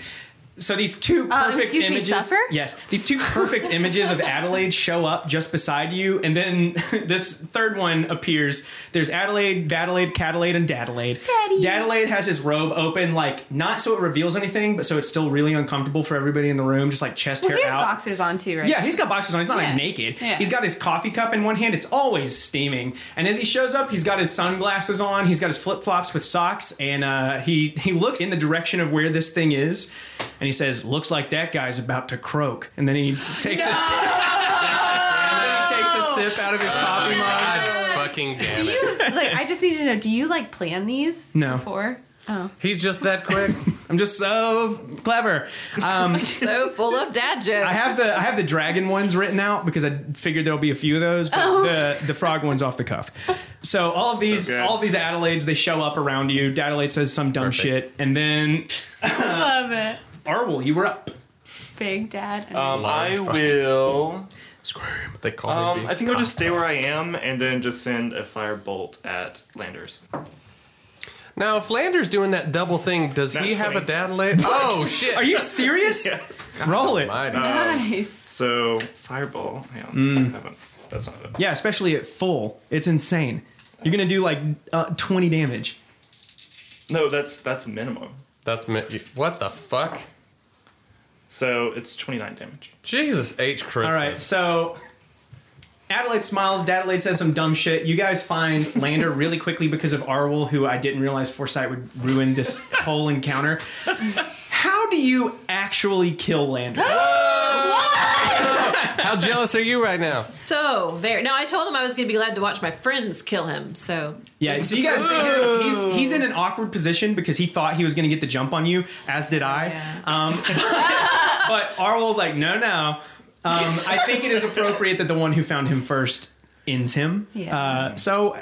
Speaker 1: So these two
Speaker 3: Uh,
Speaker 1: perfect
Speaker 3: excuse me,
Speaker 1: images.
Speaker 3: suffer?
Speaker 1: Yes, these two perfect images of Adelaide show up just beside you, and then this third one appears. There's Adelaide, Dadelaide, Cadelaide, and Dadelaide.
Speaker 3: Daddy.
Speaker 1: Dadelaide has his robe open, like not so it reveals anything, but so it's still really uncomfortable for everybody in the room, just like chest
Speaker 3: Well,
Speaker 1: hair
Speaker 3: he has
Speaker 1: out.
Speaker 3: boxers on too, right?
Speaker 1: Yeah, he's got boxers on. He's not
Speaker 3: Yeah.
Speaker 1: like naked.
Speaker 3: Yeah.
Speaker 1: He's got his coffee cup in one hand. It's always steaming. And as he shows up, he's got his sunglasses on. He's got his flip flops with socks, and uh, he he looks in the direction of where this thing is, and he says, "Looks like that guy's about to croak." And then he takes a and then he takes a sip out of his coffee mug.
Speaker 7: God fucking damn it.
Speaker 3: you like I just need to know, do you like plan these
Speaker 1: No.
Speaker 3: before? Oh.
Speaker 7: He's just that quick.
Speaker 1: I'm just so clever.
Speaker 4: So full of dad jokes.
Speaker 1: I have the I have the dragon ones written out because I figured there'll be a few of those, but the the frog ones off the cuff. So all of these
Speaker 5: good.
Speaker 1: all of these Adelaides they show up around you. Adelaide says some dumb shit, and then
Speaker 4: Uh,
Speaker 3: Love it.
Speaker 1: Arwel, you were up.
Speaker 3: Big dad. and-
Speaker 4: uh,
Speaker 5: Um,
Speaker 7: Large
Speaker 5: I
Speaker 7: fuck.
Speaker 5: will.
Speaker 7: Scream. They call me.
Speaker 5: Um,
Speaker 7: big
Speaker 5: I think I'll just
Speaker 7: cock.
Speaker 5: stay where I am and then just send a fire bolt at Landers.
Speaker 7: Now, if Lander's doing that double thing, does he
Speaker 5: That's
Speaker 7: have a
Speaker 5: funny.
Speaker 7: dad late? Oh shit!
Speaker 1: Are you serious?
Speaker 5: Yes.
Speaker 1: Roll it.
Speaker 7: Mighty.
Speaker 3: nice.
Speaker 5: So fireball. Hang on.
Speaker 7: Hmm.
Speaker 5: I haven't- That's not it.
Speaker 1: Yeah, especially at full, it's insane. You're gonna do like uh, 20 damage.
Speaker 5: No, that's that's minimum.
Speaker 7: That's mi- what the fuck?
Speaker 5: So it's 29 damage.
Speaker 7: Jesus H Christmas.
Speaker 1: All right, so Adelaide smiles. Dadelaide says some dumb shit. You guys find Lander really quickly because of Arwol, who I didn't realize foresight would ruin this whole encounter. How do you actually kill Lander?
Speaker 7: How jealous are you right now?
Speaker 4: So there. Now I told him I was going to be glad to watch my friends kill him. So
Speaker 1: Yeah, so you guys see him. He's, he's in an awkward position because he thought he was going to get the jump on you, as did I. Um, but Arwol's like, no, no. Um, I think it is appropriate that the one who found him first ends him.
Speaker 3: Yeah.
Speaker 1: Uh, so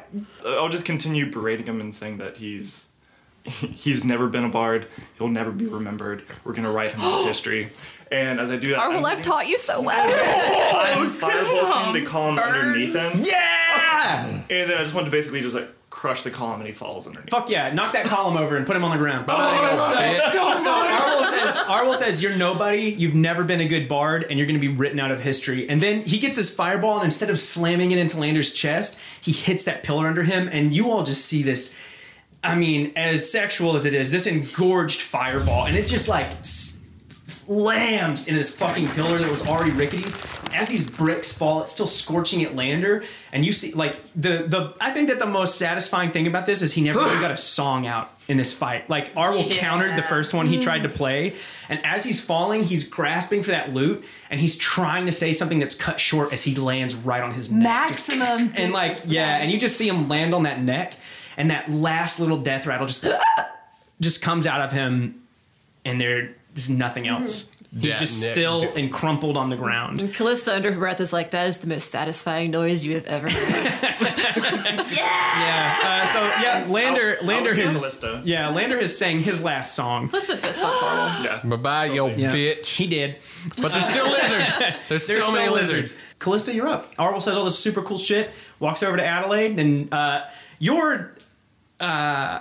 Speaker 5: Uh, I'll just continue berating him and saying that he's he's never been a bard. He'll never be remembered. We're gonna write him out of history. And as I do that,
Speaker 4: Arwell,
Speaker 5: I'm,
Speaker 4: I've taught you so well.
Speaker 5: I'm firebolting the column underneath him.
Speaker 1: yeah.
Speaker 5: And then I just want to basically just like crush the column and he falls underneath.
Speaker 1: Fuck yeah, knock that column over and put him on the ground.
Speaker 7: Oh, bitch.
Speaker 1: So Arwell says, Arwell says, you're nobody, you've never been a good bard, and you're gonna be written out of history. And then he gets his fireball, and instead of slamming it into Lander's chest, he hits that pillar under him, and you all just see this. I mean, as sexual as it is, this engorged fireball, and it just like s- slams into this fucking pillar that was already rickety. As these bricks fall, it's still scorching at Lander, and you see like the the. I think that the most satisfying thing about this is he never really got a song out in this fight. Like Arwell
Speaker 8: Yeah.
Speaker 1: countered the first one he tried to play, and as he's falling, he's grasping for that loot, and he's trying to say something that's cut short as he lands right on his neck. Just-
Speaker 3: Maximum
Speaker 1: and like yeah, and you just see him land on that neck, and that last little death rattle just just comes out of him, and there's nothing
Speaker 5: Mm-hmm.
Speaker 1: else. He's
Speaker 7: Yeah,
Speaker 1: just
Speaker 7: Nick.
Speaker 1: still and crumpled on the ground.
Speaker 4: Callista under her breath is like, that is the most satisfying noise you have ever heard.
Speaker 1: Yeah. Uh, so yeah, Lander
Speaker 5: I'll-
Speaker 1: Lander
Speaker 5: I'll give
Speaker 1: has
Speaker 5: Callisto.
Speaker 1: yeah Lander has sang his last song.
Speaker 4: Calista fist bumps Arnold.
Speaker 5: Yeah.
Speaker 7: Bye bye, yo
Speaker 1: Yeah.
Speaker 7: bitch.
Speaker 1: He did.
Speaker 7: But there's still lizards.
Speaker 1: There's
Speaker 7: There's, so
Speaker 1: still
Speaker 7: many
Speaker 1: lizards.
Speaker 7: lizards.
Speaker 1: Callista, you're up. Arwell says all this super cool shit. Walks over to Adelaide, and uh, your, uh,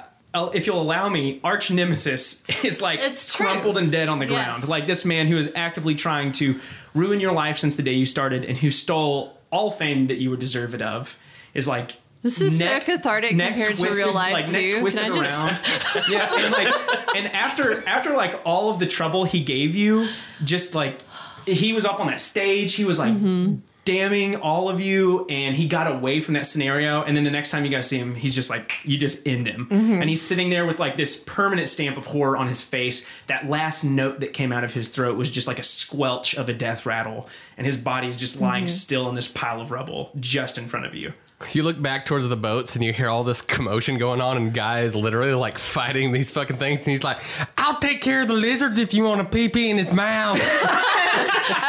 Speaker 1: if you'll allow me, arch nemesis is like
Speaker 4: It's true.
Speaker 1: crumpled and dead on the ground.
Speaker 4: Yes.
Speaker 1: Like this man who is actively trying to ruin your life since the day you started, and who stole all fame that you were deserved of, is like.
Speaker 4: This is so
Speaker 1: neck-
Speaker 4: cathartic
Speaker 1: neck
Speaker 4: compared to real
Speaker 1: twisted-
Speaker 4: life,
Speaker 1: like, neck
Speaker 4: too. Can
Speaker 1: twisted
Speaker 4: I just-
Speaker 1: around. yeah, and like, and after after like all of the trouble he gave you, just like he was up on that stage, he was like
Speaker 4: Mm-hmm.
Speaker 1: damning all of you, and he got away from that scenario. And then the next time you guys see him, he's just like, you just end him,
Speaker 4: Mm-hmm.
Speaker 1: and he's sitting there with like this permanent stamp of horror on his face. That last note that came out of his throat was just like a squelch of a death rattle, and his body's just
Speaker 4: Mm-hmm.
Speaker 1: lying still in this pile of rubble just in front of you.
Speaker 7: You look back towards the boats and you hear all this commotion going on, and guy is literally like fighting these fucking things. And he's like, I'll take care of the lizards if you want to pee pee in its mouth.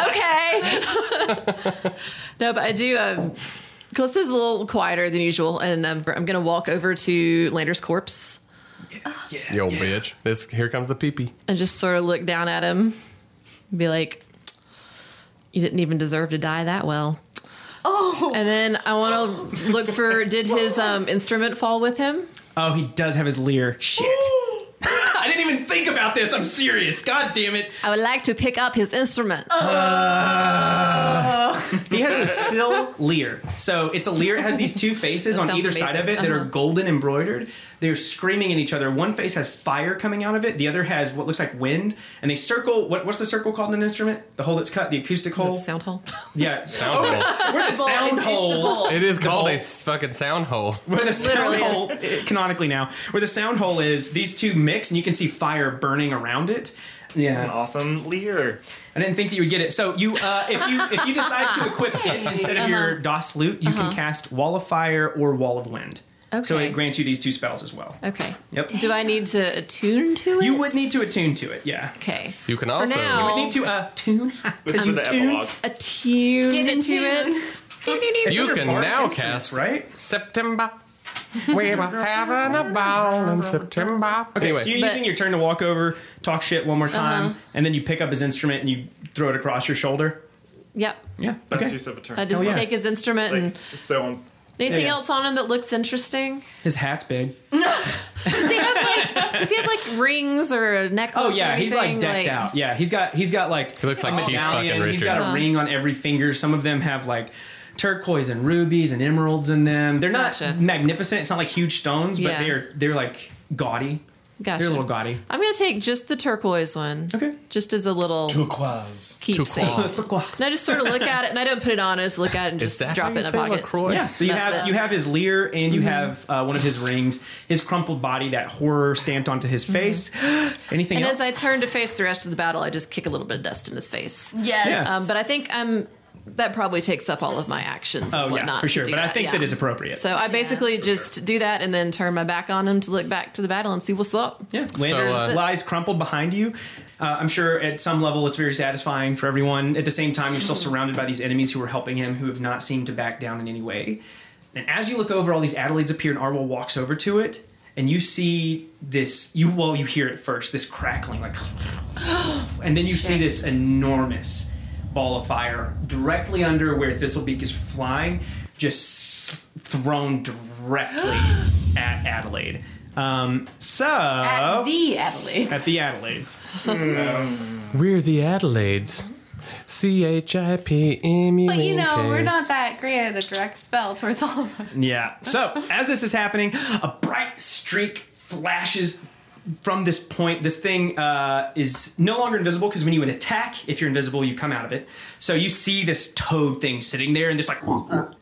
Speaker 4: okay. no, but I do. Um, Callista's a little quieter than usual, and um, I'm going to walk over to Lander's corpse
Speaker 7: yo, bitch. This Here comes the pee pee.
Speaker 4: and just sort of look down at him and be like, You didn't even deserve to die that well. Oh. And then I want to look for did his um, instrument fall with him?
Speaker 1: Oh, he does have his leer. Shit. I didn't even think about this. I'm serious. God damn it.
Speaker 4: I would like to pick up his instrument.
Speaker 1: Uh, He has a sill leer. So it's a leer. It has these two faces on
Speaker 4: sounds
Speaker 1: either side of it
Speaker 4: amazing.
Speaker 1: that are
Speaker 4: Uh-huh.
Speaker 1: golden embroidered. They're screaming at each other. One face has fire coming out of it. The other has what looks like wind. And they circle. What, what's the circle called in an instrument? The hole that's cut. The acoustic hole.
Speaker 4: Sound hole.
Speaker 1: Yeah. Oh,
Speaker 7: Sound hole.
Speaker 1: We're the sound hole.
Speaker 7: It is called a
Speaker 1: hole.
Speaker 7: s- fucking sound hole.
Speaker 1: where the sound
Speaker 4: Literally
Speaker 1: hole canonically now where the sound hole is these two mix and you can see fire burning around it yeah
Speaker 5: Awesome leader.
Speaker 1: I didn't think that you would get it. So you, uh, if you, if you decide to equip it instead of your
Speaker 4: Uh-huh.
Speaker 1: DOS loot, you can cast Wall of Fire or Wall of Wind. So
Speaker 4: Okay.
Speaker 1: it grants you these two spells as well.
Speaker 4: Okay.
Speaker 1: Yep.
Speaker 4: Do I need to attune to it?
Speaker 1: You would need to attune to it. Yeah.
Speaker 4: Okay.
Speaker 7: You can also.
Speaker 4: now-
Speaker 1: You would need to attune.
Speaker 5: This is the
Speaker 1: Attune.
Speaker 5: epilogue.
Speaker 4: Attune
Speaker 8: Get in
Speaker 4: into
Speaker 8: tune.
Speaker 4: it.
Speaker 7: You
Speaker 1: It's
Speaker 7: can
Speaker 1: under bardic
Speaker 7: now
Speaker 1: instruments,
Speaker 7: cast
Speaker 1: right.
Speaker 7: September. We were having a ball in September. Okay,
Speaker 1: so you're
Speaker 7: anyway,
Speaker 4: but- Uh-huh.
Speaker 1: using your turn to walk over, talk shit one more time, and then you pick up his instrument and you throw it across your shoulder.
Speaker 4: Yep.
Speaker 1: Yeah.
Speaker 5: That's
Speaker 1: Okay.
Speaker 5: use of a turn.
Speaker 4: I just
Speaker 1: Hell Oh, yeah.
Speaker 4: take his instrument
Speaker 5: like,
Speaker 4: and
Speaker 5: it's so on.
Speaker 4: anything
Speaker 1: Yeah, yeah.
Speaker 4: else on him that looks interesting.
Speaker 1: His hat's big.
Speaker 4: Does he have like, does he have like rings or a necklace?
Speaker 1: Oh
Speaker 4: or
Speaker 1: yeah, he's like
Speaker 4: anything?
Speaker 1: decked out. Yeah, he's got he's got like
Speaker 7: he looks like Keith fucking
Speaker 1: medallion. He's got
Speaker 7: Richards.
Speaker 1: a ring on every finger. Some of them have like turquoise and rubies and emeralds in them. They're not
Speaker 4: Gotcha.
Speaker 1: magnificent. It's not like huge stones, but
Speaker 4: Yeah.
Speaker 1: they're they're like gaudy.
Speaker 4: Gotcha.
Speaker 1: They're a little gaudy.
Speaker 4: I'm gonna take just the turquoise one.
Speaker 1: Okay.
Speaker 4: Just as a little
Speaker 5: Turquoise.
Speaker 4: keepsake.
Speaker 7: Turquoise.
Speaker 4: And I just sort of look at it and I don't put it on. I just look at it and
Speaker 7: Is
Speaker 4: just
Speaker 7: that
Speaker 4: drop
Speaker 7: how
Speaker 4: it
Speaker 7: you
Speaker 4: in a
Speaker 7: say
Speaker 4: pocket.
Speaker 7: LaCroix?
Speaker 1: Yeah. So you
Speaker 4: That's
Speaker 1: have
Speaker 4: it. Mm-hmm.
Speaker 1: you have his leer and you have uh, one of his rings. His crumpled body, that horror stamped onto his face. Anything
Speaker 4: Mm-hmm. And
Speaker 1: else?
Speaker 4: as I turn to face the rest of the battle, I just kick a little bit of dust in his face.
Speaker 3: Yes.
Speaker 1: Yeah.
Speaker 4: Um, but I think I'm. That probably takes up all of my actions.
Speaker 1: oh
Speaker 4: and
Speaker 1: yeah,
Speaker 4: whatnot
Speaker 1: for
Speaker 4: to
Speaker 1: sure.
Speaker 4: do
Speaker 1: But I think
Speaker 4: yeah.
Speaker 1: that is appropriate.
Speaker 4: So I basically just do that and then turn my back on him to look back to the battle and see what's up.
Speaker 1: Yeah, Landers
Speaker 7: uh,
Speaker 1: lies crumpled behind you. Uh, I'm sure at some level it's very satisfying for everyone. At the same time, you're still surrounded by these enemies who are helping him, who have not seemed to back down in any way. And as you look over, all these Adelaides appear, and Arwell walks over to it, and you see this. You well, you hear it first, this crackling, like, and then you see this enormous ball of fire directly under where Thistlebeak is flying, just thrown directly at Adelaide. Um, so
Speaker 4: Uh,
Speaker 8: At the Adelaide.
Speaker 1: at the Adelaides.
Speaker 7: We're the Adelaides. C H I P M U N K.
Speaker 8: But you know, we're not that great at a direct spell towards all of us.
Speaker 1: Yeah. So as this is happening, a bright streak flashes from this point, this thing uh, is no longer invisible because when you attack, if you're invisible, you come out of it. So you see this toad thing sitting there, and this like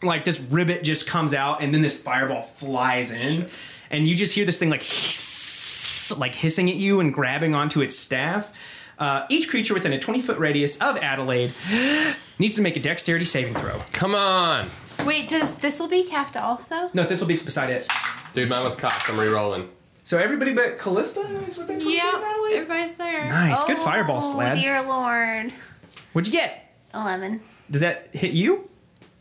Speaker 1: like this ribbit just comes out, and then this fireball flies in, and you just hear this thing like hiss, like hissing at you and grabbing onto its staff. Uh, each creature within a 20 foot radius of Adelaide needs to make a dexterity saving throw.
Speaker 7: Come on.
Speaker 8: Wait, does Thistlebeak have to also?
Speaker 1: No, this will be beside it.
Speaker 7: Dude, mine was cocked. I'm re rolling.
Speaker 1: So everybody but Callista is within 20 feet of Adelaide.
Speaker 3: everybody's there.
Speaker 1: Nice, good fireball
Speaker 8: Oh,
Speaker 1: slad.
Speaker 8: dear lord.
Speaker 1: What'd you get?
Speaker 8: Eleven.
Speaker 1: Does that hit you?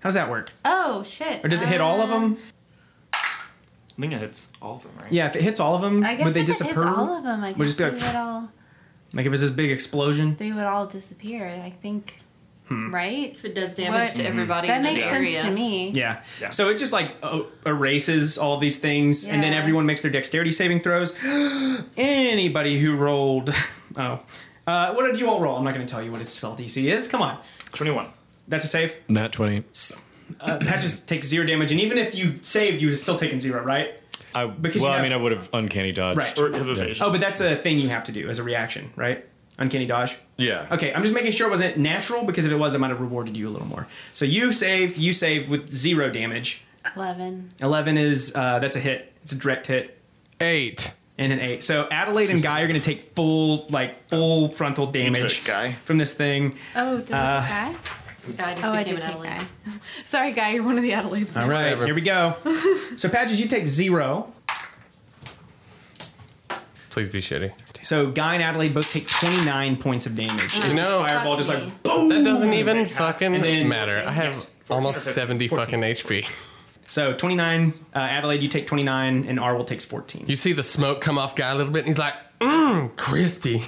Speaker 1: How's that work?
Speaker 8: Oh shit. Uh,
Speaker 1: Or does it hit all of them?
Speaker 5: I think it hits all of them, right?
Speaker 1: Yeah, if it hits all of them,
Speaker 8: I guess
Speaker 1: would they
Speaker 8: if
Speaker 1: disappear?
Speaker 8: It hits all of them. I guess
Speaker 1: Would just be
Speaker 8: they
Speaker 1: like-
Speaker 8: would all
Speaker 1: Like if it's this big explosion?
Speaker 8: they would all disappear. I think.
Speaker 1: Hmm.
Speaker 8: Right.
Speaker 4: If it does damage
Speaker 8: What?
Speaker 4: to everybody
Speaker 8: That
Speaker 4: in
Speaker 8: makes
Speaker 4: that
Speaker 8: sense
Speaker 4: area.
Speaker 8: to me.
Speaker 1: Yeah.
Speaker 5: Yeah.
Speaker 1: So it just like o- erases all these things, and then
Speaker 8: Yeah.
Speaker 1: everyone makes their dexterity saving throws. Anybody who rolled, oh, uh, what did you all roll? I'm not going to tell you what its spell DC is. Come on,
Speaker 5: 21.
Speaker 1: that's a save.
Speaker 6: Nat 20.
Speaker 1: Uh, that just takes zero damage, and even if you saved, you would have still taken zero, right?
Speaker 6: I,
Speaker 1: Because
Speaker 6: well,
Speaker 1: you
Speaker 6: I
Speaker 1: have-
Speaker 6: mean, I would have uncanny dodged.
Speaker 1: Right.
Speaker 5: Or have evasion.
Speaker 1: Oh, but that's a thing you have to do as a reaction, right? Uncanny dodge.
Speaker 6: Yeah.
Speaker 1: Okay, I'm just making sure it wasn't natural because if it was, I might have rewarded you a little more. So you save, you save with zero damage.
Speaker 8: Eleven.
Speaker 1: Eleven is uh, that's a hit. It's a direct hit
Speaker 7: Eight.
Speaker 1: and an eight. So Adelaide and Guy are going to take full like full frontal damage
Speaker 5: took Guy.
Speaker 1: from this thing.
Speaker 8: Oh, did
Speaker 1: Uh,
Speaker 8: I take guy?
Speaker 4: I just
Speaker 8: Oh, I
Speaker 4: became
Speaker 8: did
Speaker 4: an
Speaker 8: take guy.
Speaker 4: Adelaide.
Speaker 8: Sorry, guy. You're one of the Adelaides.
Speaker 1: All right,
Speaker 7: Whatever.
Speaker 1: here we go. so Patches, you take zero.
Speaker 7: Please be shitty.
Speaker 1: So Guy and Adelaide both take 29 points of damage. Just this
Speaker 7: No.
Speaker 1: fireball just like
Speaker 7: That doesn't even fucking
Speaker 1: And then-
Speaker 7: matter. I have
Speaker 1: Yes, 14 or
Speaker 7: almost
Speaker 1: 15,
Speaker 7: 70 fucking HP.
Speaker 1: so 29. Uh, Adelaide, you take 29, and Arwell takes 14.
Speaker 7: You see the smoke come off guy a little bit, and he's like, mmm, crispy.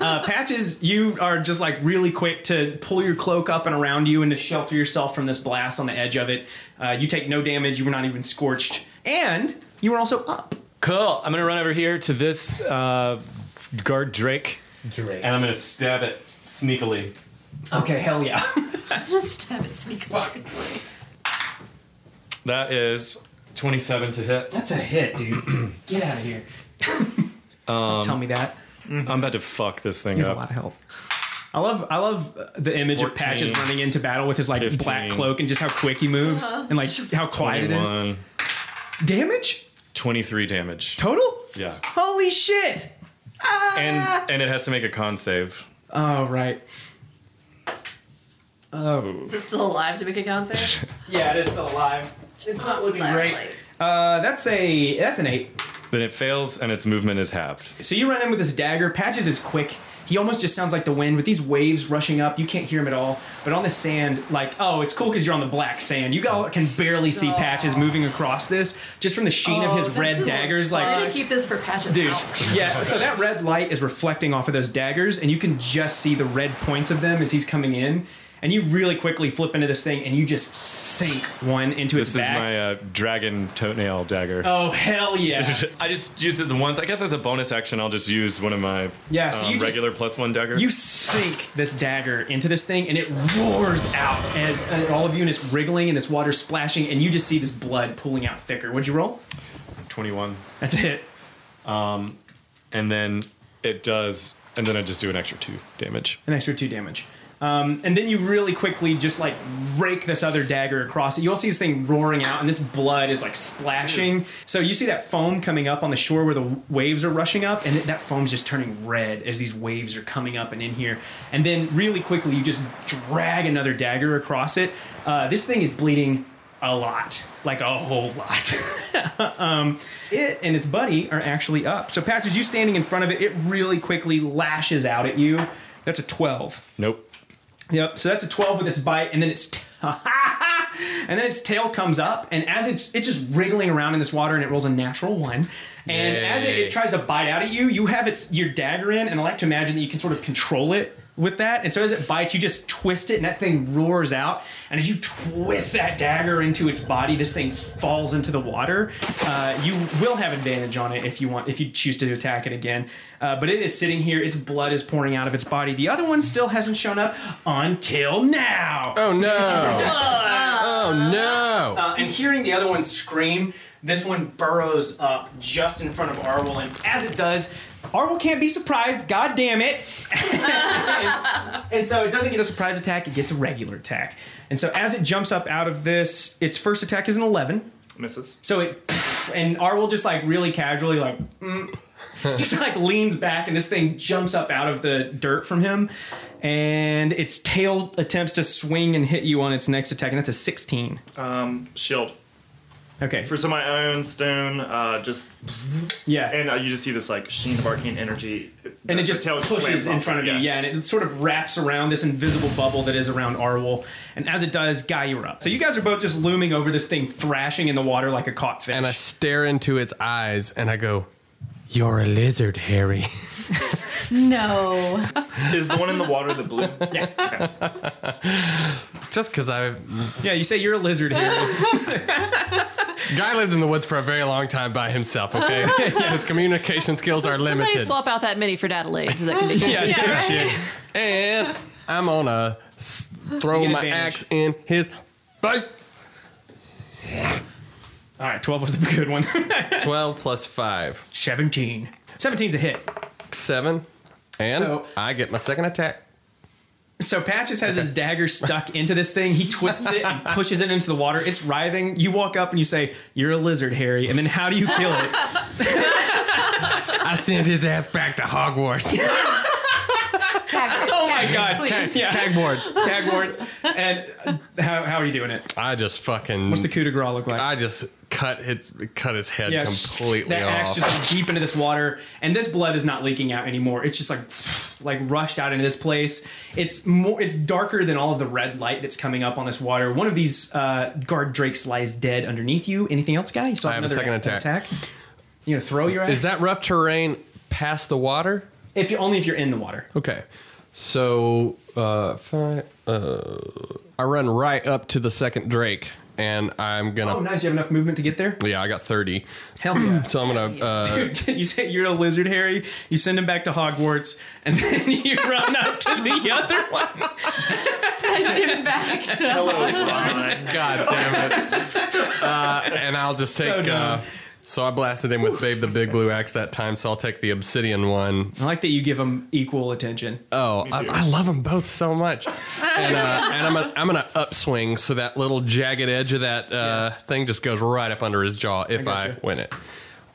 Speaker 1: Uh, Patches, you are just like really quick to pull your cloak up and around you and to shelter yourself from this blast on the edge of it. Uh, you take no damage. You were not even scorched, and you were also up.
Speaker 6: Cool. I'm going to run over here to this uh, guard Drake. Drake. And I'm going to stab it sneakily.
Speaker 1: Okay, hell yeah.
Speaker 4: Stab it sneak attack.
Speaker 6: That is 27 to hit.
Speaker 1: That's a hit, dude. Um, Get out of here. Tell me that.
Speaker 6: I'm about to fuck this thing
Speaker 1: You have a lot
Speaker 6: up.
Speaker 1: of health. I love I love uh, the image of
Speaker 5: 14,
Speaker 1: Patches running into battle with his like black
Speaker 6: 15.
Speaker 1: cloak and just how quick he moves and like how quiet it is.
Speaker 6: 21,
Speaker 1: Damage
Speaker 6: 23 damage.
Speaker 1: total.
Speaker 6: Yeah.
Speaker 1: Holy shit! Ah!
Speaker 6: And and it has to make a con save.
Speaker 1: oh right.
Speaker 4: Is it still alive to make a con save?
Speaker 1: Yeah, it is still alive. It's not looking great.
Speaker 4: Adelaide.
Speaker 1: Uh, that's a that's an eight.
Speaker 6: Then it fails and its movement is halved.
Speaker 1: So you run in with this dagger. Patches is quick. He almost just sounds like the wind with these waves rushing up. You can't hear him at all. But on the sand, like oh, it's cool because you're on the black sand. You all can barely see Patches moving across this just from the sheen of
Speaker 4: Oh,
Speaker 1: his
Speaker 4: this
Speaker 1: red
Speaker 4: is-
Speaker 1: daggers.
Speaker 4: We're gonna
Speaker 1: Like
Speaker 4: keep this for Patches
Speaker 1: Dude,
Speaker 4: house.
Speaker 1: yeah. So that red light is reflecting off of those daggers, and you can just see the red points of them as he's coming in. And you really quickly flip into this thing, and you just sink one into its
Speaker 6: This is
Speaker 1: back.
Speaker 6: my uh, dragon toenail dagger.
Speaker 1: oh hell yeah!
Speaker 6: I just use it the once. I guess as a bonus action, I'll just use one of my
Speaker 1: Yeah, so
Speaker 6: um,
Speaker 1: you just-
Speaker 6: regular plus one daggers.
Speaker 1: You sink this dagger into this thing, and it roars out as and all of you, and it's wriggling, and this water splashing, and you just see this blood pooling out thicker. What'd you roll?
Speaker 6: 21.
Speaker 1: That's a hit.
Speaker 6: And then it does, and then I just do an extra two damage.
Speaker 1: An extra two damage. Um, and then you really quickly just like rake this other dagger across it. You all see this thing roaring out, and this blood is like splashing. So you see that foam coming up on the shore where the w- waves are rushing up, and that foam's just turning red as these waves are coming up and in here. And then really quickly, you just drag another dagger across it. Uh, this thing is bleeding a lot, like a whole lot. um, it and its buddy are actually up. So, Patches, you standing in front of it, it really quickly lashes out at you. That's a 12.
Speaker 6: Nope.
Speaker 1: Yep. So that's a 12 with its bite, and then its and then its tail comes up, and as it's it's just wriggling around in this water, and it rolls a natural one. And as it, it
Speaker 7: Yay.
Speaker 1: tries to bite out at you, you have its your dagger in, and I like to imagine that you can sort of control it with that. And so as it bites, you just twist it, and that thing roars out. And as you twist that dagger into its body, this thing falls into the water. Uh, you will have advantage on it if you want, if you choose to attack it again. Uh, but it is sitting here; its blood is pouring out of its body. The other one still hasn't shown up until now.
Speaker 7: Oh no. oh no.
Speaker 1: Uh, and hearing the other one scream, This one burrows up just in front of Arwel, and as it does, Arwel can't be surprised. God damn it! and, and so it doesn't get a surprise attack; it gets a regular attack. And so as it jumps up out of this, its first attack is an eleven.
Speaker 5: Misses.
Speaker 1: So it and Arwel just like really casually like mm, just like leans back and this thing jumps up out of the dirt from him and its tail attempts to swing and hit you on its next attack and that's a 16.
Speaker 5: Um, shield.
Speaker 1: Okay.
Speaker 5: For some of my own stone, uh, just
Speaker 1: yeah.
Speaker 5: and uh, you just see this like sheen of arcane energy,
Speaker 1: and
Speaker 5: The
Speaker 1: it just
Speaker 5: tail
Speaker 1: pushes
Speaker 5: slams
Speaker 1: in
Speaker 5: off.
Speaker 1: front of you. Yeah, and it sort of wraps around this invisible bubble that is around Arwol. And as it does, Guy, you're up. So you guys are both just looming over this thing, thrashing in the water like a caught fish.
Speaker 7: And I stare into its eyes and I go, You're a lizard, Harry.
Speaker 3: No.
Speaker 5: Is the one in the water the blue?
Speaker 1: yeah.
Speaker 7: Just because I.
Speaker 1: yeah, you say you're a lizard here.
Speaker 7: Guy lived in the woods for a very long time by himself, okay? His communication skills are
Speaker 4: Somebody
Speaker 7: limited.
Speaker 4: swap out that mini for Dadelade so that can be
Speaker 1: yeah,
Speaker 3: Yeah,
Speaker 1: no
Speaker 3: right?
Speaker 1: shit.
Speaker 7: And I'm gonna s- throw
Speaker 1: You get
Speaker 7: my
Speaker 1: advantage.
Speaker 7: axe in his face.
Speaker 1: All right, 12 was the good one.
Speaker 7: 12 plus 5,
Speaker 1: 17. 17's a hit.
Speaker 7: 7. And
Speaker 1: So-
Speaker 7: I get my second attack.
Speaker 1: So Patches has his dagger stuck into this thing. He twists it and pushes it into the water. It's writhing. You walk up and you say, You're a lizard, Harry. And then how do you kill it?
Speaker 7: I send his ass back to Hogwarts.
Speaker 1: oh my god.
Speaker 7: Tag-
Speaker 1: Yeah.
Speaker 7: Tag boards.
Speaker 1: Tag warts. And uh, how, how are you doing it?
Speaker 7: I just fucking.
Speaker 1: What's the coup de grace look like?
Speaker 7: I just cut its cut his head
Speaker 1: Yeah, sh-
Speaker 7: completely
Speaker 1: that axe
Speaker 7: off.
Speaker 1: just went deep into this water, and this blood is not leaking out anymore. It's just like like rushed out into this place. It's more it's darker than all of the red light that's coming up on this water. One of these uh, guard drakes lies dead underneath you. Anything else, guy? You still
Speaker 7: I have a second attack.
Speaker 1: You gonna throw your axe?
Speaker 7: Is that rough terrain past the water?
Speaker 1: if you only if you're in the water?
Speaker 7: Okay. So uh, fi- uh, I run right up to the second Drake, and I'm gonna.
Speaker 1: Oh, nice. You have enough movement to get there.
Speaker 7: Yeah, I got thirty.
Speaker 1: Hell yeah.
Speaker 7: So I'm gonna. Uh,
Speaker 1: you say you're a lizard, Harry. You send him back to Hogwarts, and then you run up to the other one.
Speaker 3: Send him back to
Speaker 5: Hello, Ron.
Speaker 7: God damn it! Uh, and I'll just take.
Speaker 1: So
Speaker 7: So,
Speaker 1: dumb.
Speaker 7: uh, so I blasted him with Babe the Big Blue Axe that time. So I'll take the Obsidian one.
Speaker 1: I like that you give him equal attention.
Speaker 7: Oh, I, I love them both so much. And, uh, and I'm gonna, I'm gonna upswing so that little jagged edge of that uh, thing just goes right up under his jaw if I,
Speaker 1: gotcha.
Speaker 7: win it.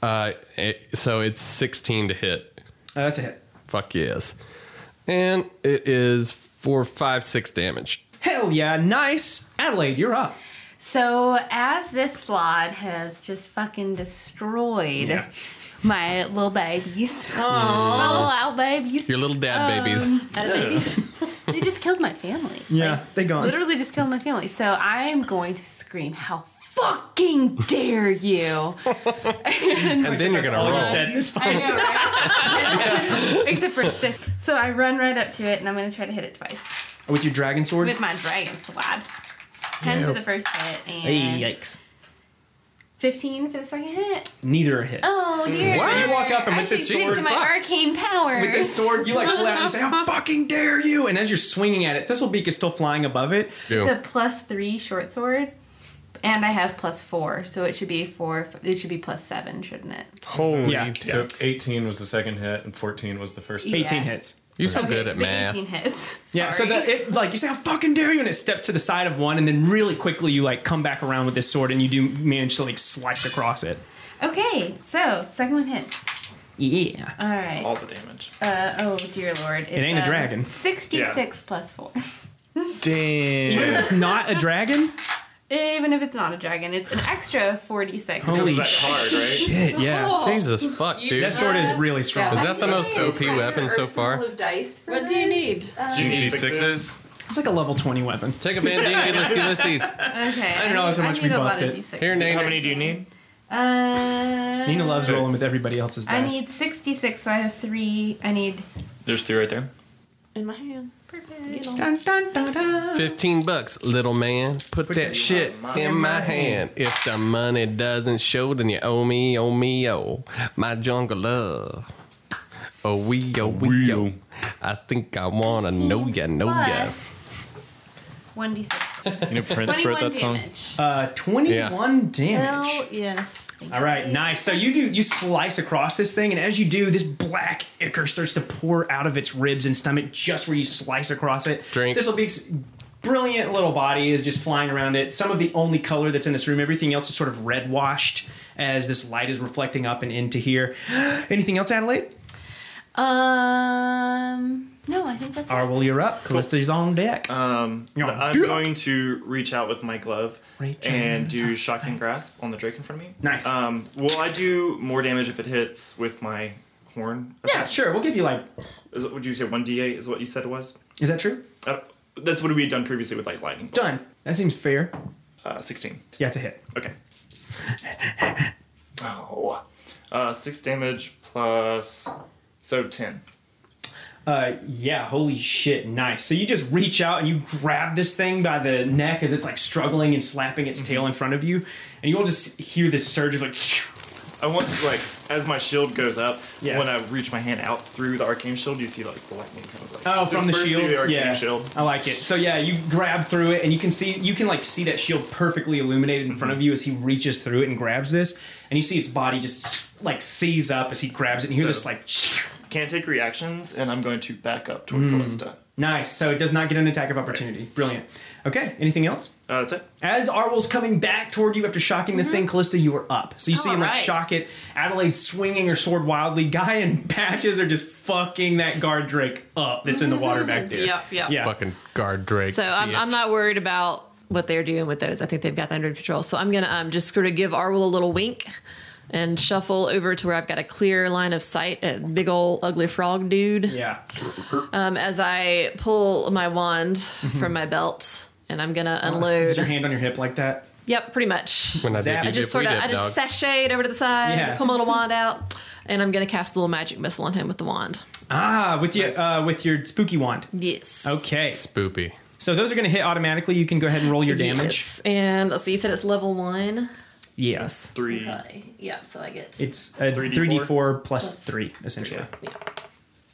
Speaker 7: Uh, it. So it's 16 to hit.
Speaker 1: Uh, that's a hit.
Speaker 7: Fuck yes. And it is four, five, six damage.
Speaker 1: Hell yeah, nice. Adelaide, you're up.
Speaker 3: So as this slot has just fucking destroyed
Speaker 1: Yeah.
Speaker 3: my little babies, my little owl babies,
Speaker 7: Your little dad babies.
Speaker 3: uh, they, just, they just killed my family.
Speaker 1: Yeah, they gone.
Speaker 3: Literally just killed my family. So I am going to scream, "How fucking dare you!"
Speaker 7: and then you're gonna roll.
Speaker 1: this
Speaker 3: I know, right? Except for this. So I run right up to it, and I'm going to try to hit it twice
Speaker 1: With your dragon sword?
Speaker 3: with my dragon swab. Ten for the first hit, and
Speaker 1: yikes.
Speaker 3: fifteen for the second hit.
Speaker 1: Neither are hits.
Speaker 3: Oh dear!
Speaker 7: What?
Speaker 1: You walk up and
Speaker 3: I
Speaker 1: with this
Speaker 3: should use
Speaker 1: sword-
Speaker 3: my
Speaker 7: Fuck.
Speaker 3: arcane powers.
Speaker 1: With this sword, you like pull out and you say, How fucking dare you! And as you're swinging at it, Thistlebeak is still flying above it.
Speaker 3: It's
Speaker 7: Do.
Speaker 3: a plus three short sword, and I have plus four, so it should be four. It should be plus seven, shouldn't it?
Speaker 7: Holy
Speaker 1: Yeah.
Speaker 6: So
Speaker 7: tits.
Speaker 6: 18 was the second hit and 14 was the first hit.
Speaker 1: 18
Speaker 3: Yeah.
Speaker 1: hits.
Speaker 7: You're so
Speaker 3: Okay,
Speaker 7: good
Speaker 3: so
Speaker 7: at
Speaker 3: the
Speaker 7: math.
Speaker 3: Eighteen hits.
Speaker 1: Yeah, so
Speaker 3: Sorry.
Speaker 1: that it like you say, "How fucking dare you!" and it steps to the side of one, and then really quickly you like come back around with this sword, and you do manage to like slice across it.
Speaker 3: okay, so second one hit.
Speaker 1: Yeah,
Speaker 3: All right.
Speaker 5: All the damage.
Speaker 3: Uh, oh dear lord. It
Speaker 1: ain't a dragon.
Speaker 3: Sixty-six plus four.
Speaker 1: even if
Speaker 5: Damn.
Speaker 1: it's not a dragon,
Speaker 3: Even if it's not a dragon, it's an extra forty-six.
Speaker 1: holy
Speaker 5: That hard, right?
Speaker 1: shit! Yeah,
Speaker 4: Oh.
Speaker 7: Jesus fuck, dude.
Speaker 1: that sword is really strong.
Speaker 7: Is that the most OP weapon so far?
Speaker 4: What do you need?
Speaker 5: D6s?
Speaker 1: It's like a level twenty weapon.
Speaker 7: Take a Bandine, Giddless Ulysses.
Speaker 3: Okay.
Speaker 1: didn't realize how
Speaker 3: I
Speaker 1: much we
Speaker 3: need a lot
Speaker 1: buffed
Speaker 3: of
Speaker 1: it.
Speaker 3: D6.
Speaker 7: Here,
Speaker 5: How
Speaker 7: Nate.
Speaker 5: many do you need?
Speaker 3: Uh,
Speaker 1: Nina loves
Speaker 5: Six.
Speaker 1: rolling with everybody else's
Speaker 3: I
Speaker 1: dice.
Speaker 3: need 66, so I have three. I need.
Speaker 5: There's three right there.
Speaker 4: In my hand.
Speaker 3: Perfect.
Speaker 1: Dun, dun, dun, dun.
Speaker 7: 15 bucks, little man. Put that shit in my hand. If the money doesn't show, then you owe me, owe me, oh. My jungle love. Oh, we, oh, we, oh. I think I wanna know ya, know ya.
Speaker 3: Plus 1d6
Speaker 6: You know Prince wrote
Speaker 3: 21
Speaker 6: that song.
Speaker 3: damage.
Speaker 1: Uh, 21 damage.
Speaker 4: Hell yes.
Speaker 1: All right, nice. So you do you slice across this thing, and as you do, this black ichor starts to pour out of its ribs and stomach just where you slice across it.
Speaker 7: Drink.
Speaker 1: This will be ex- brilliant. Little body is just flying around it. Some of the only color that's in this room. Everything else is sort of red washed as this light is reflecting up and into here. Anything else, Adelaide?
Speaker 3: Um, no, I think that's it.
Speaker 1: Arwell, you're up. Callista's on deck.
Speaker 5: Um,
Speaker 1: Yeah.
Speaker 5: I'm
Speaker 1: Yeah.
Speaker 5: going to reach out with my glove
Speaker 1: Reach
Speaker 5: and
Speaker 1: out.
Speaker 5: do shocking grasp on the drake in front of me.
Speaker 1: Nice.
Speaker 5: Um, will I do more damage if it hits with my horn?
Speaker 1: yeah, sure. We'll give you like.
Speaker 5: Is, would you say one d8 is what you said it was?
Speaker 1: Is that true?
Speaker 5: Uh, that's what we had done previously with like lightning. bolt.
Speaker 1: Done. That seems fair.
Speaker 5: Uh, 16.
Speaker 1: Yeah, it's a hit.
Speaker 5: Okay. oh. Uh, six damage plus so ten.
Speaker 1: Uh, yeah, holy shit, nice. So you just reach out and you grab this thing by the neck as it's like struggling and slapping its tail in
Speaker 5: Mm-hmm.
Speaker 1: front of you, and you will just hear this surge of like,
Speaker 5: I want like as my shield goes up,
Speaker 1: Yeah.
Speaker 5: when I reach my hand out through the arcane shield, you see like the lightning kind of like
Speaker 1: oh, from the
Speaker 5: disperse through
Speaker 1: shield.
Speaker 5: the arcane
Speaker 1: yeah,
Speaker 5: shield.
Speaker 1: I like it. So yeah, you grab through it and you can see you can like see that shield perfectly illuminated in front
Speaker 5: Mm-hmm.
Speaker 1: of you as he reaches through it and grabs this, and you see its body just like seize up as he grabs it, and you hear
Speaker 5: So-
Speaker 1: this like.
Speaker 5: Can't take reactions, and I'm going to back up toward
Speaker 1: Hmm.
Speaker 5: Callista. Uh,
Speaker 1: Nice. So it does not get an attack of opportunity. Brilliant. Okay. Anything else?
Speaker 5: Uh, that's it.
Speaker 1: As Arwell's coming back toward you after shocking
Speaker 4: Mm-hmm.
Speaker 1: this thing, Callista, you are up. So you see him like
Speaker 4: Alright.
Speaker 1: shock it. Adelaide swinging her sword wildly. Guy and Patches are just fucking that guard Drake up that's in the water back there.
Speaker 4: Mm-hmm. Yep, yep.
Speaker 1: Yeah.
Speaker 7: Fucking guard Drake.
Speaker 4: So I'm, I'm
Speaker 7: bitch.
Speaker 4: not worried about what they're doing with those. I think they've got that under control. So I'm gonna um, just sort of give Arwell a little wink and shuffle over to where I've got a clear line of sight at big old ugly frog dude.
Speaker 1: Yeah.
Speaker 4: Um, as I pull my wand from my belt and I'm gonna
Speaker 1: Is your
Speaker 4: unload.
Speaker 1: hand on your hip like that?
Speaker 4: Yep, pretty much.
Speaker 7: When I,
Speaker 1: Zap. I
Speaker 7: did,
Speaker 4: I
Speaker 7: you
Speaker 4: just
Speaker 7: did, we
Speaker 4: sort of
Speaker 7: did,
Speaker 4: I just
Speaker 7: dog.
Speaker 4: sashayed over to the side,
Speaker 1: Yeah.
Speaker 4: pull my little wand out, and I'm gonna cast a little magic missile on him with the wand.
Speaker 1: Ah, with your uh, with your spooky wand.
Speaker 4: Yes.
Speaker 1: Okay.
Speaker 7: spoopy.
Speaker 1: So those are going to hit automatically. You can go ahead and roll your damage.
Speaker 4: Yes. And let's see, you said it's level one.
Speaker 1: Yes.
Speaker 5: Three.
Speaker 4: Okay. Yeah, so I get
Speaker 1: It's a 3D4,
Speaker 5: 3D4
Speaker 1: plus 3 essentially.
Speaker 5: Yeah.
Speaker 4: yeah,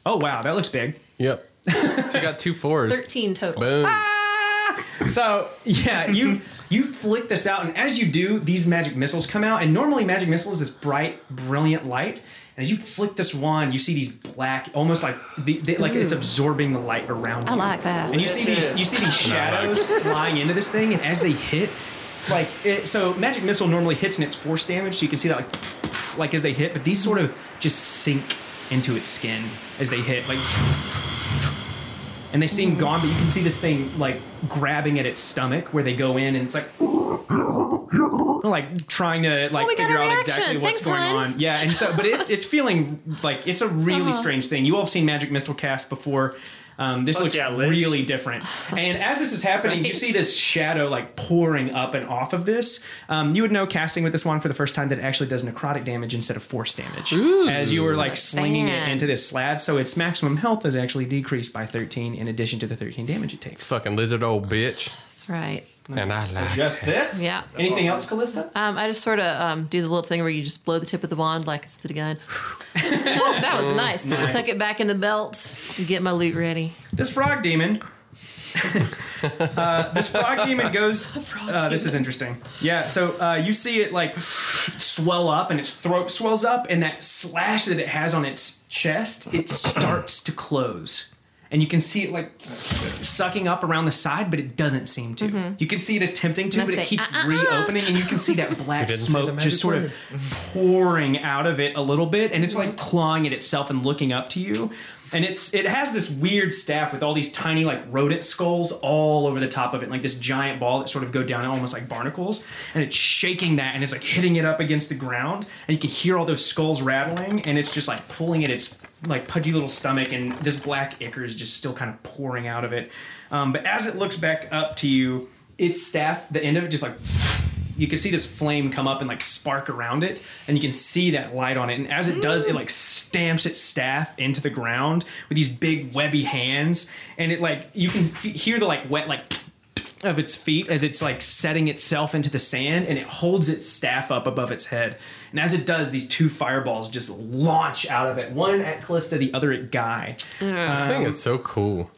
Speaker 1: Oh wow, that looks big.
Speaker 7: Yep. she got two fours.
Speaker 4: thirteen total.
Speaker 7: Boom.
Speaker 1: Ah! So yeah, you you flick this out, and as you do, these magic missiles come out. And normally, magic missile is this bright, brilliant light. And as you flick this wand, you see these black, almost like the, the, like it's absorbing the light around.
Speaker 4: I
Speaker 1: you.
Speaker 4: like that.
Speaker 1: And you see these you see these shadows flying into this thing, and as they hit, like it, so, magic missile normally hits and it's force damage, so you can see that like like as they hit, but these sort of just sink into its skin as they hit, like. And they seem gone, but you can see this thing like grabbing at its stomach where they go in, and it's like, like trying to like
Speaker 4: Oh, we got
Speaker 1: figure
Speaker 4: a
Speaker 1: out
Speaker 4: reaction.
Speaker 1: exactly what's
Speaker 4: Thanks,
Speaker 1: going
Speaker 4: hon.
Speaker 1: on. Yeah, and so, but it, it's feeling like it's a really strange thing. You all have seen magic missile cast before. Um, this looks
Speaker 5: yeah, Lich.
Speaker 1: really different. And as this is happening, you see this shadow like pouring up and off of this. Um, you would know casting with this one for the first time that it actually does necrotic damage instead of force damage. as you were like slinging it
Speaker 4: fan.
Speaker 1: into this slab, so its maximum health is actually decreased by 13 in addition to the 13 damage it takes.
Speaker 7: Fucking lizard old bitch.
Speaker 4: That's right.
Speaker 7: And I like
Speaker 1: Just this?
Speaker 4: Yeah.
Speaker 1: Anything else, Callista?
Speaker 4: Um, I just sort of um, do the little thing where you just blow the tip of the wand like it's the gun. Oh, that was nice. Kinda Tuck it back in the belt. Get my loot ready.
Speaker 1: this frog demon. uh, this frog demon goes. uh, This is interesting. Yeah, so uh, you see it like swell up, and its throat swells up, and that slash that it has on its chest, it starts to close, and you can see it like sucking up around the side, but it doesn't seem to. You can see it attempting to,
Speaker 4: Mm-hmm. Must
Speaker 1: but it
Speaker 4: say,
Speaker 1: keeps
Speaker 4: "Uh-uh."
Speaker 1: reopening, and you can see that black
Speaker 7: didn't say the
Speaker 1: smoke
Speaker 7: magic
Speaker 1: just sort
Speaker 7: word.
Speaker 1: of pouring out of it a little bit and it's like clawing at itself and looking up to you and it's it has this weird staff with all these tiny like rodent skulls all over the top of it like this giant ball that sort of go down almost like barnacles and it's shaking that and it's like hitting it up against the ground and you can hear all those skulls rattling and it's just like pulling at its like pudgy little stomach and this black ichor is just still kind of pouring out of it um, but as it looks back up to you its staff the end of it just like you can see this flame come up and like spark around it and you can see that light on it and as it does it like stamps its staff into the ground with these big webby hands and it like you can f- hear the like wet like of its feet as it's like setting itself into the sand and it holds its staff up above its head. And as it does, these two fireballs just launch out of it, one at Callista, the other at Guy.
Speaker 7: This thing is so cool.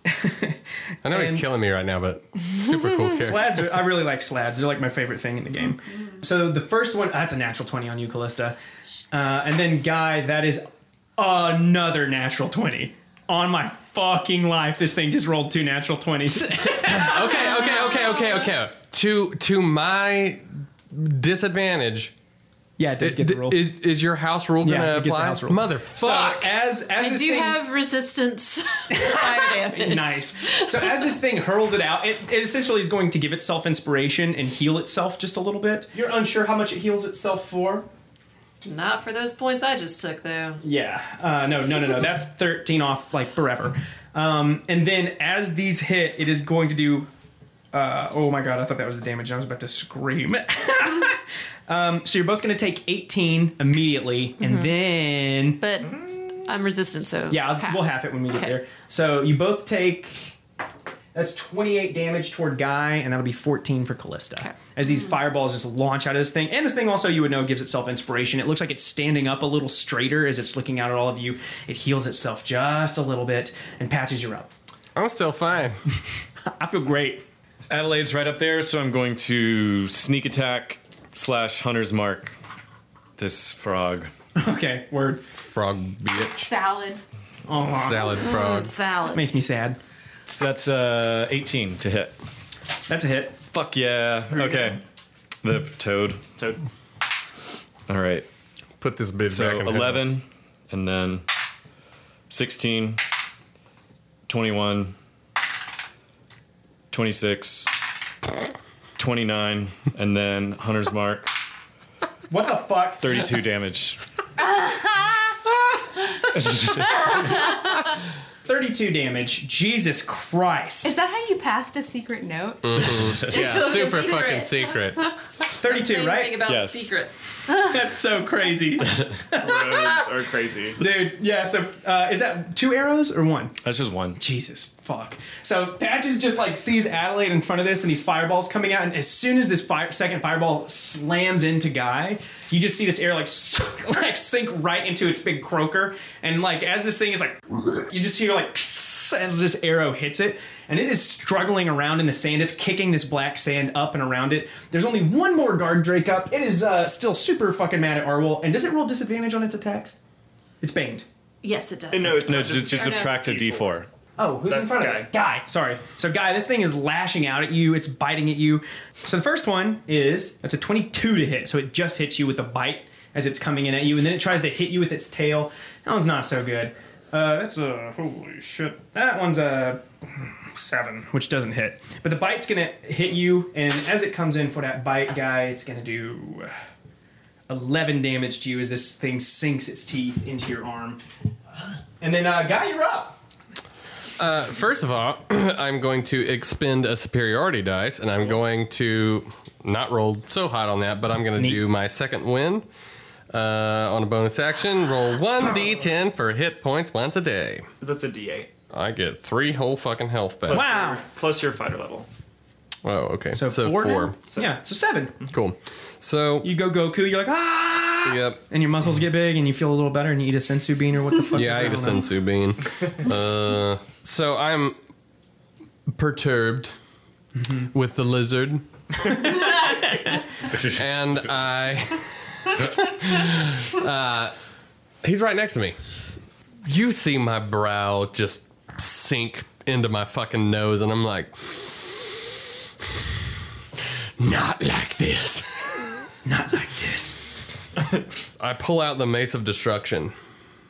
Speaker 7: I know he's
Speaker 1: and-
Speaker 7: killing me right now, but super cool character.
Speaker 1: Slads, are, I really like slads. They're like my favorite thing in the game.
Speaker 4: Mm-hmm.
Speaker 1: So the first one, that's a natural 20 on you, Callista. Uh, and then Guy, that is another natural 20 on my fucking life. This thing just rolled two natural 20s.
Speaker 7: Okay, okay, okay, okay, okay. To to my disadvantage,
Speaker 1: yeah, it does get the
Speaker 7: d-
Speaker 1: roll.
Speaker 7: is is your house rule
Speaker 1: Yeah,
Speaker 7: gonna
Speaker 1: it gets the
Speaker 7: apply?
Speaker 1: house rule.
Speaker 7: Motherfucker.
Speaker 1: so as, as
Speaker 4: I
Speaker 1: this
Speaker 4: do
Speaker 1: thing,
Speaker 4: have resistance fire damage.
Speaker 1: Nice. So as this thing hurls it out, it, it essentially is going to give itself inspiration and heal itself just a little bit. You're unsure how much it heals itself for.
Speaker 4: Not for those points I just took though.
Speaker 1: Yeah. Uh, no, no, no, no. That's 13 off like forever. Um, and then as these hit, it is going to do. Uh, oh my god, I thought that was the damage. I was about to scream. um, so you're both going to take 18 immediately, and then.
Speaker 4: But I'm resistant, so
Speaker 1: Yeah, I'll, we'll half it when we get there. So you both take that's 28 damage toward Guy, and that'll be 14 for Callista. As these fireballs just launch out of this thing, and this thing also you would know gives itself inspiration. It looks like it's standing up a little straighter as it's looking out at all of you. It heals itself just a little bit and patches you up.
Speaker 7: I'm still fine.
Speaker 1: I feel great.
Speaker 6: Adelaide's right up there, so I'm going to sneak attack slash hunter's mark this frog.
Speaker 1: Okay, word.
Speaker 7: Frog bitch.
Speaker 8: Salad.
Speaker 1: Oh,
Speaker 7: Salad frog.
Speaker 4: Mm, salad.
Speaker 1: makes me sad.
Speaker 6: That's uh 18 to hit.
Speaker 1: That's a hit.
Speaker 6: Fuck yeah. Okay. The toad.
Speaker 5: Toad.
Speaker 6: All right.
Speaker 7: Put this bitch
Speaker 6: So
Speaker 7: back in.
Speaker 6: 11 and then 16 21 26 29 and then hunter's mark
Speaker 1: What the fuck?
Speaker 6: 32 damage.
Speaker 1: 32 damage. Jesus Christ.
Speaker 8: Is that how you passed a secret note?
Speaker 6: Yeah.
Speaker 7: Super fucking secret.
Speaker 1: 32, right?
Speaker 4: about
Speaker 6: Yes.
Speaker 4: secrets.
Speaker 1: That's so crazy.
Speaker 5: Rogues are crazy.
Speaker 1: Dude, yeah, so uh, is that two arrows or one?
Speaker 6: That's just one.
Speaker 1: Jesus, fuck. So Patches just like sees Adelaide in front of this and these fireballs coming out, and as soon as this fire, second fireball slams into Guy, you just see this air like like sink right into its big croaker, and like as this thing is like, you just hear like as this arrow hits it, and it is struggling around in the sand. It's kicking this black sand up and around it. There's only one more guard Drake up. It is uh, still super fucking mad at Arwol, and does it roll disadvantage on its attacks? It's baned.
Speaker 4: Yes, it does.
Speaker 5: No, it's
Speaker 6: No,
Speaker 5: not
Speaker 6: it's just, just
Speaker 4: Or no.
Speaker 6: subtract a d4.
Speaker 1: Oh, who's in
Speaker 5: That's
Speaker 1: front of me? Guy. Sorry. So, Guy, this thing is lashing out at you. It's biting at you. So, the first one is that's a 22 to hit. So, it just hits you with a bite as it's coming in at you. And then it tries to hit you with its tail. That one's not so good. Uh, that's a. Holy shit. That one's a. Seven, which doesn't hit. But the bite's going to hit you. And as it comes in for that bite, Guy, it's going to do. 11 damage to you as this thing sinks its teeth into your arm. And then, uh, Guy, you're up.
Speaker 7: Uh, first of all, I'm going to expend a superiority dice, and I'm going to not roll so hot on that, but I'm going to do my second win uh, on a bonus action. Roll one d10 for hit points once a day.
Speaker 5: That's a D8.
Speaker 7: I get three whole fucking health back.
Speaker 1: Wow.
Speaker 5: Plus your fighter level.
Speaker 7: Whoa, okay.
Speaker 1: So, four. now?
Speaker 5: So-
Speaker 1: Yeah, so seven.
Speaker 7: Cool. So,
Speaker 1: You go Goku, you're like, ah!
Speaker 7: yep.
Speaker 1: And your muscles get big and you feel a little better and you eat a sensu bean or what the fuck.
Speaker 7: Yeah, I ate a
Speaker 1: don't know.
Speaker 7: sensu bean. uh, so I'm perturbed with the lizard. and I. uh, he's right next to me. You see my brow just sink into my fucking nose, and I'm like, not like this.
Speaker 1: Not like this.
Speaker 7: I pull out the Mace of Destruction.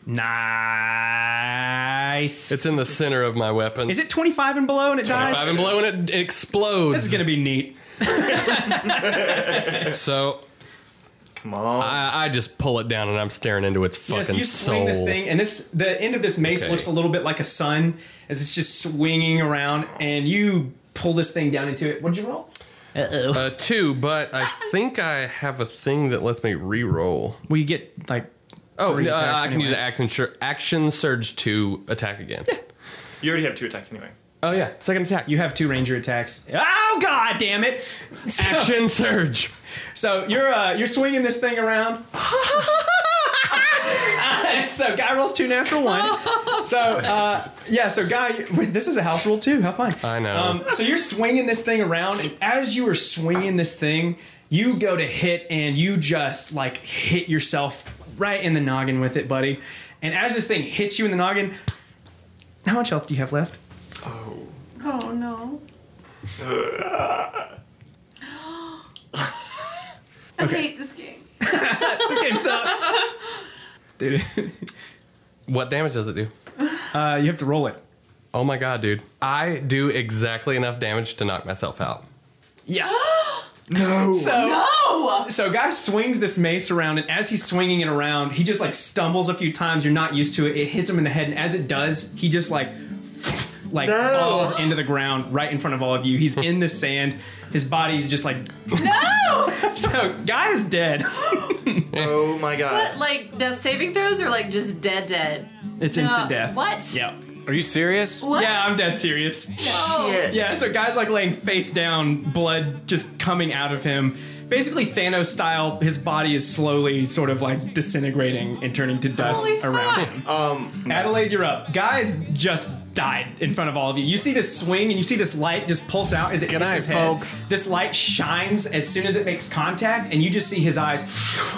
Speaker 1: Nice.
Speaker 7: It's in the center of my weapon.
Speaker 1: Is it 25 and below and it dies?
Speaker 7: I've been blowing it, it explodes.
Speaker 1: This is going to be neat.
Speaker 7: So
Speaker 5: Come on.
Speaker 7: I, I just pull it down and I'm staring into its fucking
Speaker 1: Yes, you swing
Speaker 7: soul.
Speaker 1: this thing, and this the end of this mace
Speaker 7: Okay.
Speaker 1: looks a little bit like a sun as it's just swinging around, and you pull this thing down into it. What'd you roll?
Speaker 7: Uh, two, but I think I have a thing that lets me re-roll.
Speaker 1: Well, you get like
Speaker 7: Oh,
Speaker 1: Three
Speaker 7: no, I
Speaker 1: attacks
Speaker 7: can use an
Speaker 1: anyway.
Speaker 7: action, sur- action surge to attack again.
Speaker 5: you already have two attacks anyway.
Speaker 7: Oh yeah, second attack.
Speaker 1: You have two ranger attacks. Oh god damn it! So,
Speaker 7: Action surge.
Speaker 1: So you're uh, you're swinging this thing around. Uh, so guy rolls two natural one. So uh, yeah, so guy, this is a house rule too. How fun! Um,
Speaker 7: I know.
Speaker 1: so you're swinging this thing around, and as you are swinging this thing, you go to hit, and you just like hit yourself right in the noggin with it, buddy. And as this thing hits you in the noggin, how much health do you have left?
Speaker 3: Oh no. I hate this game.
Speaker 1: This game sucks, dude.
Speaker 7: What damage does it do?
Speaker 1: Uh, you have to roll it.
Speaker 7: Oh my god, dude! I do exactly enough damage to knock myself out.
Speaker 1: Yeah. no. So no. So guy swings this mace around, and as he's swinging it around, he just like stumbles a few times. You're not used to it. It hits him in the head, and as it does, he just like like falls into the ground right in front of all of you. He's in the sand. His body's just like
Speaker 4: No!
Speaker 1: so. Guy is dead.
Speaker 9: Oh my god.
Speaker 4: But like death saving throws are like just dead dead.
Speaker 1: It's instant death.
Speaker 4: What?
Speaker 1: Yep.
Speaker 6: Are you serious?
Speaker 4: What?
Speaker 1: Yeah, I'm dead serious.
Speaker 9: Shit.
Speaker 1: Yeah, so guys like laying face down, blood just coming out of him. Basically, Thanos style, his body is slowly sort of like disintegrating and turning to dust
Speaker 4: Holy
Speaker 1: around
Speaker 4: fuck.
Speaker 1: him.
Speaker 9: Um,
Speaker 1: Adelaide, you're up. Guys just died in front of all of you. You see this swing and you see this light just pulse out as it
Speaker 7: Good
Speaker 1: hits
Speaker 7: night,
Speaker 1: his head.
Speaker 7: folks.
Speaker 1: This light shines as soon as it makes contact, and you just see his eyes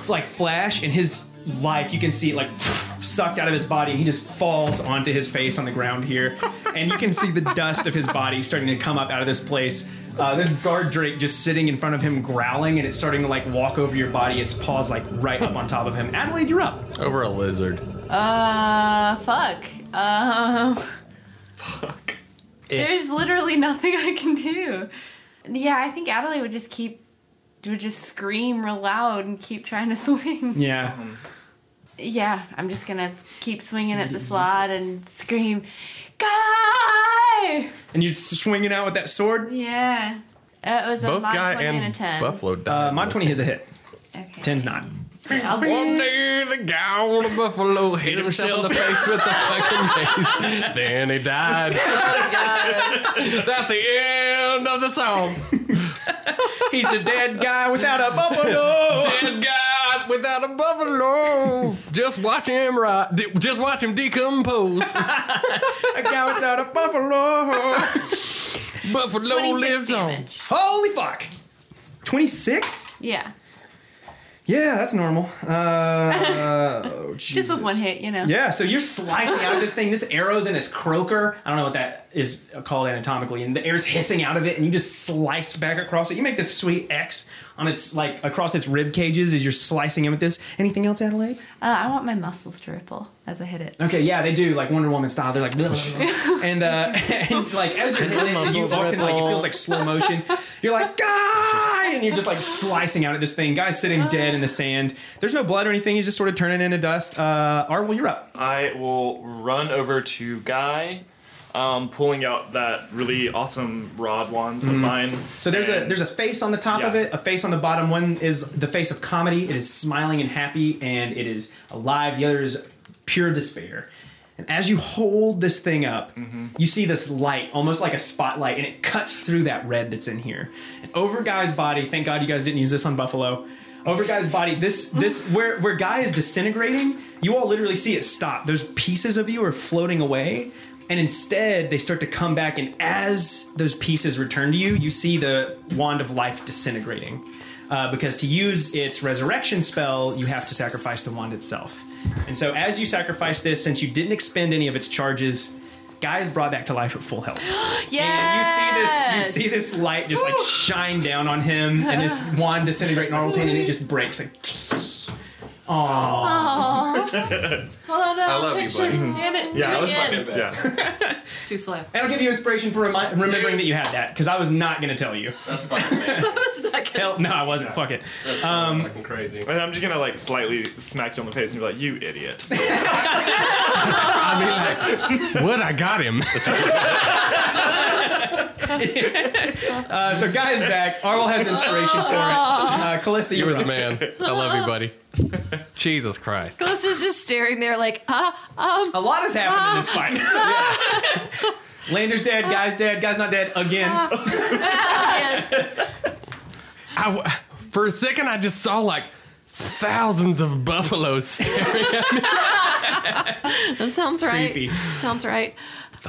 Speaker 1: like flash, and his life you can see it like sucked out of his body. and He just falls onto his face on the ground here, and you can see the dust of his body starting to come up out of this place. Uh, this guard drake just sitting in front of him, growling, and it's starting to like walk over your body. Its paws like right up on top of him. Adelaide, you're up.
Speaker 7: Over a lizard.
Speaker 3: Uh, fuck. Um,
Speaker 5: Fuck.
Speaker 3: there's literally nothing I can do. Yeah, I think Adelaide would just keep, would just scream real loud and keep trying to swing.
Speaker 1: Yeah.
Speaker 3: Yeah, I'm just gonna keep swinging at the slot and scream, Guy!
Speaker 1: And you're swinging out with that sword.
Speaker 3: Yeah. Uh, it was a
Speaker 7: Both
Speaker 3: mod
Speaker 7: guy
Speaker 3: 20
Speaker 7: and,
Speaker 3: a 10.
Speaker 7: Buffalo died.
Speaker 1: Uh, mod 20 is a hit.
Speaker 3: Okay.
Speaker 1: 10's not.
Speaker 3: I'll
Speaker 7: One day the guy on the buffalo hit himself in the face with the fucking mace. Then he died. That's the end of the song.
Speaker 1: He's a dead guy without a buffalo.
Speaker 7: Dead guy without a buffalo. Just watch him rot. d- Just watch him decompose.
Speaker 1: a guy without a buffalo.
Speaker 7: Buffalo lives on.
Speaker 3: damage.
Speaker 1: Holy fuck. 26?
Speaker 3: Yeah.
Speaker 1: Yeah, that's normal. Uh, oh,
Speaker 3: Just
Speaker 1: Jesus.
Speaker 3: with one hit, you know.
Speaker 1: Yeah, so you're slicing out of this thing. This arrow's in its croaker. I don't know what that is called anatomically, and the air's hissing out of it, and you just slice back across it. You make this sweet X on its like across its rib cages as you're slicing in with this. Anything else, Adelaide?
Speaker 3: Uh, I want my muscles to ripple as I hit it.
Speaker 1: Okay, yeah, they do like Wonder Woman style. They're like, blah, blah, blah. and uh, and like as you're hitting it, you
Speaker 6: Muscles
Speaker 1: walk in, like it
Speaker 6: ripple.
Speaker 1: feels like slow motion. You're like, guy, and you're just like slicing out at this thing. Guy's sitting dead in the sand. There's no blood or anything. He's just sort of turning into dust. Uh, Arwell, you're up.
Speaker 5: I will run over to Guy, um, pulling out that really awesome rod wand of mine.
Speaker 1: Hmm. So there's a
Speaker 5: and-
Speaker 1: there's a face on the top of
Speaker 5: Yeah.
Speaker 1: it, a face on the bottom. One is the face of comedy. It is smiling and happy, and it is alive. The other is pure despair. And as you hold this thing up, you see this light, almost like a spotlight, and it cuts through that red that's in here. And over Guy's body, thank God you guys didn't use this on Buffalo. Over Guy's body, this this where where Guy is disintegrating, you all literally see it stop. Those pieces of you are floating away, and instead they start to come back. And as those pieces return to you, you see the wand of life disintegrating. Uh, because to use its resurrection spell, you have to sacrifice the wand itself. And so, as you sacrifice this, since you didn't expend any of its charges, Guy's brought back to life at full health. And you see this, you see this light just like shine down on him, and this wand disintegrate in Arnold's hand, and it just breaks. Like, Aww.
Speaker 3: Oh, no,
Speaker 7: I love you,
Speaker 3: picture-
Speaker 1: Mhm.
Speaker 7: buddy.
Speaker 3: Damn it.
Speaker 5: Yeah,
Speaker 4: Do
Speaker 5: I
Speaker 4: it
Speaker 5: was
Speaker 4: again.
Speaker 7: fucking bad.
Speaker 5: Yeah.
Speaker 4: Too slow.
Speaker 1: And I'll give you inspiration for remi- remembering that you had that, because I was not going to tell you.
Speaker 7: That's fucking
Speaker 4: So it's not gonna
Speaker 1: Hell, no, I wasn't. Fuck it.
Speaker 7: um, fucking crazy.
Speaker 5: And I'm just gonna like slightly smack you on the face and be like, "You idiot."
Speaker 7: I mean, like, what? I got him.
Speaker 1: Uh, so, Guy's back. Arwell has inspiration for it. Uh, Callista,
Speaker 7: You
Speaker 1: you're
Speaker 7: were the
Speaker 1: up.
Speaker 7: man. I love you, buddy. Jesus Christ.
Speaker 4: Callista's just staring there like, ah, um,
Speaker 1: A lot has happened in this fight. Lander's dead. Guy's dead. Guy's not dead again.
Speaker 7: I w- for a second, I just saw like thousands of buffaloes staring at me.
Speaker 4: That sounds right.
Speaker 1: Creepy.
Speaker 4: Sounds right.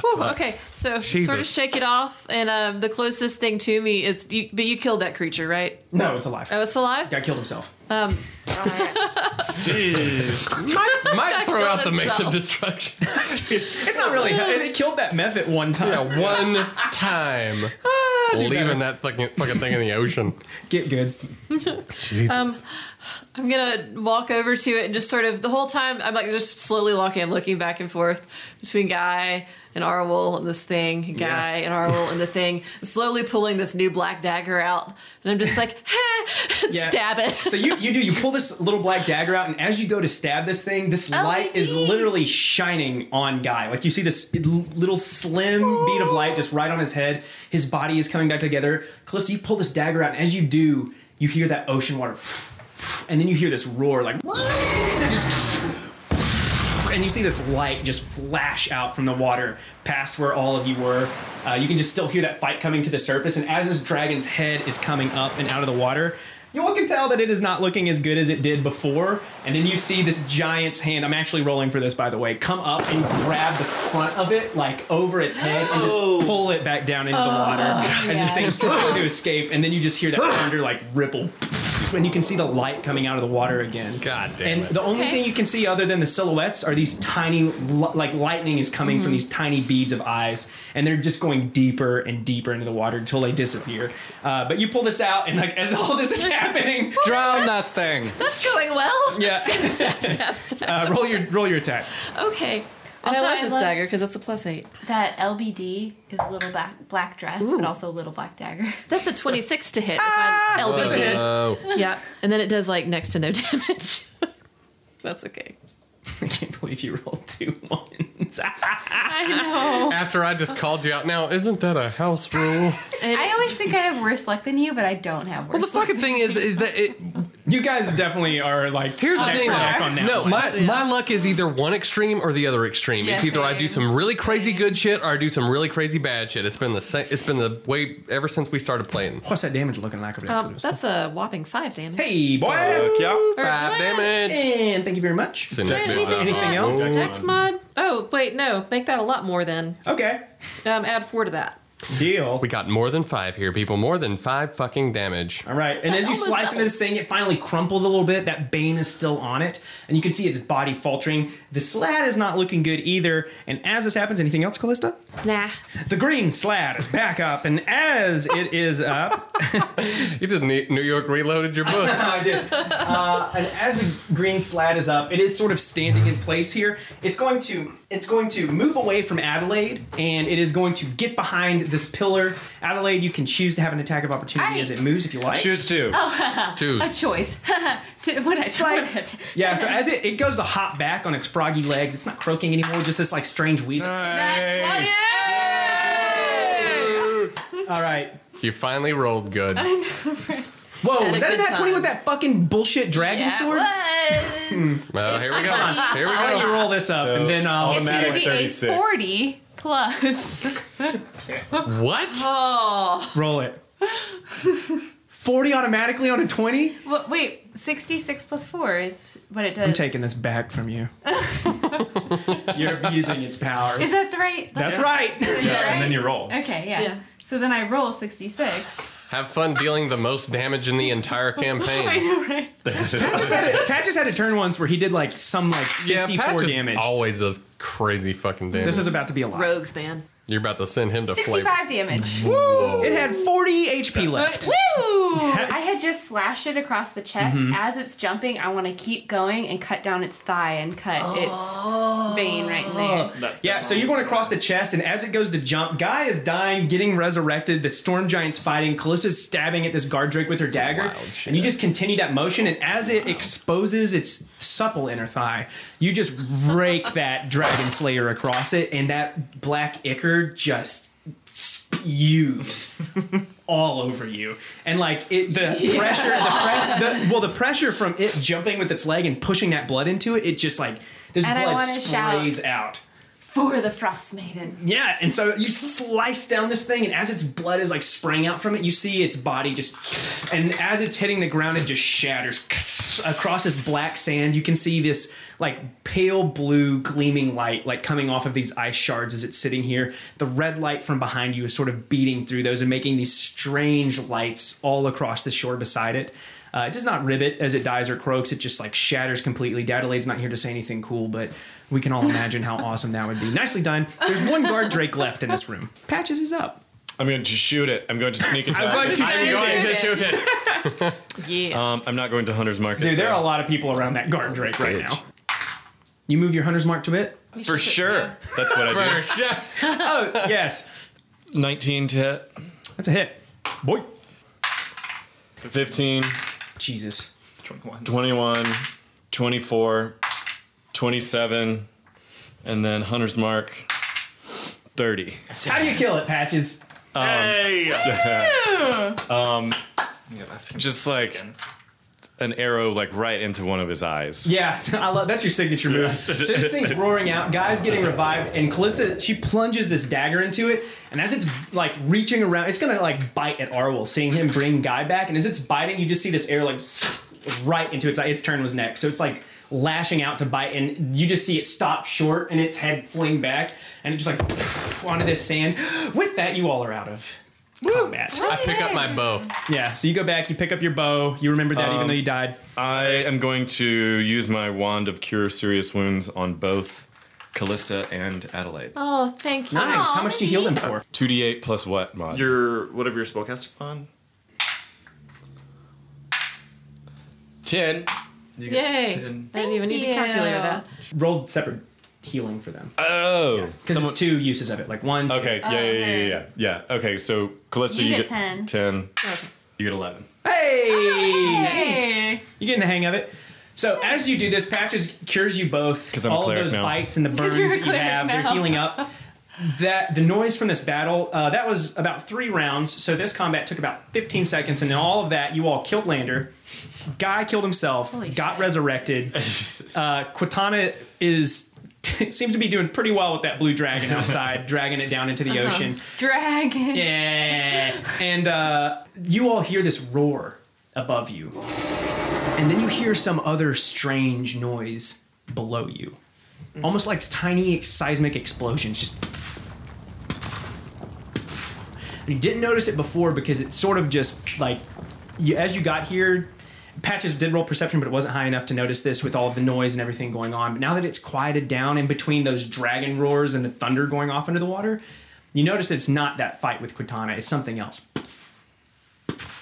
Speaker 4: Whew, okay, so sort of
Speaker 7: Jesus.
Speaker 4: shake it off, and um, the closest thing to me is, you, but you killed that creature, right?
Speaker 1: No, it's alive.
Speaker 4: Oh, it's alive.
Speaker 1: Guy killed himself.
Speaker 4: Um,
Speaker 7: might might throw
Speaker 4: killed
Speaker 7: out the mace of
Speaker 4: himself.
Speaker 7: destruction.
Speaker 1: It's not really. It it killed that meth at one time.
Speaker 7: yeah, one time.
Speaker 1: Ah, do better.
Speaker 7: Leaving that fucking, fucking thing in the ocean.
Speaker 1: Get good.
Speaker 7: Jesus.
Speaker 1: Um,
Speaker 4: I'm gonna walk over to it and just sort of the whole time I'm like just slowly walking. I'm looking back and forth between guy and Arwol and this thing, guy and Arwol and the thing. slowly pulling this new black dagger out, and I'm just like,
Speaker 1: Yeah.
Speaker 4: stab it.
Speaker 1: So you you do you pull this little black dagger out, and as you go to stab this thing, this light is
Speaker 4: indeed.
Speaker 1: literally shining on Guy. Like you see this little slim bead of light just right on his head. His body is coming back together. Callista, you pull this dagger out, and as you do, you hear that ocean water, and then you hear this roar like that just. And you see this light just flash out from the water past where all of you were. Uh, you can just still hear that fight coming to the surface. And as this dragon's head is coming up and out of the water, you all can tell that it is not looking as good as it did before. And then you see this giant's hand. I'm actually rolling for this, by the way. Come up and grab the front of it, like over its head, and just pull it back down into the water as this thing's trying to escape. And then you just hear that thunder like ripple. And you can see the light coming out of the water again.
Speaker 7: God damn
Speaker 1: And
Speaker 7: it.
Speaker 1: the only
Speaker 4: Okay.
Speaker 1: thing you can see other than the silhouettes are these tiny, li- like lightning is coming
Speaker 7: Mm-hmm.
Speaker 1: from these tiny beads of eyes, and they're just going deeper and deeper into the water until they disappear. Uh, but you pull this out, and like as all this is happening,
Speaker 6: Drown that thing.
Speaker 4: That's going well.
Speaker 1: Yeah. Um,
Speaker 4: stab, stab, stab, stab.
Speaker 1: uh, roll your roll your attack.
Speaker 4: Okay. And I
Speaker 3: Also,
Speaker 4: like
Speaker 3: I
Speaker 4: this
Speaker 3: love-
Speaker 4: dagger because that's a plus eight.
Speaker 8: That LBD is little black, black dress
Speaker 4: Ooh.
Speaker 8: and also little black dagger.
Speaker 4: That's a 26 to hit. if
Speaker 1: Ah!
Speaker 4: I'm LBD.
Speaker 7: Oh,
Speaker 4: Yeah. And then it does like next to no damage. that's okay.
Speaker 1: I can't believe you rolled two ones.
Speaker 3: I know.
Speaker 7: after I just called you out. Now, isn't that a house rule?
Speaker 8: I always think I have worse luck than you, but I don't have worse
Speaker 7: Well, the
Speaker 8: luck.
Speaker 7: fucking thing is, is that it.
Speaker 1: you guys definitely are like
Speaker 7: Here's the
Speaker 1: neck
Speaker 7: thing,
Speaker 1: and neck
Speaker 7: though.
Speaker 1: on that
Speaker 7: No,
Speaker 1: one.
Speaker 7: my, my luck is either one extreme or the other extreme. it's
Speaker 3: Yeah,
Speaker 7: either I do
Speaker 3: same.
Speaker 7: some really crazy good shit or I do some really crazy bad shit. It's been the same. It's been the way ever since we started playing.
Speaker 1: What's that damage looking like over there?
Speaker 4: Um, that's a whopping five damage.
Speaker 1: hey boy,
Speaker 7: Five damage.
Speaker 1: and thank you very much.
Speaker 7: It's in this
Speaker 4: Anything,
Speaker 7: bit.
Speaker 1: Anything
Speaker 4: yeah,
Speaker 1: else?
Speaker 4: Dex mod. Oh wait, no. Make that a lot more then.
Speaker 1: Okay,
Speaker 4: Um, add four to that.
Speaker 1: deal.
Speaker 7: We got more than five here, people. More than five fucking damage.
Speaker 1: All right, and as you
Speaker 4: almost
Speaker 1: slice into this thing, it finally crumples a little bit. That bane is still on it, and you can see its body faltering. The slad is not looking good either. And as this happens, anything else, Callista?
Speaker 4: Nah.
Speaker 1: The green slad is back up, and as it is up,
Speaker 7: You just ne- New York reloaded your books.
Speaker 1: I did. Uh, and as the green slad is up, it is sort of standing in place here. It's going to it's going to move away from Adelaide, and it is going to get behind this pillar. Adelaide, you can choose to have an attack of opportunity
Speaker 8: Aye.
Speaker 1: as it moves if you like.
Speaker 6: Choose two.
Speaker 7: Dude,
Speaker 8: A choice. To- what I
Speaker 1: Slice.
Speaker 8: it.
Speaker 1: Yeah, so as it, it goes to hop back on its froggy legs, it's not croaking anymore, just this like strange wheezing.
Speaker 7: Uh,
Speaker 1: All right.
Speaker 7: you finally rolled good.
Speaker 1: Whoa,
Speaker 4: a
Speaker 1: was that a
Speaker 4: good
Speaker 1: nat 20 with
Speaker 4: time.
Speaker 1: that fucking bullshit dragon sword?
Speaker 7: Well, here we go. Here we
Speaker 1: I'll let you
Speaker 7: go.
Speaker 1: roll this up and then I'll.
Speaker 8: It's
Speaker 6: Automatic
Speaker 8: gonna be a
Speaker 6: 36.
Speaker 8: forty plus.
Speaker 7: What?
Speaker 4: Oh,
Speaker 1: Roll it. 40 automatically on a 20?
Speaker 8: Well, wait, sixty-six plus four is what it does.
Speaker 1: I'm taking this back from you. You're abusing its power.
Speaker 8: Is that the right?
Speaker 1: That's
Speaker 8: yeah.
Speaker 1: right.
Speaker 6: And then you roll.
Speaker 8: Okay, yeah.
Speaker 4: Yeah.
Speaker 8: So then I roll sixty-six.
Speaker 7: Have fun dealing the most damage in the entire
Speaker 8: I
Speaker 7: campaign.
Speaker 8: know, right?
Speaker 1: Pat just, had a, Pat just had a turn once where he did like some like
Speaker 7: Yeah,
Speaker 1: 54
Speaker 7: Pat just
Speaker 1: damage.
Speaker 7: always does crazy fucking damage.
Speaker 1: This is about to be a lot.
Speaker 4: rogues, man.
Speaker 7: You're about to send him to flavor.
Speaker 8: Sixty-five damage.
Speaker 1: It had 40 HP left.
Speaker 8: Woo! I had just slashed it across the chest. As it's jumping, I want to keep going and cut down its thigh and cut its vein right in
Speaker 1: Oh.
Speaker 8: there.
Speaker 1: Yeah, so you're going across the chest, and as it goes to jump, Guy is dying, getting resurrected. The storm giant's fighting. Callista's stabbing at this guard drake with her dagger.
Speaker 7: wild shit.
Speaker 1: And you just continue that motion, and as it exposes its supple inner thigh, you just rake that dragon slayer across it, and that black ichor just spews all over you and like it the pressure the, pre- the well the pressure from it jumping with its leg and pushing that blood into it it just like this
Speaker 8: And I
Speaker 1: blood
Speaker 8: wanna shout.
Speaker 1: sprays out
Speaker 8: for the Frost Maiden.
Speaker 1: Yeah, and so you slice down this thing, and as its blood is like spraying out from it, you see its body just, and as it's hitting the ground, it just shatters across this black sand. You can see this like pale blue gleaming light like coming off of these ice shards as it's sitting here. The red light from behind you is sort of beating through those and making these strange lights all across the shore beside it. Uh, it does not ribbit as it dies or croaks. It just like shatters completely. Dadalaide's not here to say anything cool, but we can all imagine how awesome that would be. Nicely done. There's one guard Drake left in this room. Patches is up.
Speaker 6: I'm going to shoot it. I'm going to sneak attack.
Speaker 7: I'm going to
Speaker 6: it.
Speaker 7: shoot
Speaker 3: going to
Speaker 7: it.
Speaker 3: shoot
Speaker 4: Yeah.
Speaker 6: Um, I'm not going to Hunter's Market.
Speaker 1: Dude, there are a lot of people around that guard Drake right now. You move your hunter's mark to it?
Speaker 6: For sure. That's what
Speaker 7: For
Speaker 6: I
Speaker 7: sure.
Speaker 1: Oh, yes.
Speaker 6: do. 19 to hit.
Speaker 1: That's a hit.
Speaker 6: Boy. 15,
Speaker 1: Jesus.
Speaker 6: 21, 24, 27, and then Hunter's Mark, 30.
Speaker 1: How do you kill it, Patches?
Speaker 6: Um, Just like an arrow, like right into one of his eyes.
Speaker 1: Yes, I love that's your signature move. So this thing's roaring out, guys getting revived, and Callista she plunges this dagger into it, and as it's like reaching around, it's gonna like bite at Arwol, seeing him bring Guy back, and as it's biting, you just see this air like right into its eye. Its turn was next, so it's like lashing out to bite, and you just see it stop short and its head fling back, and it just like onto this sand. With that, you all are out of combat.
Speaker 7: I pick up my bow.
Speaker 1: Yeah, so you go back, you pick up your bow, you remember that even though you died.
Speaker 6: I am going to use my wand of cure serious wounds on both Callista and Adelaide.
Speaker 4: Oh, thank you.
Speaker 1: Nice. How much do you heal them for?
Speaker 6: 2d8 plus what mod?
Speaker 5: Your whatever your spellcasting on.
Speaker 6: 10.
Speaker 5: You
Speaker 4: Yay. I didn't even need
Speaker 3: you.
Speaker 4: to calculator that.
Speaker 1: Roll separate healing for them.
Speaker 6: Oh.
Speaker 1: Because it's two uses of it, like one. two-
Speaker 6: Okay. Yeah, yeah, yeah, yeah, yeah. Yeah. Okay. So Callista,
Speaker 8: You
Speaker 6: you,
Speaker 8: get
Speaker 6: get,
Speaker 8: 10.
Speaker 6: Ten. You get eleven.
Speaker 1: Hey! You're getting the hang of it. So as you do this, patches cures you both.
Speaker 6: 'Cause I'm a
Speaker 1: all of
Speaker 6: cleric
Speaker 1: those
Speaker 6: now.
Speaker 1: bites and the burns
Speaker 3: you're a
Speaker 1: that you
Speaker 3: cleric
Speaker 1: have, they're
Speaker 3: now.
Speaker 1: healing up. That the noise from this battle uh, that was about three rounds. So this combat took about 15 seconds, and in all of that, you all killed Lander. Guy killed himself, got
Speaker 3: shit.
Speaker 1: resurrected. Uh, Quitana is. Seems to be doing pretty well with that blue dragon outside, dragging it down into the ocean.
Speaker 3: Uh-huh. Dragon.
Speaker 1: Yeah. And uh, you all hear this roar above you. And then you hear some other strange noise below you. Almost like tiny seismic explosions. Just. You didn't notice it before because it's sort of just like you, as you got here, Patches did roll perception, but it wasn't high enough to notice this with all of the noise and everything going on. But now that it's quieted down in between those dragon roars and the thunder going off under the water, you notice it's not that fight with Quitana, it's something else.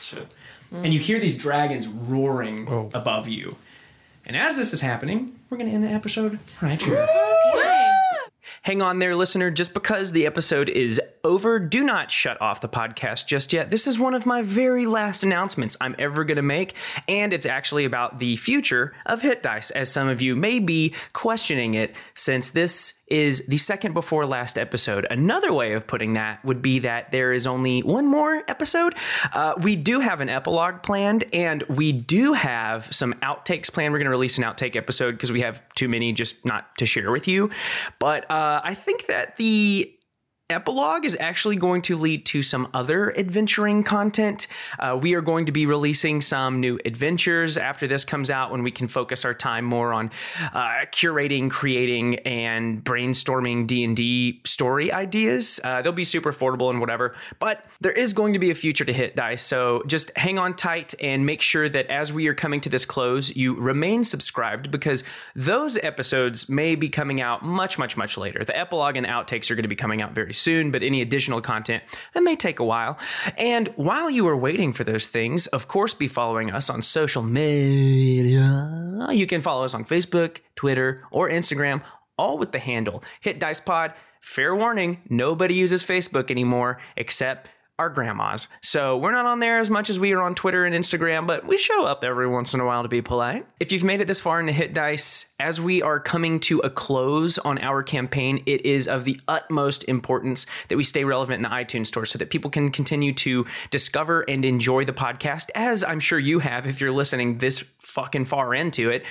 Speaker 5: Shit.
Speaker 1: And you hear these dragons roaring above you. And as this is happening, we're going to end the episode right here. Hang on there, listener. Just because the episode is over, do not shut off the podcast just yet. This is one of my very last announcements I'm ever going to make, and it's actually about the future of Hit Dice, as some of you may be questioning it, since this is the second before last episode. Another way of putting that would be that there is only one more episode. Uh, we do have an epilogue planned, and we do have some outtakes planned. We're going to release an outtake episode because we have too many just not to share with you. But uh, I think that the epilogue is actually going to lead to some other adventuring content. Uh, we are going to be releasing some new adventures after this comes out when we can focus our time more on uh, curating, creating, and brainstorming D&D story ideas. Uh, they'll be super affordable and whatever, but there is going to be a future to Hit Dice, so just hang on tight and make sure that as we are coming to this close, you remain subscribed because those episodes may be coming out much, much, much later. The epilogue and outtakes are going to be coming out very soon, but any additional content, it may take a while. And while you are waiting for those things, of course, be following us on social media. You can follow us on Facebook, Twitter, or Instagram, all with the handle Hit Dice Pod. Fair warning, nobody uses Facebook anymore except our grandmas. So we're not on there as much as we are on Twitter and Instagram, but we show up every once in a while to be polite. If you've made it this far in the hit dice, as we are coming to a close on our campaign, it is of the utmost importance that we stay relevant in the iTunes store so that people can continue to discover and enjoy the podcast, as I'm sure you have if you're listening this fucking far into it.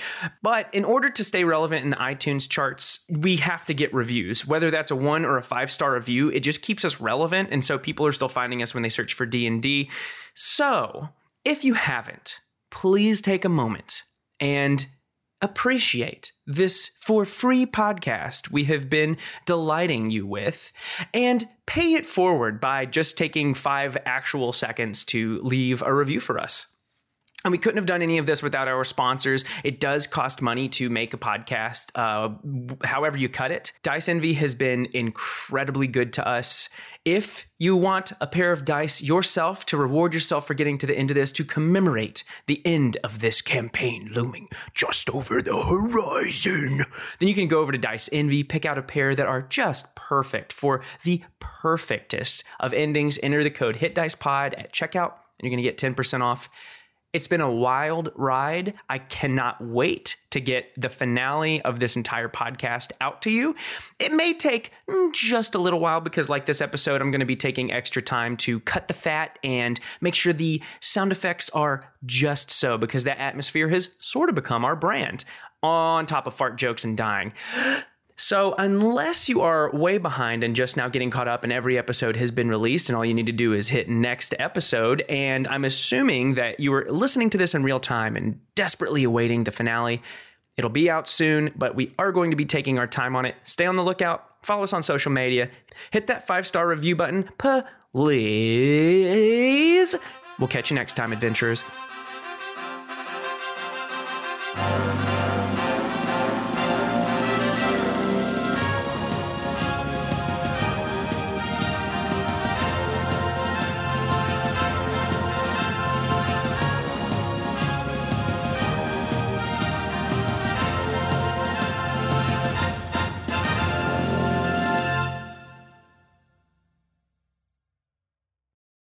Speaker 1: But in order to stay relevant in the iTunes charts, we have to get reviews. Whether that's a 1 or a 5 star review, it just keeps us relevant and so people are still finding us when they search for D&D. So, if you haven't, please take a moment and appreciate this for free podcast we have been delighting you with and pay it forward by just taking 5 actual seconds to leave a review for us. And we couldn't have done any of this without our sponsors. It does cost money to make a podcast, uh, w- however you cut it. Dice Envy has been incredibly good to us. If you want a pair of dice yourself to reward yourself for getting to the end of this, to commemorate the end of this campaign looming just over the horizon, then you can go over to Dice Envy, pick out a pair that are just perfect for the perfectest of endings. Enter the code HitDicePod at checkout, and you're going to get 10% off. It's been a wild ride. I cannot wait to get the finale of this entire podcast out to you. It may take mm, just a little while because, like this episode, I'm going to be taking extra time to cut the fat and make sure the sound effects are just so because that atmosphere has sort of become our brand on top of fart jokes and dying. So, unless you are way behind and just now getting caught up and every episode has been released, and all you need to do is hit next episode, and I'm assuming that you were listening to this in real time and desperately awaiting the finale, it'll be out soon, but we are going to be taking our time on it. Stay on the lookout, follow us on social media, hit that five star review button, please. We'll catch you next time, adventurers.